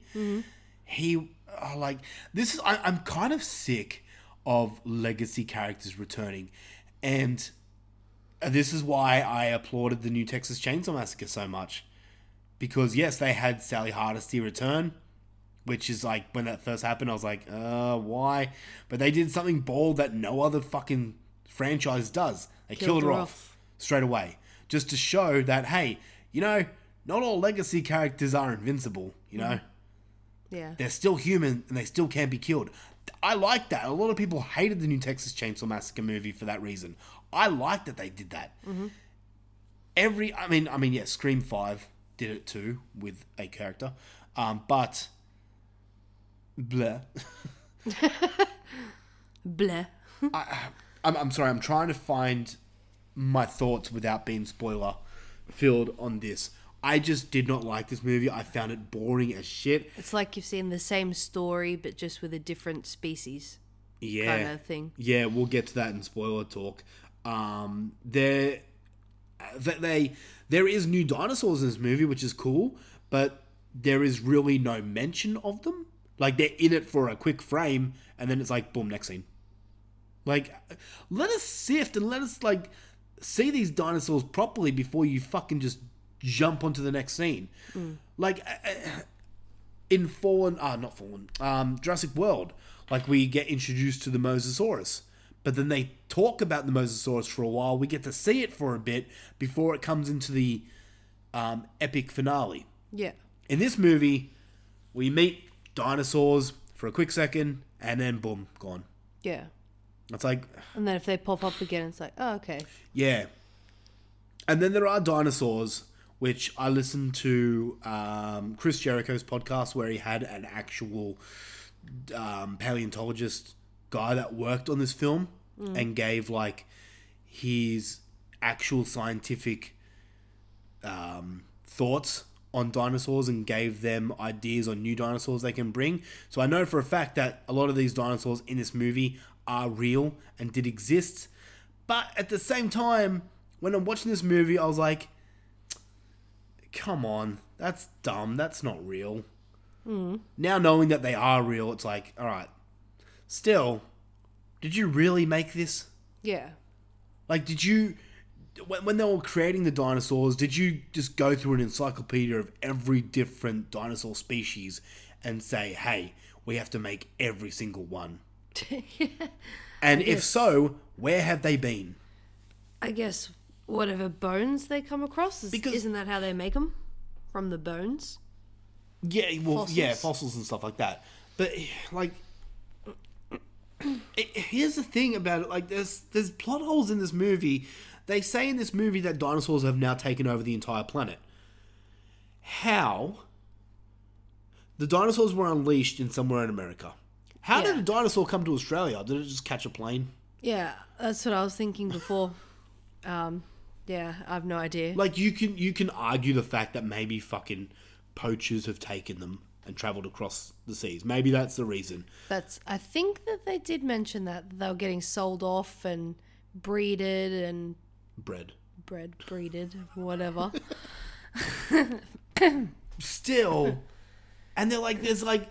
He, uh, like, this is, I, I'm kind of sick of legacy characters returning. And this is why I applauded the new Texas Chainsaw Massacre so much. Because, yes, they had Sally Hardesty return. Which is like when that first happened, I was like, uh, why? But they did something bold that no other fucking franchise does. They killed, her off straight away, just to show that hey, you know, not all legacy characters are invincible. You know,
Yeah.
they're still human and they still can be killed. I like that. A lot of people hated the new Texas Chainsaw Massacre movie for that reason. I like that they did that.
Mm-hmm.
Every, I mean, I mean, yeah, Scream Five did it too with a character, um, but bleh.
Bleh.
I'm, I'm sorry, I'm trying to find my thoughts without being spoiler filled on this. I just did not like this movie. I found it boring as shit.
It's like you've seen the same story, but just with a different species
Yeah.
kind of thing.
Yeah, we'll get to that in spoiler talk. Um, there, that they there is new dinosaurs in this movie, which is cool, but there is really no mention of them. Like they're in it for a quick frame, and then it's like boom, next scene. Like, let us sift and let us like see these dinosaurs properly before you fucking just jump onto the next scene. Like, in Fallen, ah, not Fallen, um, Jurassic World, like we get introduced to the Mosasaurus, but then they talk about the Mosasaurus for a while. We get to see it for a bit before it comes into the um, epic finale.
Yeah.
In this movie, we meet dinosaurs for a quick second, and then boom, gone.
Yeah.
It's like,
And then if they pop up again, it's like, oh, okay.
yeah. And then there are dinosaurs, which I listened to um, Chris Jericho's podcast where he had an actual um, paleontologist guy that worked on this film and gave like his actual scientific um, thoughts on dinosaurs and gave them ideas on new dinosaurs they can bring. So I know for a fact that a lot of these dinosaurs in this movie are real and did exist. But at the same time, when I'm watching this movie, I was like, come on, that's dumb, that's not real. Now knowing that they are real, it's like, all right. Still, did you really make this?
Yeah.
Like, did you, when, when they were creating the dinosaurs, did you just go through an encyclopedia of every different dinosaur species and say, hey, we have to make every single one? and if so, where have they been?
I guess whatever bones they come across is,
Because-
isn't that how they make them? From the bones.
Yeah, well, yeah,
Fossils.
fossils and stuff like that. But like, it, here's the thing about it: like, there's there's plot holes in this movie. They say in this movie that dinosaurs have now taken over the entire planet. How? The dinosaurs were unleashed in somewhere in America. How did
Yeah.
a dinosaur come to Australia? Did it just catch a plane?
Yeah, that's what I was thinking before. um, yeah, I've no idea.
Like you can you can argue the fact that maybe fucking poachers have taken them and traveled across the seas. Maybe that's the reason.
That's. I think that they did mention that they were getting sold off and breeded and
Bread.
bred, breeded, whatever.
still and they're like there's like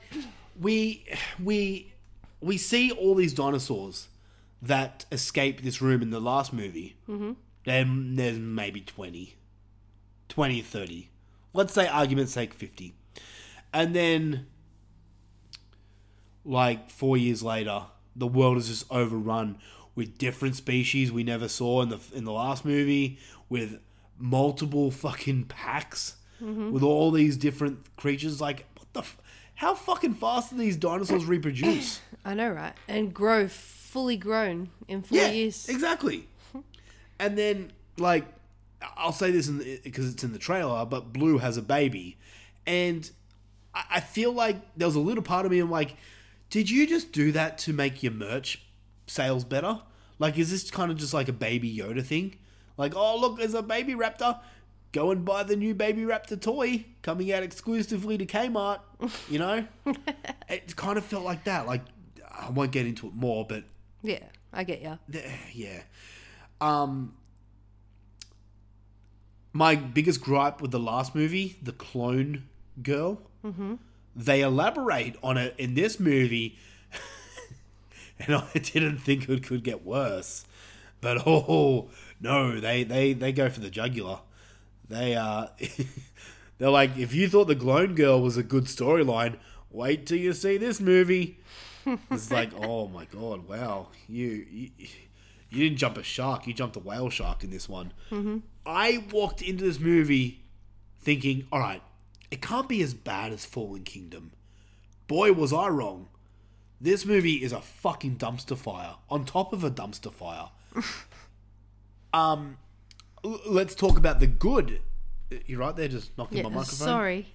we we we see all these dinosaurs that escape this room in the last movie mm-hmm. then there's maybe 20 20 30 let's say argument's sake 50 and then like four years later the world is just overrun with different species we never saw in the in the last movie with multiple fucking packs with all these different creatures like what the f- how fucking fast do these dinosaurs reproduce
I know, right? And grow fully grown in four years.
exactly. And then, like, I'll say this because it's in the trailer, but Blue has a baby, and I, I feel like there was a little part of me I'm like, did you just do that to make your merch sales better? Like, is this kind of just like a baby Yoda thing? Like, oh look, there's a baby raptor. Go and buy the new baby raptor toy coming out exclusively to Kmart. You know, it kind of felt like that. Like, I won't get into it more, but
Yeah, I get ya.
Th- yeah. Um my biggest gripe with the last movie, the clone girl, they elaborate on it in this movie, and I didn't think it could get worse. But oh no, they they they go for the jugular. They uh, they're like, if you thought the clone girl was a good storyline, wait till you see this movie. It's like, oh my god, wow, you, you you didn't jump a shark, you jumped a whale shark in this one.
Mm-hmm.
I walked into this movie thinking, all right, it can't be as bad as Fallen Kingdom. Boy, was I wrong. This movie is a fucking dumpster fire on top of a dumpster fire. um, l- let's talk about the good. You're right there, just knocking my
Yeah,
microphone
sorry.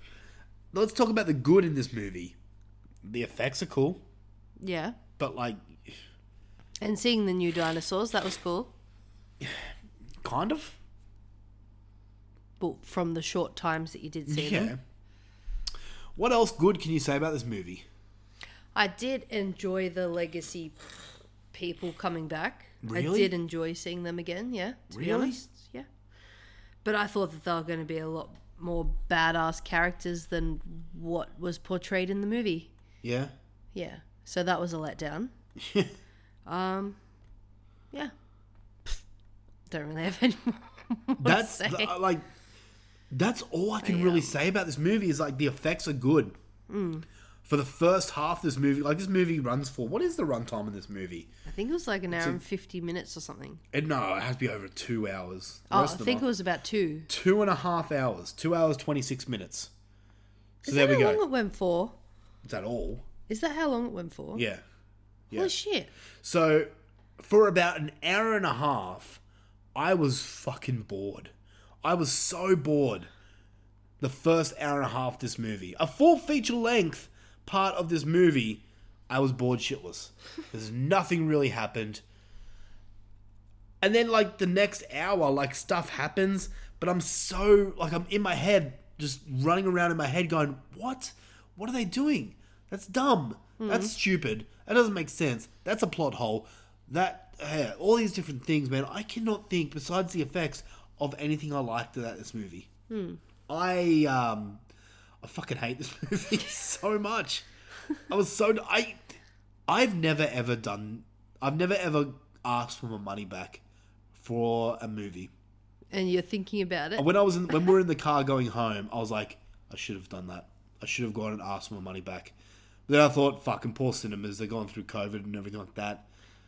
let's talk about the good in this movie. The effects are cool,
Yeah.
but like,
And seeing the new dinosaurs, that was cool.
kind of.
But from the short times that you did see them.
Yeah. What else good can you say about this movie?
I did enjoy the legacy people coming back. I
Really?
did enjoy seeing them again, yeah. To be
Really?
honest, yeah. But I thought that they were going to be a lot more badass characters than what was portrayed in the movie.
Yeah.
Yeah. So that was a letdown. um, yeah. Don't really have any more. more to
That's
say.
th- like, that's all I can really say about this movie is like the effects are good.
Hmm.
For the first half, of this movie, like this movie runs for what is the runtime in this movie?
I think it was like an hour and 50 minutes or something.
And no, it has to be over two hours. The
Oh, I
rest of them
think it
are
was about two.
two and a half hours, two hours twenty six minutes. So
Is
there
that
we
how
go.
long it went for?
is that all?
Is that how long it went for?
Yeah.
Oh. Holy shit.
So, for about an hour and a half, I was fucking bored. I was so bored. The first hour and a half of this movie, a full feature length part of this movie, I was bored shitless. There's nothing really happened. And then like the next hour, like stuff happens, but I'm so like I'm in my head, just running around in my head, going, "What? What are they doing? That's dumb. That's stupid. That doesn't make sense. That's a plot hole. That eh, all these different things, man. I cannot think besides the effects of anything I liked about this movie. I um, I fucking hate this movie so much. I was so I I've never ever done I've never ever asked for my money back for a movie.
and you're thinking about it.
When I was in, when we were in the car going home, I was like, I should have done that. I should have gone and asked for my money back. But then I thought, fucking poor cinemas, they're going through COVID and everything like that.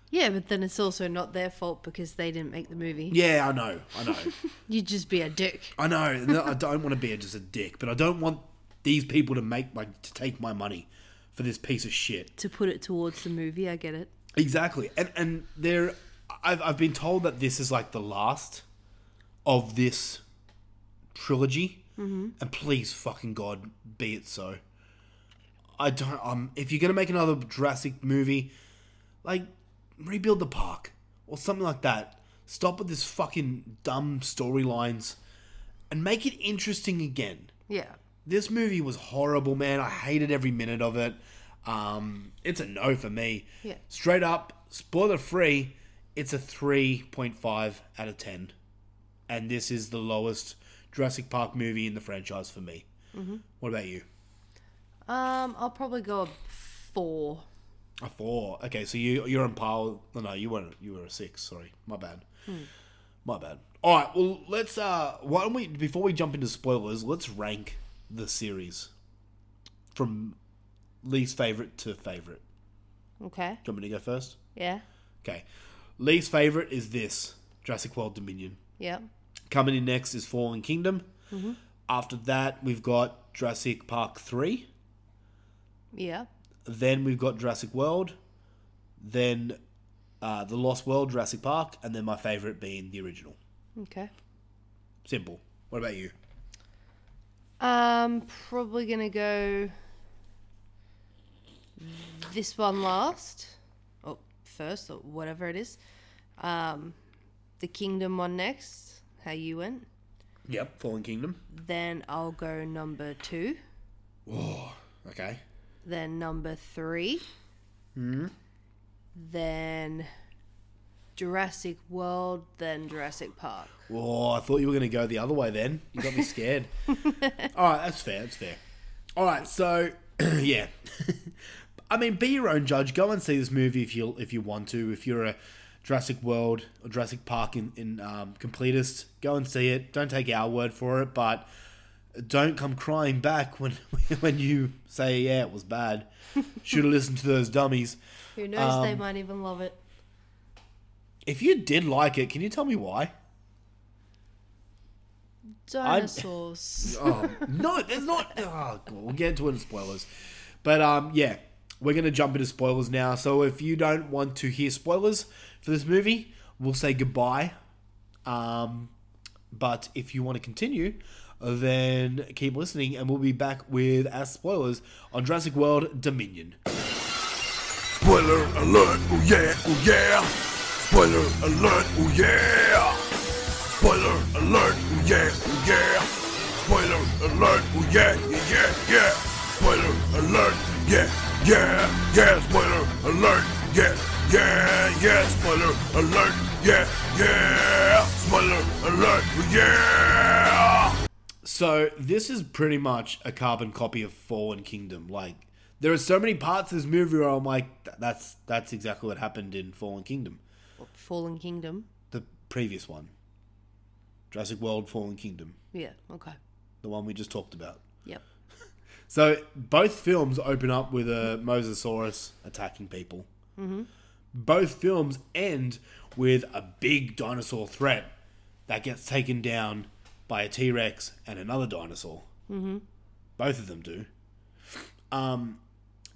Yeah, but then it's also not their fault because they didn't make the movie.
Yeah, I know, I know,
You'd just be a dick.
I know. And I don't want to be just a dick, but I don't want these people to make my to take my money for this piece of shit.
To put it towards the movie, I get it.
Exactly, and and there, I've I've been told that this is like the last of this trilogy, mm-hmm. and please fucking god, be it so. I don't. Um, if you're gonna make another Jurassic movie, like rebuild the park or something like that. Stop with this fucking dumb storylines, and make it interesting again
Yeah.
this movie was horrible, man. I hated every minute of it. Um, it's a no for me.
Yeah.
Straight up, spoiler free, it's a 3.5 out of 10. And this is the lowest Jurassic Park movie in the franchise for me. Mm-hmm. What about you?
Um, I'll probably go a four.
A four. Okay, so you you're on par. No, no, you weren't. You were a six. Sorry, my bad. My bad. All right. Well, let's. Uh, why don't we before we jump into spoilers, let's rank the series from least favorite to favorite.
Okay.
Do you want me to go first?
Yeah.
Okay. Least favorite is this Jurassic World Dominion.
Yeah.
Coming in next is Fallen Kingdom. After that, we've got Jurassic Park three.
Yeah.
Then we've got Jurassic World, then uh, the Lost World, Jurassic Park, and then my favorite being the original.
Okay.
Simple. What about you?
Um, probably gonna go this one last, or first, or whatever it is. Um, the Kingdom one next. How you went?
Yep, Fallen Kingdom.
Then I'll go number two.
Okay.
Then number three.
Hmm?
Then Jurassic World. Then Jurassic Park.
Oh, I thought you were going to go the other way then. You got me scared. All right, that's fair. That's fair. All right, so yeah, I mean, be your own judge. Go and see this movie if you if you want to. If you're a Jurassic World or Jurassic Park in in um, completist, go and see it. Don't take our word for it, but don't come crying back when when you say yeah it was bad. Should have listened to those dummies.
Who knows? they
Um,
might even love it.
If you did like it, can you tell me why?
Dinosaurs.
Oh, no, there's not. Oh, God, we'll get into it in spoilers. But um, yeah, we're going to jump into spoilers now. So if you don't want to hear spoilers for this movie, we'll say goodbye. Um, but if you want to continue, then keep listening and we'll be back with our spoilers on Jurassic World Dominion.
Spoiler alert, oh yeah, oh yeah. Spoiler alert, oh yeah. Spoiler alert, oh yeah, oh yeah. Spoiler alert, oh yeah, yeah, yeah, yeah. Spoiler alert, yeah, yeah, yeah. Spoiler alert, yeah, yeah, yeah. Spoiler alert, yeah, yeah. Spoiler alert, oh yeah.
So this is pretty much a carbon copy of Fallen Kingdom. Like there are so many parts of this movie where I'm like, "Th- that's that's exactly what happened in Fallen Kingdom.
Fallen Kingdom.
the previous one Jurassic World Fallen Kingdom,
Yeah. Okay.
the one we just talked about.
Yep.
So both films open up with a Mosasaurus attacking people. Mm-hmm. Both films end with a big dinosaur threat that gets taken down by a T Rex and another dinosaur. Mm-hmm. Both of them do. Um,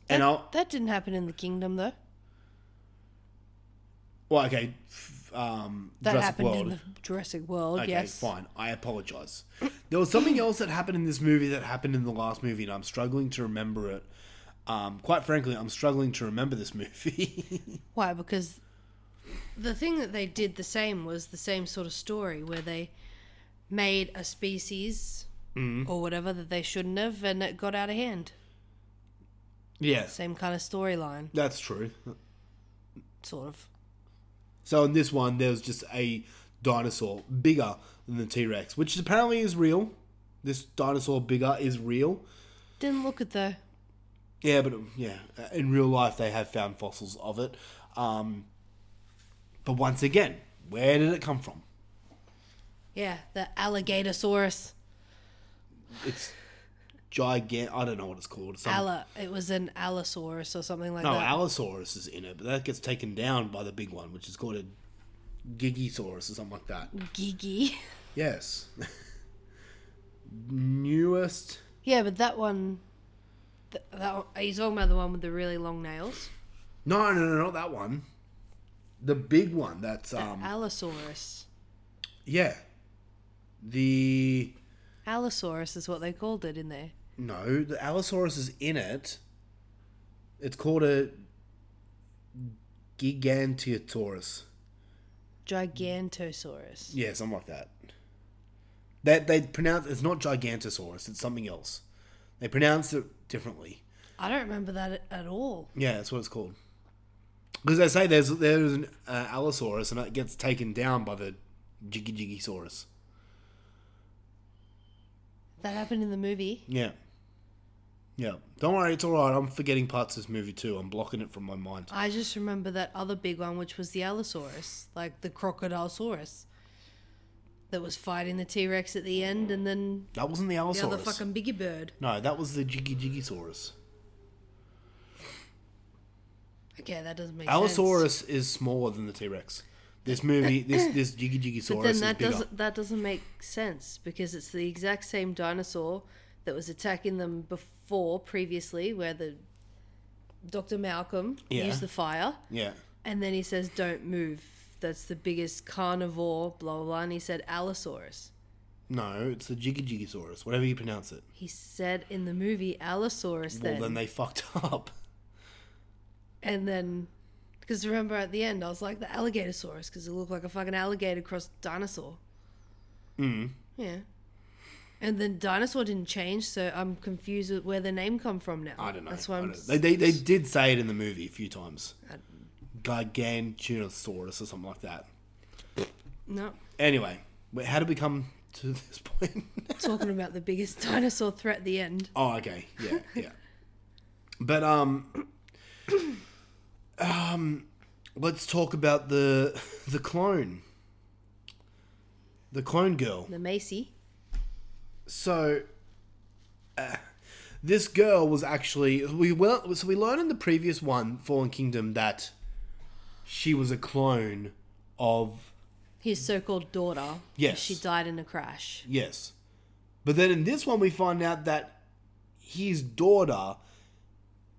and I'll.
That didn't happen in the kingdom though.
Well, okay. f- Um,
That
Jurassic
happened
World.
in the Jurassic World.
Okay,
yes.
fine. I apologize. There was something else that happened in this movie that happened in the last movie, and I'm struggling to remember it. Um, quite frankly, I'm struggling to remember this movie.
Why? Because the thing that they did the same was the same sort of story where they made a species
Mm-hmm.
or whatever that they shouldn't have, and it got out of hand.
yes,
Same kind of storyline,
that's true.
sort of.
So in this one, there was just a dinosaur bigger than the T Rex, which apparently is real. This dinosaur bigger is real.
Didn't look it though.
Yeah, but um, yeah, in real life they have found fossils of it. Um, but once again, where did it come from?
Yeah, the alligatosaurus.
It's gigantic. I don't know what it's called. Some-
Alla. It was an allosaurus or something like
no,
that.
Allosaurus is in it, but that gets taken down by the big one, which is called a Gigisaurus or something like that.
Gigi.
Yes. Newest.
Yeah, but that one. th- That one, are you talking about the one with the really long nails?
No, no, no, not that one. The big one. That's um.
Allosaurus.
yeah. The
Allosaurus is what they called it in there.
No, the Allosaurus is in it. It's called a Gigantiosaurus.
Gigantosaurus.
Yeah, something like that. That they pronounce it's not Gigantosaurus, it's something else. They pronounce it differently.
I don't remember that at- at all.
Yeah, that's what it's called. Because they say there's there's an uh, Allosaurus and it gets taken down by the Jiggy Jiggy Saurus.
That happened in the movie.
Yeah. Yeah. Don't worry, it's alright. I'm forgetting parts of this movie too. I'm blocking it from my mind.
I just remember that other big one, which was the Allosaurus, like the Crocodilosaurus, that was fighting the T Rex at the end, and then
That wasn't the Allosaurus.
the other fucking biggie bird.
No, that was the Jiggy Jiggy Saurus.
Okay, that doesn't make sense.
Allosaurus is smaller than the T Rex. This movie, this this Jiggy Jiggy
But
Saurus
then
is
that
bigger.
doesn't that doesn't make sense because it's the exact same dinosaur that was attacking them before previously, where the Dr. Malcolm
Yeah.
used the fire,
Yeah,
and then he says, "Don't move." That's the biggest carnivore, blah blah. blah and he said Allosaurus.
no, it's the Jiggy Jiggy Saurus, whatever you pronounce it.
He said in the movie Allosaurus.
Well,
then.
then they fucked up.
And then, because remember at the end, I was like the alligatosaurus because it looked like a fucking alligator crossed dinosaur. Mm. Yeah. And then dinosaur didn't change, so I'm confused with where the name come from now.
I don't know.
That's why
I
I'm.
don't- They, they they did say it in the movie a few times. Gigantosaurus or something like that.
no,
Anyway, wait, how did we come to this point?
talking about the biggest dinosaur threat at the end.
Oh, okay. Yeah, yeah. but um, um, let's talk about the the clone, the clone girl.
The Macy.
So, uh, this girl was actually we well, so we learned in the previous one, Fallen Kingdom, that she was a clone of
His so called daughter.
Yes.
She died in a crash.
yes, but then in this one we find out that his daughter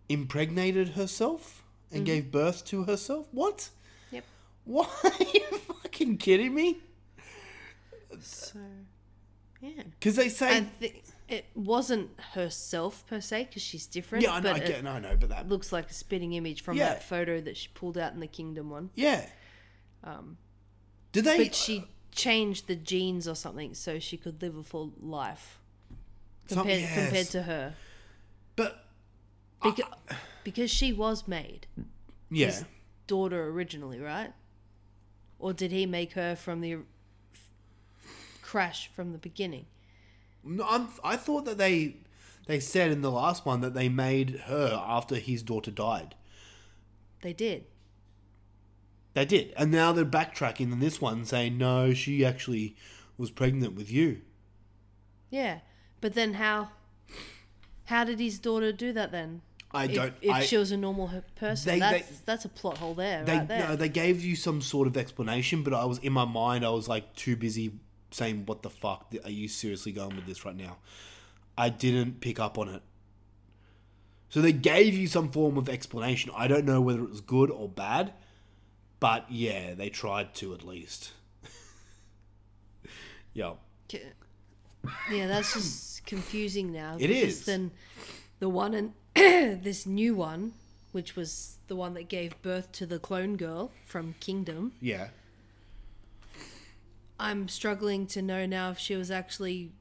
impregnated herself and gave birth to herself. What?
Mm-hmm. Yep.
What? Are you fucking kidding me?
So, yeah.
Because they say.
I think it wasn't herself per se because she's different.
yeah, I know,
but
I
it-
get, no, I know, but that.
looks like a spitting image from
Yeah.
that photo that she pulled out in the kingdom one.
yeah. Um,
um,
Did they.
But she changed the genes or something so she could live a full life
Some-
compared,
yes.
compared to her.
But.
Because,
uh,
because she was made
Yeah.
daughter originally, right? Or did he make her from the crash from the beginning?
No, I'm, I thought that they. They said in the last one that they made her after his daughter died.
They did.
They did. And now they're backtracking in this one saying, no, she actually was pregnant with you.
Yeah. But then how how did his daughter do that then?
I
If-
don't.
If,
I,
she was a normal h- person,
They- they-
that's that's a plot hole there,
they
right there.
no, they gave you some sort of explanation, but I was in my mind, I was like too busy saying, "What the fuck? Are you seriously going with this right now?" I didn't pick up on it. So they gave you some form of explanation. I don't know whether it was good or bad, but yeah, they tried to at least. yeah,
K- Yeah, that's just confusing now.
It
because
is.
Then the one and this new one, which was the one that gave birth to the clone girl from Kingdom,
yeah,
I'm struggling to know now if she was actually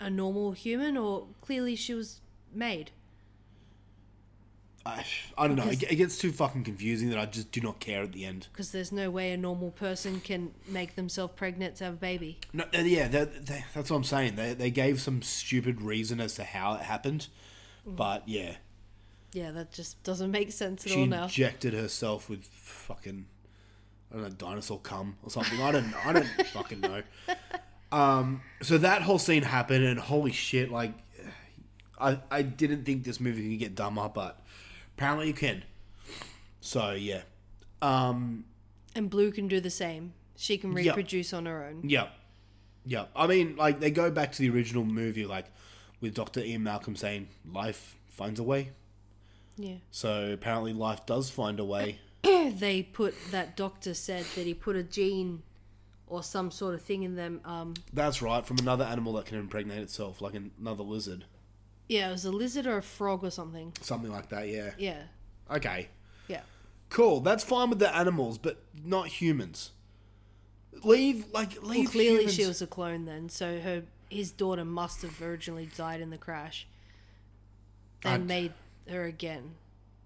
a normal human or clearly she was made.
I, I don't know. It,
Because-
it gets too fucking confusing that I just do not care at the end.
Because there's no way a normal person can make themselves pregnant to have a baby.
No, uh, yeah, that, that, that's what I'm saying. They, they gave some stupid reason as to how it happened, But yeah,
Yeah, that just doesn't make sense at
she
all now.
injected herself with fucking I don't know dinosaur cum or something. I don't know. I don't fucking know. Um, so that whole scene happened, and holy shit! Like, I I didn't think this movie could get dumber, but apparently you can. So yeah, um,
And Blue can do the same. She can
Yeah.
reproduce on her own.
yeah, yeah. I mean, like they go back to the original movie, like with Doctor Ian Malcolm saying, "Life finds a way."
Yeah.
So apparently, life does find a way.
They put that doctor said that he put a gene or some sort of thing in them. Um,
That's right, from another animal that can impregnate itself, like an- another lizard.
yeah, it was a lizard or a frog or something.
Something like that, yeah.
Yeah.
Okay.
Yeah.
Cool. That's fine with the animals, but not humans. Leave like leave
Well, clearly
humans.
she was a clone then, so her his daughter must have originally died in the crash.
I-
And made her again.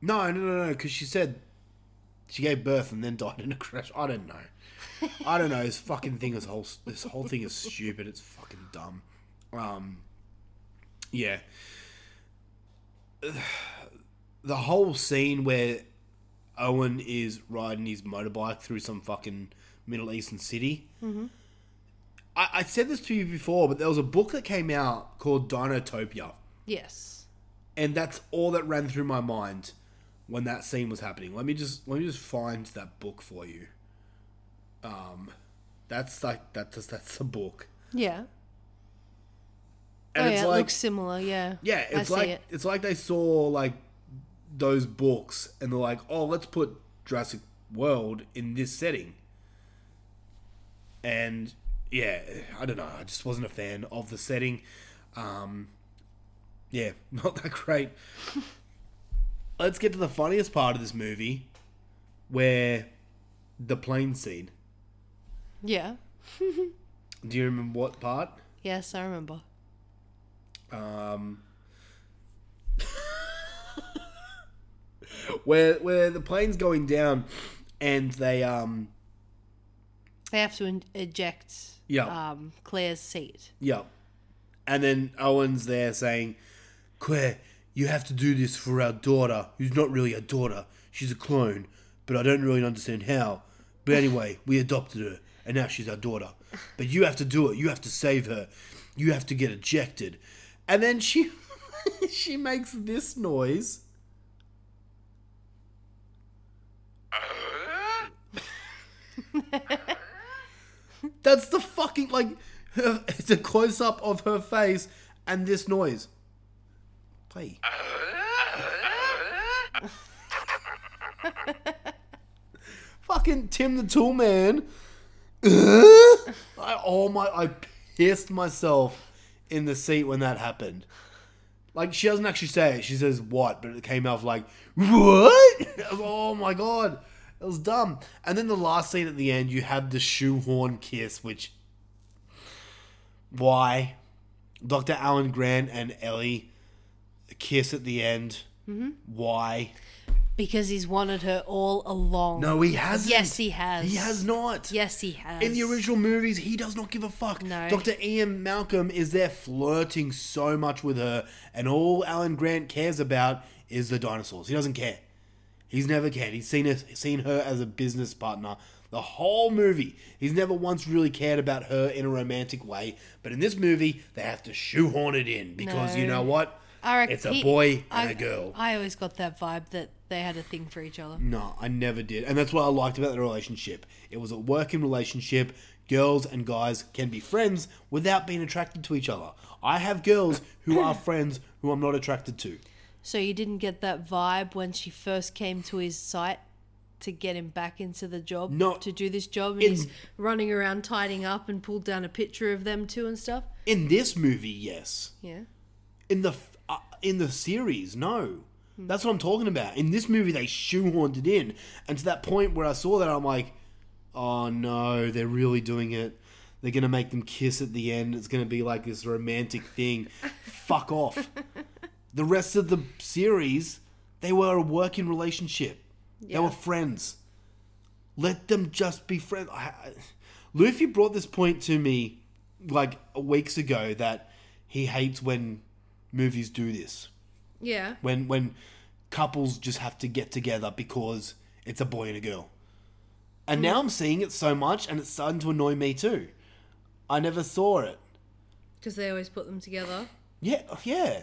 No, no, no, no, because she said she gave birth and then died in a crash. I don't know. I don't know. This fucking thing is whole. This whole thing is stupid. It's fucking dumb. Um, yeah. The whole scene where Owen is riding his motorbike through some fucking Middle Eastern city. Mm-hmm. I, I said this to you before, but there was a book that came out called Dinotopia
Yes.
and that's all that ran through my mind when that scene was happening. Let me just let me just find that book for you. Um, that's like that's that's the book,
Yeah.
and
oh
it's
yeah,
like
it looks similar, yeah.
yeah, it's
I
like
see it.
it's like they saw like those books and they're like, oh, let's put Jurassic World in this setting, and yeah, I don't know, I just wasn't a fan of the setting. Um, yeah, not that great. Let's get to the funniest part of this movie, where the plane scene.
Yeah.
Do you remember what part?
Yes, I remember.
Where where the plane's going down, and they um
They have to in- eject
yeah
um, Claire's seat.
yeah, and then Owen's there saying, "Claire, you have to do this for our daughter, who's not really a daughter. She's a clone, but I don't really understand how. But anyway, we adopted her, and now she's our daughter. But you have to do it. You have to save her. You have to get ejected." And then she she makes this noise. That's the fucking like. Her, it's a close up of her face and this noise. Play. fucking Tim the Tool Man. I oh my! I pissed myself in the seat when that happened. Like she doesn't actually say it. She says what, but it came out of like what? oh my god, it was dumb. And then the last scene at the end, you have the shoehorn kiss, which why Dr. Alan Grant and Ellie kiss at the end.
Mm-hmm.
Why?
Because he's wanted her all along.
No, he hasn't.
Yes, he has.
He has not.
Yes, he has.
In the original movies, he does not give a fuck.
No.
Dr. Ian Malcolm is there flirting so much with her, and all Alan Grant cares about is the dinosaurs. He doesn't care. He's never cared. He's seen her, seen her as a business partner the whole movie. He's never once really cared about her in a romantic way. But in this movie, they have to shoehorn it in because you
No.
know what?
I reckon
it's a
he-
boy and
I-
a girl.
I always got that vibe that they had a thing for each other.
No, I never did. And that's what I liked about the relationship. It was a working relationship. Girls and guys can be friends without being attracted to each other. I have girls who are friends who I'm not attracted to.
So you didn't get that vibe when she first came to his site to get him back into the job
No.
to do this job and
In-
he's running around tidying up and pulled down a picture of them too and stuff.
In this movie, yes.
Yeah.
In the f- uh, in the series, no. That's what I'm talking about. In this movie, they shoehorned it in, and to that point where I saw that, I'm like, oh no, they're really doing it. They're gonna make them kiss at the end. It's gonna be like this romantic thing. Fuck off. The rest of the series, they were a working relationship. They were friends. Let them just be friends. I, I- Luffy brought this point to me like weeks ago that he hates when movies do this.
Yeah.
when when couples just have to get together because it's a boy and a girl. And now I'm seeing it so much, and it's starting to annoy me too. I never saw it.
Because they always put them together.
Yeah, yeah.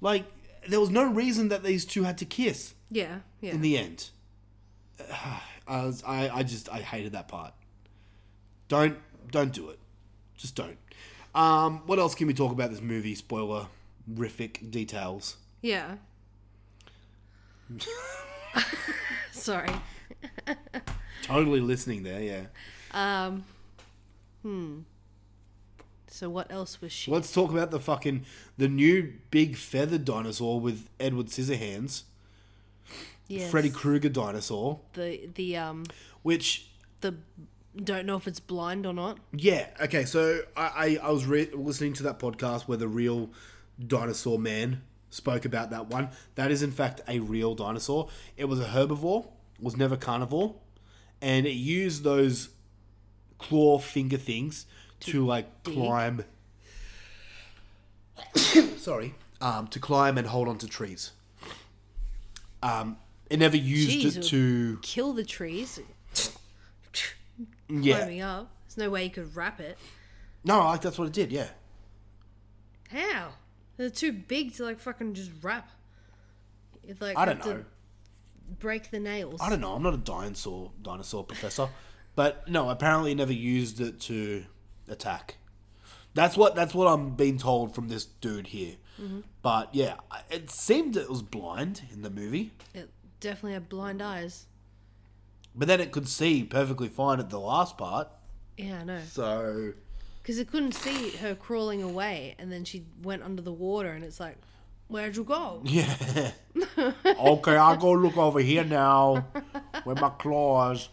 Like there was no reason that these two had to kiss
Yeah. Yeah.
in the end. I, was, I I just I hated that part. Don't don't do it. Just don't. Um, what else can we talk about this movie? Spoiler, rific details.
yeah. Sorry.
Totally listening there, yeah.
So what else was she?
Let's talk about the fucking the new big feathered dinosaur with Edward Scissorhands,
Yes.
Freddy Krueger dinosaur,
the the um
which
the don't know if it's blind or not.
yeah, okay. So I I, I was re- listening to that podcast where the real dinosaur man spoke about that one. That is in fact a real dinosaur. It was a herbivore, was never carnivore, and it used those claw finger things to, like climb. sorry, um, to climb and hold onto trees. Um, it never used
Jeez,
it
it
to
Kill the trees.
yeah.
Climbing up. There's no way you could wrap it.
No, like that's what it did. Yeah,
How? They're too big to like fucking just wrap. It's like
I don't
have to
know.
break the nails.
I don't know. I'm not a dinosaur dinosaur professor, but no, apparently he never used it to attack. That's what that's what I'm being told from this dude here. But yeah, I- it seemed it was blind in the movie,
It definitely had blind eyes.
but then it could see perfectly fine at the last part.
Yeah, I know.
So
Because it couldn't see her crawling away, and then she went under the water, and it's like, where'd you go?
yeah, okay, I'll go look over here now with my claws.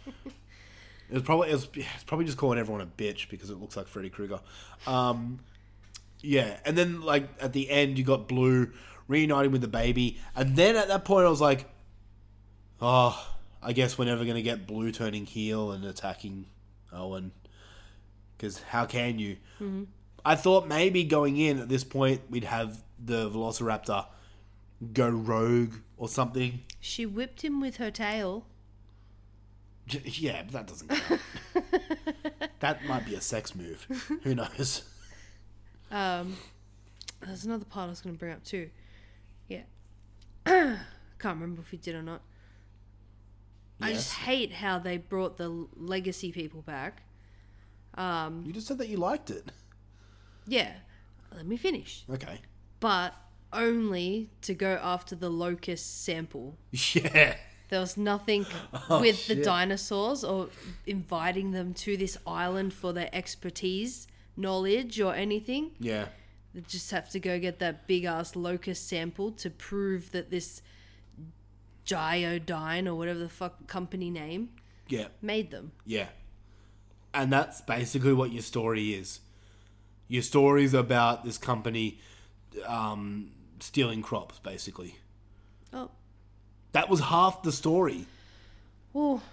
It's probably it's, it's probably just calling everyone a bitch because it looks like Freddy Krueger. Um, yeah, and then like at the end you got Blue reuniting with the baby, and then at that point I was like, oh, I guess we're never gonna get Blue turning heel and attacking Owen because how can you? I thought maybe going in at this point we'd have the Velociraptor go rogue or something.
She whipped him with her tail.
J- Yeah, but that doesn't count. that might be a sex move. Who knows?
There's another part I was going to bring up too. Yeah. Can't remember if we did or not. I just hate how they brought the legacy people back.
You just said that you liked it.
Yeah. Let me finish.
Okay.
But only to go after the locust sample.
Yeah.
There was nothing with the dinosaurs or inviting them to this island for their expertise, knowledge, or anything.
Yeah.
They just have to go get that big ass locust sample to prove that this Gyodine or whatever the fuck company name
Yeah.
made them.
Yeah. And that's basically what your story is. Your story's about this company um, stealing crops, basically.
Oh,
That was half the story.
well,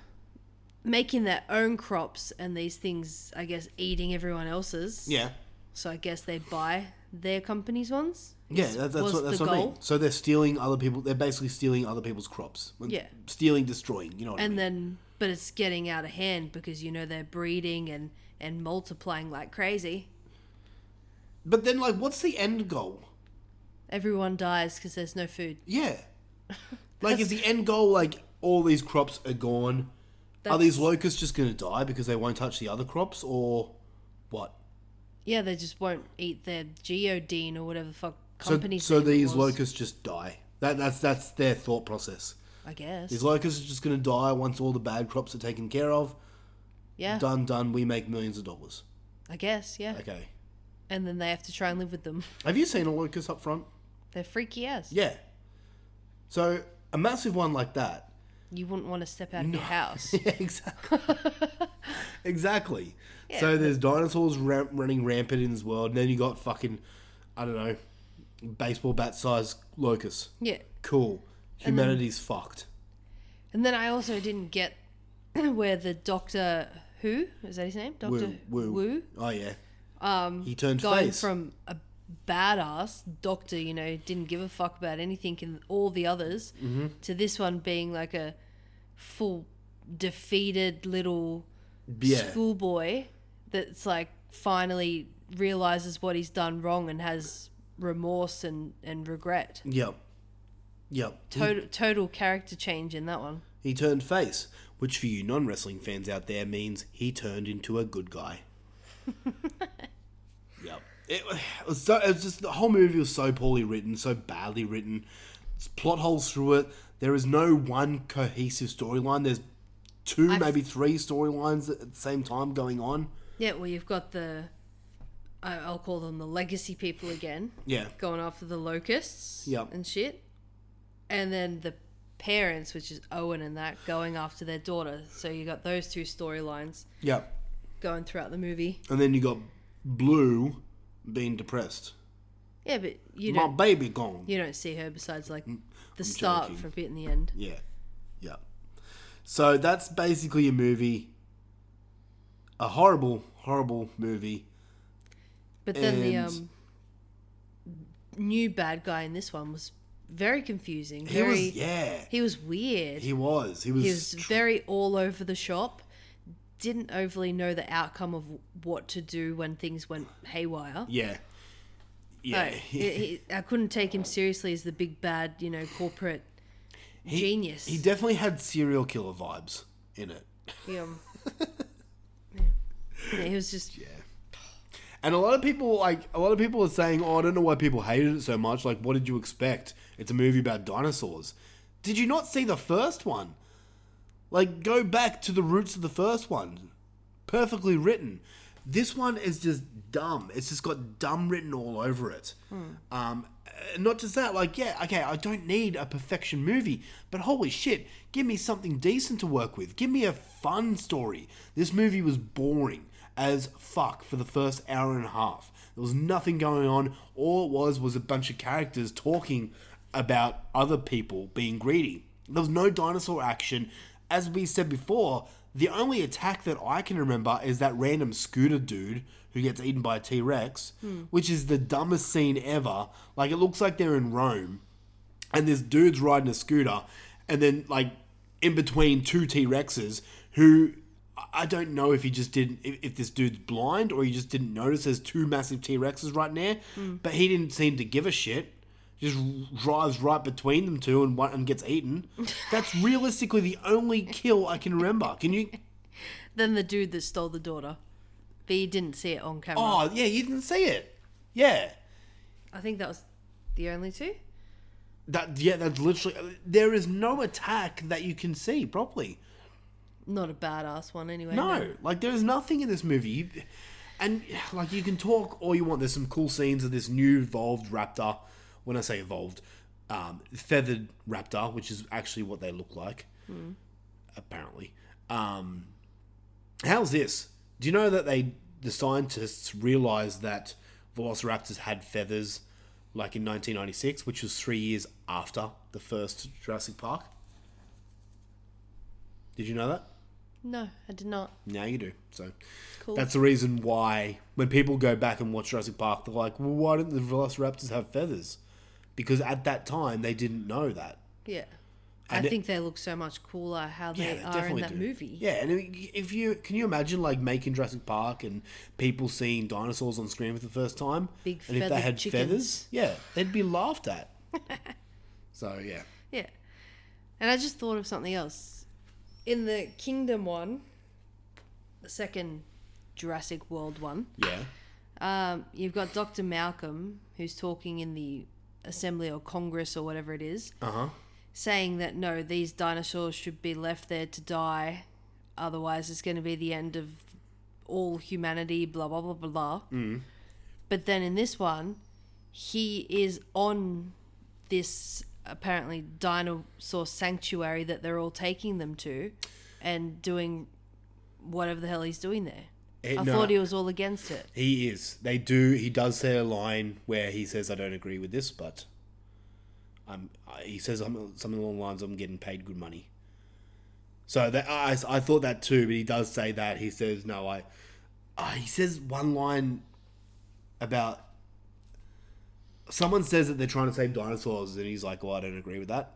making their own crops and these things, I guess, eating everyone else's.
Yeah.
So I guess they buy their company's ones.
Yeah, that, that's
was
what that's
the
what I mean.
goal.
So they're stealing other people. They're basically stealing other people's crops.
Yeah.
stealing, destroying. You know what I mean?
and then but it's getting out of hand because you know they're breeding and and multiplying like crazy
But then, like, what's the end goal?
everyone dies because there's no food
Yeah. Like, is the end goal like all these crops are gone? Are
That's-
these locusts just going to die because they won't touch the other crops, or what?
yeah they just won't eat their geodine or whatever the fuck
So,
company
so
thing it
these
was,
locusts just die. That that's that's their thought process.
i guess
These locusts are just going to die once all the bad crops are taken care of.
yeah
Done, done. We make millions of dollars.
i guess yeah
Okay.
and then they have to try and live with them
Have you seen a locust up front?
they're freaky ass
Yeah. So a massive one like that.
you wouldn't want to step out of your house
Yeah, exactly. exactly. so there's dinosaurs ram- running rampant in this world, and then you got fucking, I don't know, baseball bat sized locusts.
yeah
Cool. Humanity's fucked.
and then i also didn't get where the doctor who is that his name doctor
Woo, woo.
woo
Oh yeah. Um, he turned
going
face.
from a badass doctor, you know, didn't give a fuck about anything in all the others,
Mm-hmm.
to this one being like a full defeated little
Yeah.
schoolboy that's like finally realizes what he's done wrong and has remorse and, and regret.
Yep. Yep. He-
Total, total character change in that one.
He turned face, which for you non wrestling fans out there means he turned into a good guy. yep. It, was so. It was just the whole movie was so poorly written, so badly written. There's plot holes through it. There is no one cohesive storyline. There's 2 maybe three storylines at the same time going on.
Yeah, well, you've got the, I- I'll call them the legacy people again,
Yeah.
going after the locusts
Yep.
and shit. And then the parents, which is Owen and that, going after their daughter. So you got those two storylines
Yep.
going throughout the movie.
And then you got Blue being depressed.
Yeah, but you
My
don't,
baby gone.
you don't see her besides like the start
joking.
from bit in the end.
Yeah. Yeah. So that's basically a movie. A horrible, horrible movie.
But then the
And-
um, new bad guy in this one was very confusing.
He
very,
was yeah.
he was weird.
He was. He was,
He was very all over the shop. Didn't overly know the outcome of what to do when things went haywire.
Yeah. Yeah.
Like, Oh, he- he- I couldn't take him seriously as the big bad, you know, corporate genius.
He definitely had serial killer vibes in it.
He, um, yeah. Yeah, he was just
And a lot of people like a lot of people are saying, "Oh, I don't know why people hated it so much. Like, what did you expect? It's a movie about dinosaurs. Did you not see the first one? Like, go back to the roots of the first one. Perfectly written. This one is just dumb. It's just got dumb written all over it. Um, uh, not just that. Like, yeah, okay, I don't need a perfection movie, but holy shit, give me something decent to work with. Give me a fun story. This movie was boring as fuck for the first hour and a half. There was nothing going on. All it was was a bunch of characters talking about other people being greedy. There was no dinosaur action. As we said before, the only attack that I can remember is that random scooter dude who gets eaten by a T Rex, which is the dumbest scene ever. Like, it looks like they're in Rome and this dude's riding a scooter, and then like in between two T Rexes, who I- I don't know if he just didn't, if, if this dude's blind or he just didn't notice there's two massive T Rexes right now, but he didn't seem to give a shit. Just drives right between them two and one and gets eaten. That's realistically the only kill I can remember. Can you?
then the dude that stole the daughter. But you didn't see it on camera.
Oh yeah, you didn't see it. Yeah.
I think that was the only two.
That yeah, that's literally. There is no attack that you can see properly.
Not a badass one anyway.
No, like there's nothing in this movie. You- And like you can talk all you want. There's some cool scenes of this new evolved raptor. When I say evolved, um, feathered raptor, which is actually what they look like, apparently. Um, how's this? Do you know that they the scientists realized that velociraptors had feathers, like in 1996, which was three years after the first Jurassic Park. Did you know that?
No, I did not.
Now you do. So that's the reason why when people go back and watch Jurassic Park, they're like, well, why didn't the Velociraptors have feathers? Because at that time, they didn't know that.
Yeah.
And
I
it-
think they look so much cooler how they, are in that movie.
Yeah, and if- if you can you imagine like making Jurassic Park and people seeing dinosaurs on screen for the first time,
Big
and if they
feathered
had
chickens.
feathers, yeah, they'd be laughed at. so yeah,
Yeah. And I just thought of something else. In the Kingdom one, the second Jurassic World one,
yeah,
um, you've got Dr. Malcolm, who's talking in the assembly or Congress or whatever it is,
Uh-huh.
saying that no, these dinosaurs should be left there to die. Otherwise, it's going to be the end of all humanity, blah, blah, blah, blah. Mm. But then in this one, he is on this apparently dinosaur sanctuary that they're all taking them to and doing whatever the hell he's doing there.
Eh,
I
no.
thought he was all against it.
He is. They do. He does say a line where he says, "I don't agree with this," but I'm. I- He says I'm, something along the lines, "I'm getting paid good money." So that I, I thought that too, but he does say that. He says, "No, I." Uh, he says one line about someone says that they're trying to save dinosaurs, and he's like, "Well, I don't agree with that."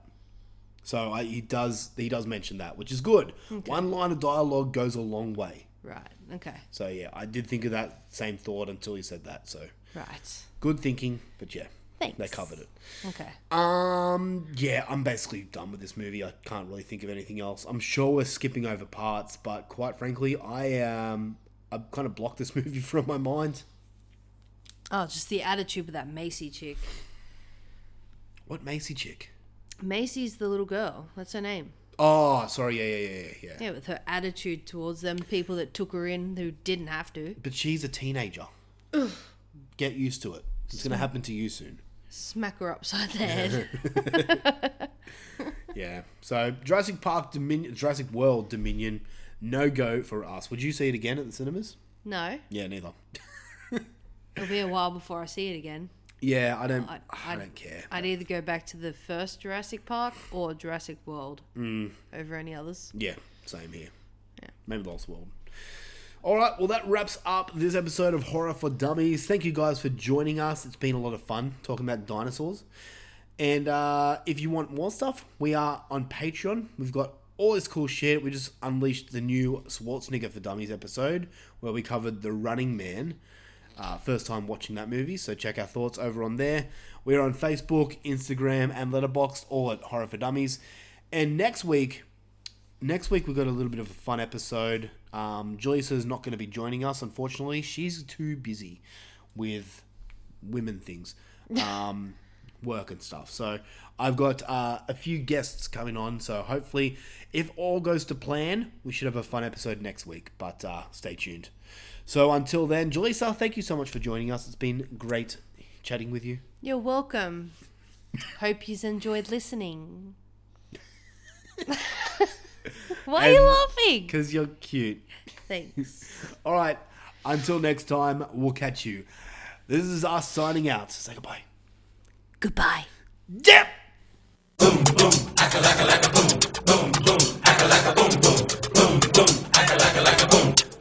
So I, he does he does mention that, which is good. One line of dialogue goes a long way.
Right. Okay.
So yeah, I did think of that same thought until he said that. So
Right.
good thinking, but yeah, they
Thanks.
covered it.
Okay.
Um, yeah, I'm basically done with this movie. I can't really think of anything else. I'm sure we're skipping over parts, but quite frankly, I um, I've kind of blocked this movie from my mind.
Oh, just the attitude of that Macy chick.
What Macy chick?
Macy's the little girl. That's her name.
Oh, sorry, yeah, yeah, yeah, yeah, yeah.
Yeah, with her attitude towards them, people that took her in who didn't have to.
But she's a teenager. Get used to it. It's gonna happen to you soon.
Smack her upside the head.
Yeah. So Jurassic Park Dominion, Jurassic World Dominion, no go for us. Would you see it again at the cinemas?
no.
Yeah, neither.
It'll be a while before I see it again.
Yeah, I don't.
I,
I,
I'd-
don't care.
I'd either go back to the first Jurassic Park or Jurassic World
Mm.
over any others.
Yeah, same here. Yeah. Maybe the Lost World. All right, well, that wraps up this episode of Horror for Dummies. Thank you guys for joining us. It's been a lot of fun talking about dinosaurs. And uh, if you want more stuff, we are on Patreon. We've got all this cool shit. We just unleashed the new Schwarzenegger for Dummies episode where we covered The Running Man. Uh, first time watching that movie, so check our thoughts over on there. We're on Facebook, Instagram, and Letterboxd, all at Horror for Dummies. And next week, next week we've got a little bit of a fun episode. Um, Julisa's not going to be joining us, unfortunately. She's too busy with women things, um, work and stuff. So I've got uh, a few guests coming on. So hopefully, if all goes to plan, we should have a fun episode next week. But uh, stay tuned. So until then, Julissa, thank you so much for joining us. It's been great chatting with you.
You're welcome. Hope you've enjoyed listening. Why are you
And-
laughing?
Because you're cute.
Thanks.
All right. Until next time, we'll catch you. This is us signing out. Say goodbye.
Goodbye.
Yep.
boom, boom,